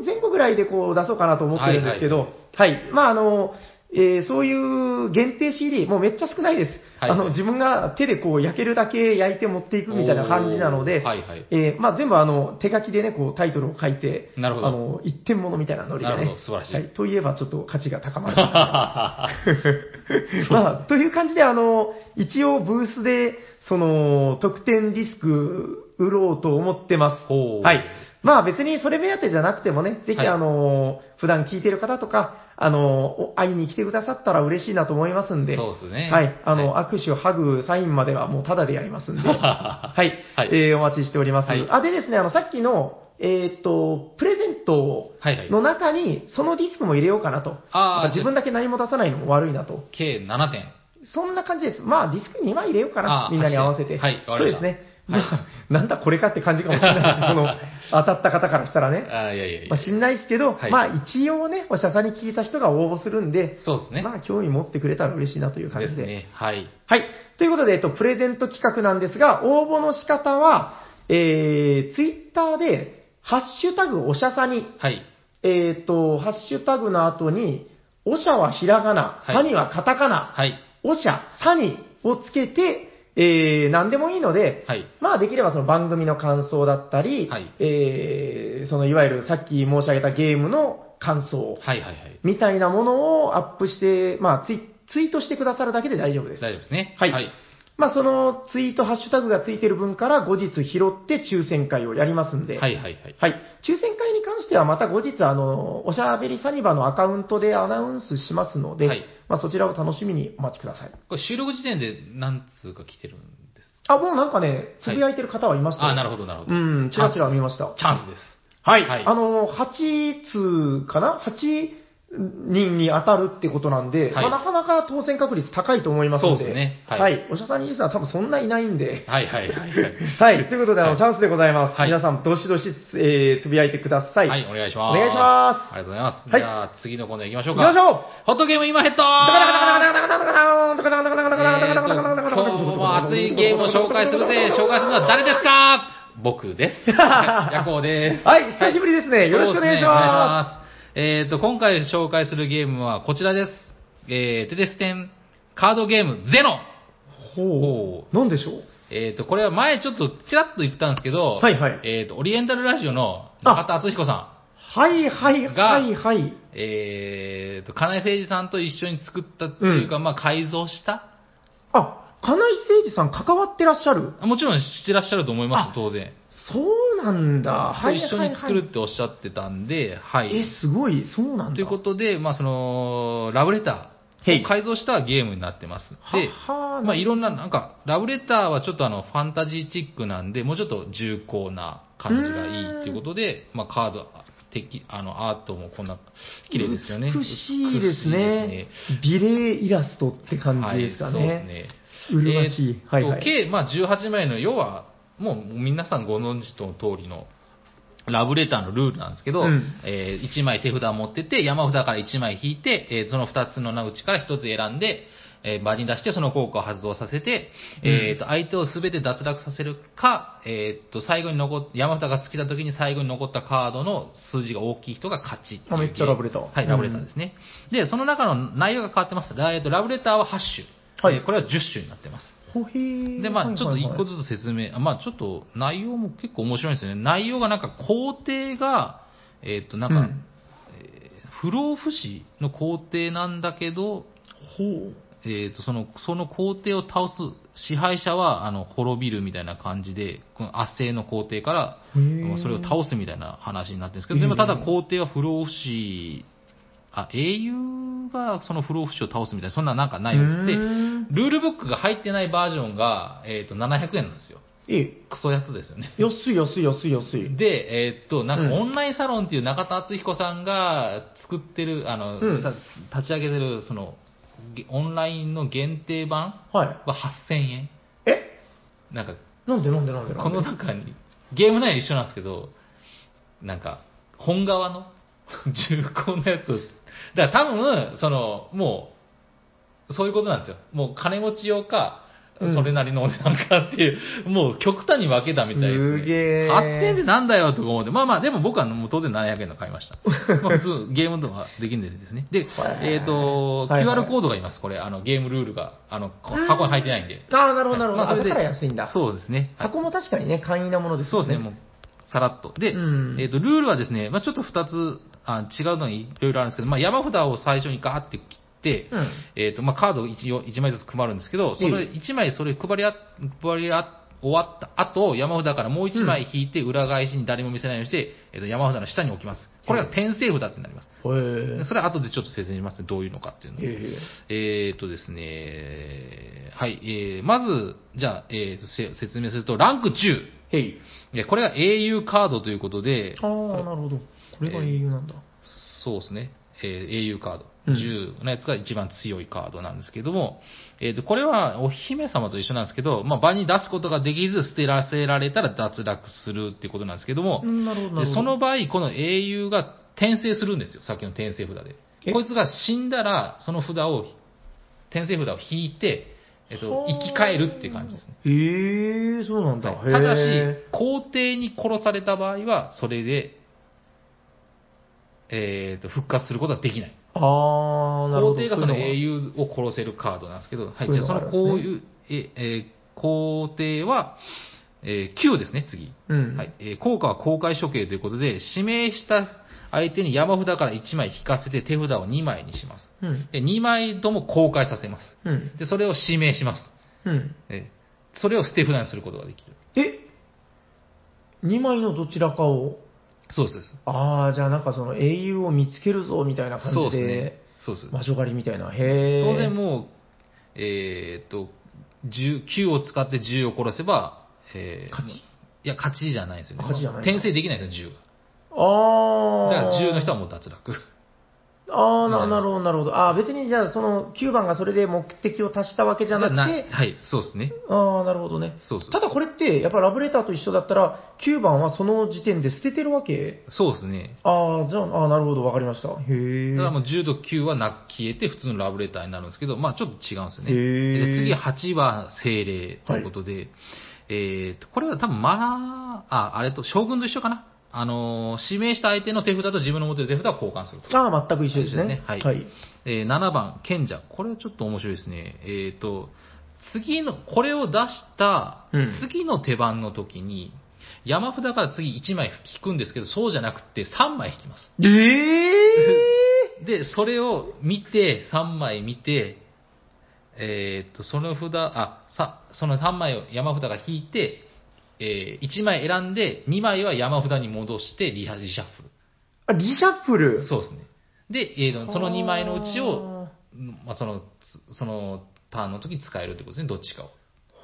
[SPEAKER 2] 円前後ぐらいでこう出そうかなと思ってるんですけど、はい。まああの、えーそういう限定 CD、もうめっちゃ少ないです。
[SPEAKER 1] はい
[SPEAKER 2] あの、自分が手でこう焼けるだけ焼いて持っていくみたいな感じなので、
[SPEAKER 1] おーはいはい
[SPEAKER 2] えーまあ全部あの、手書きでね、こうタイトルを書いて、
[SPEAKER 1] なるほど
[SPEAKER 2] あの、一点物みたいなノリでね。
[SPEAKER 1] なるほど素晴らしい
[SPEAKER 2] はといえばちょっと価値が高まる。 まあ、という感じで、あの、一応ブースで、その、特典ディスク売ろうと思ってます。
[SPEAKER 1] ほう
[SPEAKER 2] はい。まあ別にそれ目当てじゃなくてもね、ぜひ
[SPEAKER 1] はい
[SPEAKER 2] あの、普段聞いてる方とか、あの、お会いに来てくださったら嬉しいなと思いますんで。
[SPEAKER 1] そうですね
[SPEAKER 2] はい。あの、握手、ハグ、サインまではもうタダでやりますん で。はい。
[SPEAKER 1] はい
[SPEAKER 2] えーお待ちしております。
[SPEAKER 1] はい
[SPEAKER 2] あ、でですね、あの、さっきの、えーっと、プレゼントを
[SPEAKER 1] はいはい
[SPEAKER 2] の中に、そのディスクも入れようかなと。
[SPEAKER 1] あー
[SPEAKER 2] なんか自分だけ何も出さないのも悪いなと。
[SPEAKER 1] 計7点。
[SPEAKER 2] そんな感じです。まあ、ディスク2枚入れようか
[SPEAKER 1] あ
[SPEAKER 2] な。
[SPEAKER 1] ー
[SPEAKER 2] みんなに合わせて。
[SPEAKER 1] はいわか
[SPEAKER 2] そう
[SPEAKER 1] りま
[SPEAKER 2] で
[SPEAKER 1] し
[SPEAKER 2] す
[SPEAKER 1] た
[SPEAKER 2] ね。まあ、 なんだこれかって感じかもしれないで す。この、当たった方からしたらね。
[SPEAKER 1] あーいやいやいや
[SPEAKER 2] まあ、。知んないですけど、
[SPEAKER 1] はい
[SPEAKER 2] まあ、一応ね、お医者さんに聞いた人が応募するんで、
[SPEAKER 1] そうですね。
[SPEAKER 2] まあ、興味持ってくれたら嬉しいなという感
[SPEAKER 1] で
[SPEAKER 2] じ
[SPEAKER 1] す
[SPEAKER 2] で。
[SPEAKER 1] ね。はい。
[SPEAKER 2] はい。ということで、えっと、プレゼント企画なんですが、応募の仕方は、えー、ツイッターで、ハッシュタグおしゃさに、
[SPEAKER 1] はい。
[SPEAKER 2] えー、と、ハッシュタグの後に、おしゃはひらがな、
[SPEAKER 1] はい
[SPEAKER 2] さにはカタカナ、
[SPEAKER 1] はい。
[SPEAKER 2] おしゃ、さにをつけて、えー、何でもいいので、
[SPEAKER 1] はい
[SPEAKER 2] まあ、できればその番組の感想だったり、
[SPEAKER 1] はい
[SPEAKER 2] えー、そのいわゆるさっき申し上げたゲームの感想、
[SPEAKER 1] はいはいはい。
[SPEAKER 2] みたいなものをアップして、まあツイ、ツイートしてくださるだけで大丈夫です。
[SPEAKER 1] 大丈夫ですね。
[SPEAKER 2] はい。
[SPEAKER 1] はい。
[SPEAKER 2] まあ、そのツイート、ハッシュタグがついてる分から後日拾って抽選会をやりますんで、
[SPEAKER 1] はいはいはい。
[SPEAKER 2] はい。抽選会に関してはまた後日、あの、おしゃべりサニバのアカウントでアナウンスしますので、
[SPEAKER 1] はい
[SPEAKER 2] まあ、そちらを楽しみにお待ちください。
[SPEAKER 1] これ収録時点で何通か来てるんです
[SPEAKER 2] あ、もうなんかね、つぶやいてる方はいましたよ、
[SPEAKER 1] あーなるほどなるほど。
[SPEAKER 2] うん、ちらちら見ました。
[SPEAKER 1] チャンスです。
[SPEAKER 2] はい。
[SPEAKER 1] はい
[SPEAKER 2] あの、8通かな ?8 人に当たるってことなん
[SPEAKER 1] はい
[SPEAKER 2] で、まあ、なかなか当選確率高いと思いますので、
[SPEAKER 1] そうですね
[SPEAKER 2] は。
[SPEAKER 1] はいい
[SPEAKER 2] おしゃさんに実は多分そんないないんで、
[SPEAKER 1] はいはいはいはい。
[SPEAKER 2] はい。ということで、あの、
[SPEAKER 1] はい
[SPEAKER 2] チャンスでございます。
[SPEAKER 1] はい
[SPEAKER 2] 皆さん、どしどし、えー、つぶやいてください。
[SPEAKER 1] はい、お願いします。
[SPEAKER 2] お願いします
[SPEAKER 1] ありがとうございます。
[SPEAKER 2] はい
[SPEAKER 1] じゃあ、次のコーナー行きましょ
[SPEAKER 2] 行
[SPEAKER 1] う
[SPEAKER 2] き
[SPEAKER 1] か。
[SPEAKER 2] ましょう
[SPEAKER 1] ホットゲーム今ヘッドえーと今日も熱いゲームを紹介するぜ紹介するのは誰ですか僕 です。夜行です。。
[SPEAKER 2] はい久しぶりですねよろしくお願い
[SPEAKER 1] そうですねお願いし
[SPEAKER 2] します
[SPEAKER 1] ますえっ、と、今回紹介するゲームはこちらです。えー、テデステンカードゲームゼノ
[SPEAKER 2] ほ
[SPEAKER 1] ほ
[SPEAKER 2] う。なんでしょう
[SPEAKER 1] えっ、と、これは前ちょっとちらっと言ったんですけど、
[SPEAKER 2] はいはい
[SPEAKER 1] えっ、と、オリエンタルラジオの中田敦彦さ
[SPEAKER 2] はいはいはいはい。
[SPEAKER 1] ん、えっ、と、金井誠二さんと一緒に作ったっていうか、まあ改造した
[SPEAKER 2] あ、金井誠司さん関わってらっしゃる
[SPEAKER 1] もちろんしてらっしゃると思いま
[SPEAKER 2] あ
[SPEAKER 1] す、当然。
[SPEAKER 2] そうなんだ。はい
[SPEAKER 1] 一緒に作るっておっしゃってたんで、は。
[SPEAKER 2] はいいはいえ、すごい。そうなんだ。
[SPEAKER 1] ということで、まあ、その、ラブレタ
[SPEAKER 2] へい
[SPEAKER 1] ーを改造したゲームになってます。で、
[SPEAKER 2] はは
[SPEAKER 1] まあ、いろんな、なんか、ラブレターはちょっとあの、ファンタジーチックなんで、もうちょっと重厚な感じがいいっていうことで、まあ、カード、的あの、アートもこんな、綺麗ですよね。
[SPEAKER 2] 美しいですね
[SPEAKER 1] 美しいで。
[SPEAKER 2] 美麗イラストって
[SPEAKER 1] すね
[SPEAKER 2] 感じですかね。
[SPEAKER 1] はい、そうですね。
[SPEAKER 2] うるましい。
[SPEAKER 1] えーっと
[SPEAKER 2] はいはい。
[SPEAKER 1] 計、まあ、18枚の、要は、もう皆さんご存知の通りの、ラブレターのルールなんですけど、
[SPEAKER 2] うん
[SPEAKER 1] え1枚手札を持ってて、山札から1枚引いて、えーその2つのうちから1つ選んで、えー場に出してその効果を発動させて、
[SPEAKER 2] うん
[SPEAKER 1] えーっと、相手を全て脱落させるか、えーっと、最後に残っ、山札が尽きた時に最後に残ったカードの数字が大きい人が勝ちっていう
[SPEAKER 2] あめっちゃラブレター
[SPEAKER 1] はい、ラブレターですね。で、その中の内容が変わってます。ラえーっとラブレターは8種。
[SPEAKER 2] はい
[SPEAKER 1] えーこれは10種になってます。
[SPEAKER 2] ほへー
[SPEAKER 1] で、まあ、ちょっと一個
[SPEAKER 2] ず
[SPEAKER 1] ずつ説明、あまあ、ちょっと内容も結構面白いんですよね。内容がなんか皇帝が、えっ、と、なんか、
[SPEAKER 2] うん
[SPEAKER 1] えー不老不死の皇帝なんだけど、
[SPEAKER 2] ほう。
[SPEAKER 1] えー、とそのその皇帝を倒す支配者はあの滅びるみたいな感じで、この圧政の皇帝から
[SPEAKER 2] へー
[SPEAKER 1] まあそれを倒すみたいな話になってるんですけど、
[SPEAKER 2] へー
[SPEAKER 1] でもただ皇帝は不老不死、あ英雄がその不老不死を倒すみたいな、そんななんかないです。で
[SPEAKER 2] うーん
[SPEAKER 1] ルールブックが入ってないバージョンが、えー、と700円なんですよ。
[SPEAKER 2] え、
[SPEAKER 1] クソ安ですよね。
[SPEAKER 2] 安い安い安い安い。
[SPEAKER 1] で、えーっと、なんか
[SPEAKER 2] うん
[SPEAKER 1] オンラインサロンっていう中田敦彦さんが作ってる、あの、
[SPEAKER 2] うん
[SPEAKER 1] た立ち上げてる、その、げオンラインの限定版
[SPEAKER 2] はい。
[SPEAKER 1] は8000円。
[SPEAKER 2] え
[SPEAKER 1] なんか、
[SPEAKER 2] なんでなんでなんでなん
[SPEAKER 1] こ
[SPEAKER 2] で
[SPEAKER 1] の中に、ゲーム内は一緒なんですけど、なんか、本側の 重厚なやつを、だから多分、その、もう、そういうことなんですよ。もう金持ち用か、
[SPEAKER 2] うん
[SPEAKER 1] それなりのお値段かっていう、もう極端に分けたみたいです、ね。
[SPEAKER 2] すげー
[SPEAKER 1] 8000円でなんだよとか思って、まあまあ、でも僕はもう当然700円の買いま した。まあ普通、ゲームとかできるんですね。で、えっ、と、
[SPEAKER 2] はいはい
[SPEAKER 1] QR コードがいます、これ。あの、ゲームルールが、あの、こ箱に入ってないんで。
[SPEAKER 2] ああ、なるほどなるほど。
[SPEAKER 1] まあそ
[SPEAKER 2] あ
[SPEAKER 1] れ
[SPEAKER 2] だ
[SPEAKER 1] で
[SPEAKER 2] から安いんだ。
[SPEAKER 1] そうですね。はい
[SPEAKER 2] 箱も確かにね、簡易なものです
[SPEAKER 1] そう
[SPEAKER 2] よ
[SPEAKER 1] ですね、もう、さらっと。で、
[SPEAKER 2] うん
[SPEAKER 1] えっ、と、ルールはですね、まあちょっと2つ、あ違うのにいろいろあるんですけど、まあ山札を最初にガーって切って、
[SPEAKER 2] うん
[SPEAKER 1] えっ、と、まあカードを一応1枚ずつ配るんですけど、それ
[SPEAKER 2] え
[SPEAKER 1] 1枚それ配りあ、配りあ、終わった後、山札からもう1枚引いて、裏返しに誰も見せないようにして、えっ、と、山札の下に置きます。これが転生札ってなります。
[SPEAKER 2] へえ。
[SPEAKER 1] それは後でちょっと説明しますね、どういうのかっていうのを
[SPEAKER 2] へ
[SPEAKER 1] えー、っとですね、はい、えー、まず、じゃあ、えー、とせ説明すると、ランク10。
[SPEAKER 2] え。へい。
[SPEAKER 1] でこれが英雄カードということで、
[SPEAKER 2] ああ、なるほど。これが英雄なんだ。
[SPEAKER 1] そうですね、えー英雄カード。
[SPEAKER 2] うん
[SPEAKER 1] 10のやつが一番強いカードなんですけども、えー、とこれはお姫様と一緒なんですけど、まあ、場に出すことができず捨てらせられたら脱落するっていうことなんですけども、
[SPEAKER 2] うんなるほど、
[SPEAKER 1] で
[SPEAKER 2] なるほど。
[SPEAKER 1] その場合、この英雄が転生するんですよ、さっきの転生札
[SPEAKER 2] え
[SPEAKER 1] で。こいつが死んだら、その札を、転生札を引いて、えっと、生き返るっていう感じですね。。
[SPEAKER 2] へえ、そうなんだ。
[SPEAKER 1] はいただし
[SPEAKER 2] へえ、
[SPEAKER 1] 皇帝に殺された場合は、それで、えっと、復活することはできない。
[SPEAKER 2] ああ、なるほど。
[SPEAKER 1] 皇帝がその
[SPEAKER 2] う
[SPEAKER 1] 英
[SPEAKER 2] いう
[SPEAKER 1] 雄を殺せるカードなんですけど、はい、
[SPEAKER 2] そう
[SPEAKER 1] じ
[SPEAKER 2] いう
[SPEAKER 1] ゃあ
[SPEAKER 2] の
[SPEAKER 1] そ
[SPEAKER 2] があ
[SPEAKER 1] のこう
[SPEAKER 2] るんです
[SPEAKER 1] いう、え、えー皇帝は、えー9ですね、次。
[SPEAKER 2] のが。うん。
[SPEAKER 1] はい。えー効果は公開処刑ということで、指名した相手に山札から1枚引かせて手札を2枚にします。
[SPEAKER 2] うん。
[SPEAKER 1] で、2枚とも公開させます。
[SPEAKER 2] うん。
[SPEAKER 1] で、それを指名します。
[SPEAKER 2] うん。
[SPEAKER 1] えーそれを捨て札にすることができる。
[SPEAKER 2] え二枚のどちらかを、
[SPEAKER 1] そうですそうです。
[SPEAKER 2] ああ、じゃあなんかその英雄を見つけるぞみたいな
[SPEAKER 1] そ
[SPEAKER 2] 感
[SPEAKER 1] うで
[SPEAKER 2] じ
[SPEAKER 1] す
[SPEAKER 2] で
[SPEAKER 1] ね、。そうです。
[SPEAKER 2] 魔女狩りみたいな。へえ。
[SPEAKER 1] 当然もう、えーっと、10 9を使って10を殺せば、えー
[SPEAKER 2] 勝ち
[SPEAKER 1] いや、勝ちじゃないですよね。
[SPEAKER 2] 勝ちじゃない
[SPEAKER 1] 転生できないですよ、10が。
[SPEAKER 2] ああ。
[SPEAKER 1] だから10の人はもう脱落。
[SPEAKER 2] ああ、ななるほど、なるほど。ああ、別にじゃあ、その9番がそれで目的を達したわけじゃ なくて、
[SPEAKER 1] はい、そうですね。
[SPEAKER 2] ああ、なるほどね。
[SPEAKER 1] そうそう。
[SPEAKER 2] ただこれって、やっぱラブレターと一緒だったら、9番はその時点で捨ててるわけ
[SPEAKER 1] そうですね。
[SPEAKER 2] ああ、じゃあ、ああ、なるほど、わかりました。へえ。
[SPEAKER 1] だからもう10と9はな消えて普通のラブレターになるんですけど、まあちょっと違うんですよね。
[SPEAKER 2] へー
[SPEAKER 1] で次8は精霊ということで、えーと、これは多分まあ、あ、あれと、将軍と一緒かな。あのー指名した相手の手札と自分の持ってる手札を交換すると。
[SPEAKER 2] ああ、全く一緒ですね。
[SPEAKER 1] ですねはいえー7番、賢者。これはちょっと面白いですね。えっ、と、次の、これを出した
[SPEAKER 2] うん、
[SPEAKER 1] 次の手番の時に、山札から次1枚引くんですけど、そうじゃなくて3枚引きます。
[SPEAKER 2] ええ
[SPEAKER 1] で、それを見て、3枚見て、えーっと、その札、あ、さ、その3枚を山札が引いて、え1枚選んで、2枚は山札に戻してリハリシャッフ
[SPEAKER 2] あ、リシャッフル
[SPEAKER 1] ル。。そうですね。で、えーとその2枚のうちを、まあ、その、つそのターンの時に使えるってことですね、どっちかを。
[SPEAKER 2] あ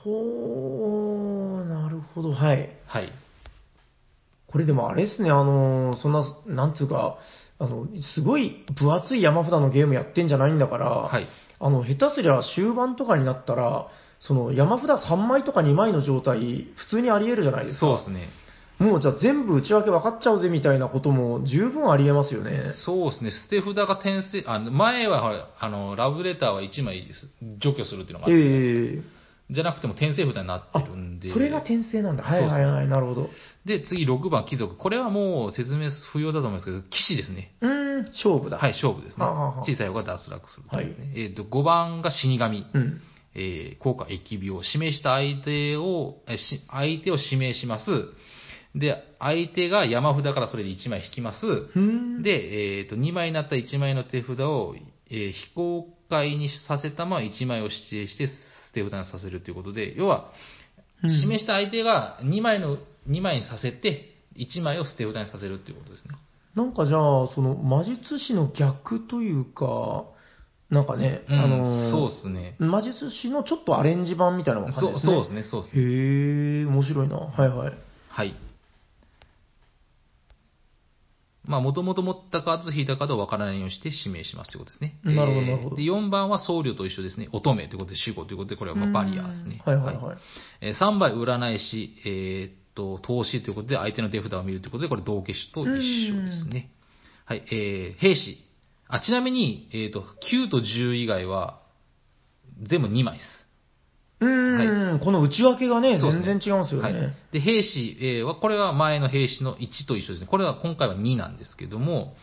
[SPEAKER 2] ー。ほー、なるほど、はい。
[SPEAKER 1] はい。
[SPEAKER 2] これでもあれですね、あのーそんな、なんつうか、あの、すごい分厚い山札のゲームやってんじゃないんだから、
[SPEAKER 1] はい。
[SPEAKER 2] あの、下手すりゃ終盤とかになったら、その山札3枚とか2枚の状態、普通にあり得るじゃないですか。
[SPEAKER 1] そうですね。
[SPEAKER 2] もうじゃあ全部内訳分かっちゃうぜみたいなことも十分あり得ますよね。
[SPEAKER 1] そうですね。捨て札が転生、あ前はほらあの、ラブレターは1枚です除去するっていうのがあ
[SPEAKER 2] え
[SPEAKER 1] って、
[SPEAKER 2] え
[SPEAKER 1] じゃなくても転生札になってるんで。
[SPEAKER 2] それが転生なんだ。はいはいはい、なるほど。
[SPEAKER 1] で、次6番貴族。これはもう説明不要だと思いますけど、騎士ですね。
[SPEAKER 2] うーん、勝負だ。
[SPEAKER 1] はい、勝負ですね。
[SPEAKER 2] はあはあはあ
[SPEAKER 1] 小さい方が脱落するというね、えっ、と、5番が死神。
[SPEAKER 2] うん。
[SPEAKER 1] えー効果疫病、指名した相手を、えーし相手を指名します。で、相手が山札からそれで1枚引きます。
[SPEAKER 2] うーん。
[SPEAKER 1] で、えっ、と、2枚になった1枚の手札を、えー非公開にさせたまま1枚を指定して捨て札にさせるということで、要は、
[SPEAKER 2] うん
[SPEAKER 1] 指名した相手が2枚の、二枚にさせて、1枚を捨て札にさせるっていうことですね。
[SPEAKER 2] なんかじゃあ、その魔術師の逆というか、なんかね、
[SPEAKER 1] うん
[SPEAKER 2] あのー
[SPEAKER 1] そうですね。
[SPEAKER 2] 魔術師のちょっとアレンジ版みたいなのが
[SPEAKER 1] そうそうですね、そうですね。
[SPEAKER 2] へえ、面白いな。はいはい。
[SPEAKER 1] はい。まあ、もともと持ったカードと引いたカードを分からないようにして指名しますということですね。
[SPEAKER 2] なるほど
[SPEAKER 1] えー
[SPEAKER 2] なるほど
[SPEAKER 1] で、4番は僧侶と一緒ですね。乙女ということで、主語ということで、これはまあバリアですね。
[SPEAKER 2] うんはいはいはい。
[SPEAKER 1] えー3倍占い師、えーっと、投資ということで、相手の手札を見るということで、これ、道化師と一緒ですね。はい、えー、兵士。あ、ちなみに、えーっと、9と10以外は、全部2枚です。
[SPEAKER 2] うーん、この内訳がね、
[SPEAKER 1] そうです
[SPEAKER 2] 全然違うんですよね。
[SPEAKER 1] はい、で兵士えーは、これは前の兵士の1と一緒ですね。これは今回は2なんですけども、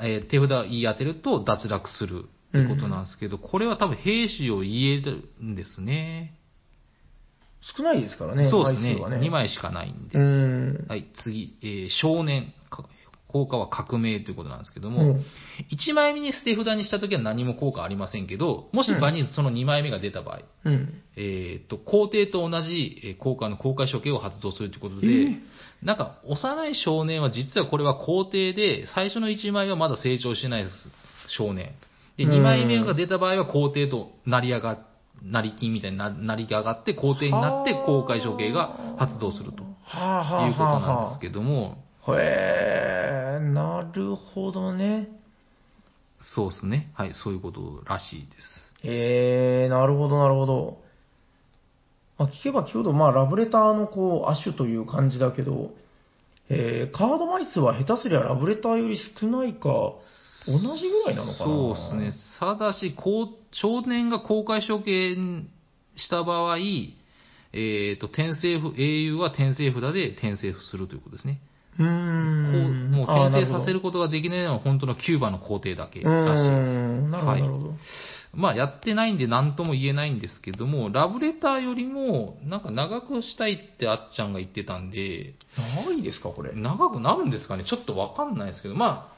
[SPEAKER 1] えー手札を言い当てると脱落するってことなんですけど、これは多分兵士を言えるんですね。
[SPEAKER 2] 少ないですからね、
[SPEAKER 1] そうですね
[SPEAKER 2] 枚数が
[SPEAKER 1] 2枚しかないんで。
[SPEAKER 2] うーん。
[SPEAKER 1] はい、次、えー少年。か効果は革命ということなんですけど
[SPEAKER 2] う
[SPEAKER 1] も、
[SPEAKER 2] ん
[SPEAKER 1] 1枚目に捨て札にしたときは何も効果ありませんけど、もし場にその2枚目が出た場合、
[SPEAKER 2] うん。
[SPEAKER 1] えー、と皇帝と同じえー効果の公開処刑を発動するということで、
[SPEAKER 2] えー
[SPEAKER 1] なんか幼い少年は実はこれは皇帝で、最初の1枚はまだ成長してないです少年。で、
[SPEAKER 2] うん
[SPEAKER 1] 2枚目が出た場合は皇帝と成り上が、成り金みたいにな成り上がって皇帝になって
[SPEAKER 2] はあ
[SPEAKER 1] 公開処刑が発動するというこ
[SPEAKER 2] はあ、
[SPEAKER 1] と
[SPEAKER 2] はあはあ
[SPEAKER 1] なん
[SPEAKER 2] は
[SPEAKER 1] で
[SPEAKER 2] あ
[SPEAKER 1] すけども、
[SPEAKER 2] へえ、なるほどね。
[SPEAKER 1] そうですね。はい、そういうことらしいです。
[SPEAKER 2] へえ、なるほど、なるほど。まあ、聞けば聞くほど、まあ、ラブレターのこう、亜種という感じだけど、えー、カード枚数は下手すりゃラブレターより少ないか、同じぐらいなのかな。
[SPEAKER 1] そうですね。。ただし、こう少年が公開処刑した場合、えっ、と、転生不、英雄は転生札で転生するということですね。
[SPEAKER 2] うー。
[SPEAKER 1] こうんもう
[SPEAKER 2] あー
[SPEAKER 1] 転生させることができないのは本当のキューバの皇帝だけ
[SPEAKER 2] なるほど
[SPEAKER 1] らしいうです。
[SPEAKER 2] ーんなるほど、
[SPEAKER 1] はい
[SPEAKER 2] なるほど。
[SPEAKER 1] まあ、やってないんで何とも言えないんですけども、ラブレターよりも、なんか長くしたいってあっちゃんが言ってたんで、
[SPEAKER 2] ないですか、これ。
[SPEAKER 1] 長くなるんですかねちょっとわかんないですけど、まあ、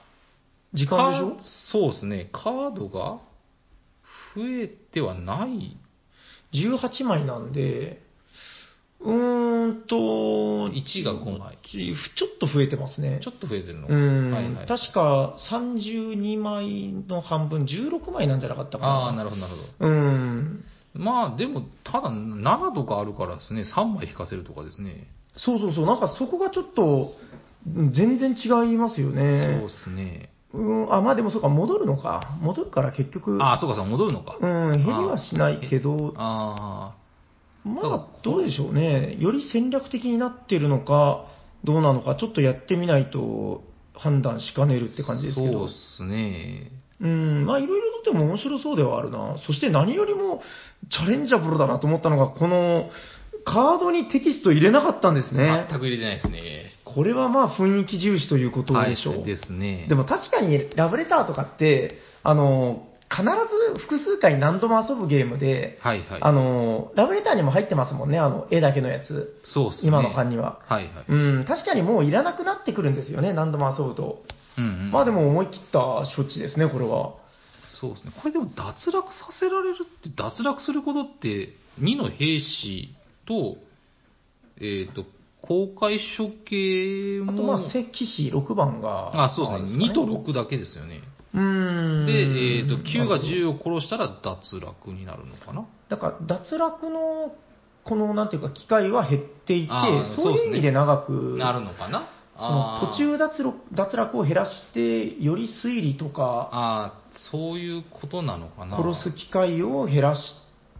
[SPEAKER 2] 時間でしょ
[SPEAKER 1] カーそうですね。カードが増えてはない。
[SPEAKER 2] 18枚なんで、うーんと、
[SPEAKER 1] 1が5枚。
[SPEAKER 2] ちちょっと増えてますね。
[SPEAKER 1] ちょっと増えてるの
[SPEAKER 2] うーん、
[SPEAKER 1] はいはい。
[SPEAKER 2] 確か32枚の半分、16枚なんじゃなかったかな。
[SPEAKER 1] ああ、なるほど、なるほ
[SPEAKER 2] うーん。
[SPEAKER 1] ど。まあ、でも、ただ、7とかあるからですね、3枚引かせるとかですね。
[SPEAKER 2] そうそうそう、なんかそこがちょっと、うん全然違いますよ
[SPEAKER 1] そう
[SPEAKER 2] ね
[SPEAKER 1] で。すね。
[SPEAKER 2] うーん、あ、まあでもそうか、戻るのか。戻るから結局、
[SPEAKER 1] ああ、そうか、そう戻るのか。
[SPEAKER 2] うん、減りはしないけど、
[SPEAKER 1] あだから
[SPEAKER 2] まあ、どうでしょうね、より戦略的になってるのか、どうなのか、ちょっとやってみないと判断しかねるっ
[SPEAKER 1] あ、
[SPEAKER 2] て感じですけ
[SPEAKER 1] そう
[SPEAKER 2] ど
[SPEAKER 1] で、すね。
[SPEAKER 2] うん、まあ、いろいろとても面白そうではあるな、そして何よりもチャレンジャブルだなと思ったのが、このカードにテキスト入れなかったんですね。
[SPEAKER 1] 全く入れてないですね。
[SPEAKER 2] これはまあ雰囲気重視ということでしょう。
[SPEAKER 1] はいですね。
[SPEAKER 2] でも確かにラブレターとかって、あの、必ず複数回何度も遊ぶゲームで、
[SPEAKER 1] はいはい。
[SPEAKER 2] あの、ラブレターにも入ってますもんね、あの、絵だけのやつ。
[SPEAKER 1] そうっすね。
[SPEAKER 2] 今の版には。
[SPEAKER 1] はいはい。
[SPEAKER 2] うん、確かにもういらなくなってくるんですよね、何度も遊ぶと。
[SPEAKER 1] うんうん
[SPEAKER 2] まあでも思い切った処置ですね、これは。
[SPEAKER 1] そうですね。これでも脱落させられるって、脱落することって、2の兵士と、えっ、と、公開処刑
[SPEAKER 2] あと
[SPEAKER 1] も、
[SPEAKER 2] まあ、関士6番が。
[SPEAKER 1] あ、そうですね。2と。6だけですよね。
[SPEAKER 2] うーん。
[SPEAKER 1] で、えっ、と、9が
[SPEAKER 2] なるほど。
[SPEAKER 1] 10を殺したら脱落になるのかな
[SPEAKER 2] だから、脱落の、この、なんていうか、機会は減っていて
[SPEAKER 1] あー、
[SPEAKER 2] そう
[SPEAKER 1] そうで
[SPEAKER 2] い
[SPEAKER 1] す
[SPEAKER 2] う意
[SPEAKER 1] ね
[SPEAKER 2] 味で長く、
[SPEAKER 1] なるのかな
[SPEAKER 2] その途中
[SPEAKER 1] 中
[SPEAKER 2] 脱落脱落を減らして、より推理とか、
[SPEAKER 1] あーそういうことなのかな
[SPEAKER 2] 殺す機会を減らし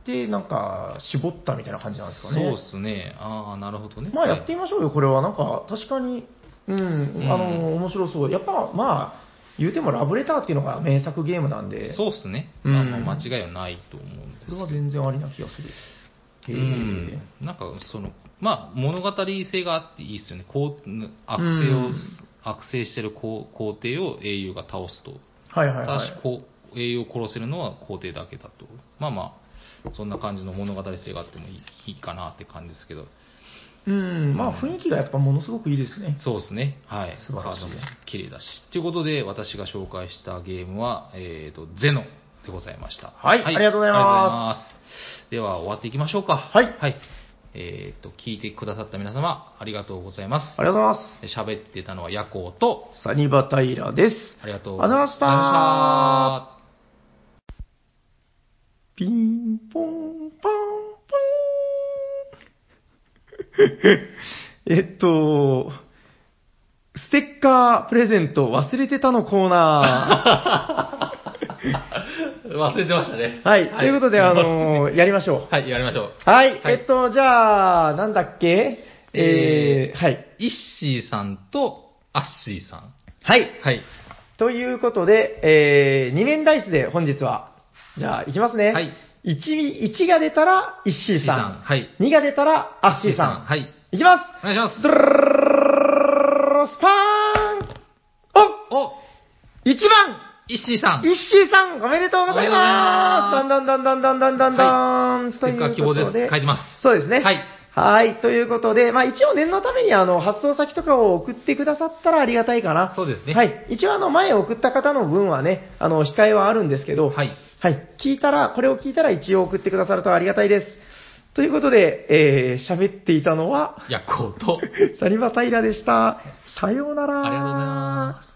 [SPEAKER 2] て、なんか、絞ったみたいな感じなんですかね。
[SPEAKER 1] そうですね。ああ、なるほどね。
[SPEAKER 2] まあやってみましょうよ、これは。なんか、確かに、うん、
[SPEAKER 1] ん
[SPEAKER 2] あの、面白そう。やっぱ、まあ、言うてもラブレターっていうのが名作ゲームなん
[SPEAKER 1] はい
[SPEAKER 2] で、
[SPEAKER 1] そうですね。
[SPEAKER 2] うん
[SPEAKER 1] あの間違いはないと思うんです
[SPEAKER 2] こ
[SPEAKER 1] け
[SPEAKER 2] れ
[SPEAKER 1] ど
[SPEAKER 2] は全然ありな気がする。
[SPEAKER 1] う
[SPEAKER 2] へえ
[SPEAKER 1] ん、なんかその、まあ、物語性があっていいですよね、こう悪性を、
[SPEAKER 2] うん
[SPEAKER 1] 悪性してる皇皇帝を英雄が倒すと、
[SPEAKER 2] はいは
[SPEAKER 1] た
[SPEAKER 2] い
[SPEAKER 1] だ
[SPEAKER 2] は
[SPEAKER 1] し
[SPEAKER 2] い。
[SPEAKER 1] こう英雄を殺せるのは皇帝だけだと、まあまあ、そんな感じの物語性があってもいいいいかなって感じですけど、
[SPEAKER 2] うん、まあ雰囲気がやっぱものすごくいいですね。
[SPEAKER 1] そうですね、はい、
[SPEAKER 2] 素晴らしい
[SPEAKER 1] カードも綺麗だし。ということで、私が紹介したゲームは、えー、とゼノでございました。。
[SPEAKER 2] はいありがとうございます
[SPEAKER 1] では、終わっていきましょうか。
[SPEAKER 2] はい
[SPEAKER 1] えー、と、聞いてくださった皆様、ありがとうございま。
[SPEAKER 2] ありがとうございます
[SPEAKER 1] 喋ってたのはヤコウと、
[SPEAKER 2] す。サニバタイラです。
[SPEAKER 1] ありがとう
[SPEAKER 2] ありがとうございました
[SPEAKER 1] ありがとうございました
[SPEAKER 2] ピンポンパンポン。 えっと、ステッカープレゼント忘れてたのコーナ
[SPEAKER 1] 忘れてましたね。
[SPEAKER 2] ー。はい、ということで、あ、のやりましょ
[SPEAKER 1] はい、やりましょう。
[SPEAKER 2] う。はい、
[SPEAKER 1] はい
[SPEAKER 2] えっと、じゃあ、なんだっけ
[SPEAKER 1] え
[SPEAKER 2] えー、はい。
[SPEAKER 1] イッシーさんとアッシーさん。
[SPEAKER 2] はい。
[SPEAKER 1] はい。
[SPEAKER 2] ということで、えー、二面ダイスで本日は、じゃあ、いきますね。
[SPEAKER 1] はい。
[SPEAKER 2] 1、1が出たら、イッシー
[SPEAKER 1] イッシーさん
[SPEAKER 2] さ
[SPEAKER 1] はい
[SPEAKER 2] ん。2が出たら、アッシーさん。
[SPEAKER 1] はい。
[SPEAKER 2] いきます
[SPEAKER 1] お願いします。
[SPEAKER 2] ドゥルルルルルルルスパーンお
[SPEAKER 1] お、
[SPEAKER 2] !1 番
[SPEAKER 1] イッシーさん。
[SPEAKER 2] イッシーさんおめでとうございま
[SPEAKER 1] お
[SPEAKER 2] す
[SPEAKER 1] め
[SPEAKER 2] だんだんだんだんだんだんだん
[SPEAKER 1] ステッカー希望です。書いてます。
[SPEAKER 2] そうですね。
[SPEAKER 1] はい。
[SPEAKER 2] はい。ということで、まあ一応念のためにあの、発送先とかを送ってくださったらありがたいかな。
[SPEAKER 1] そうですね
[SPEAKER 2] はい。一応あの、前送った方の分はね、あの、控えはあるんですけど、
[SPEAKER 1] はい。
[SPEAKER 2] はい。聞いたら、これを聞いたら一応送ってくださるとありがたいです。ということで、えー、喋っていたのは、
[SPEAKER 1] ヤコウと、
[SPEAKER 2] サニバタイラでした。さようなら。
[SPEAKER 1] ありがとうございます。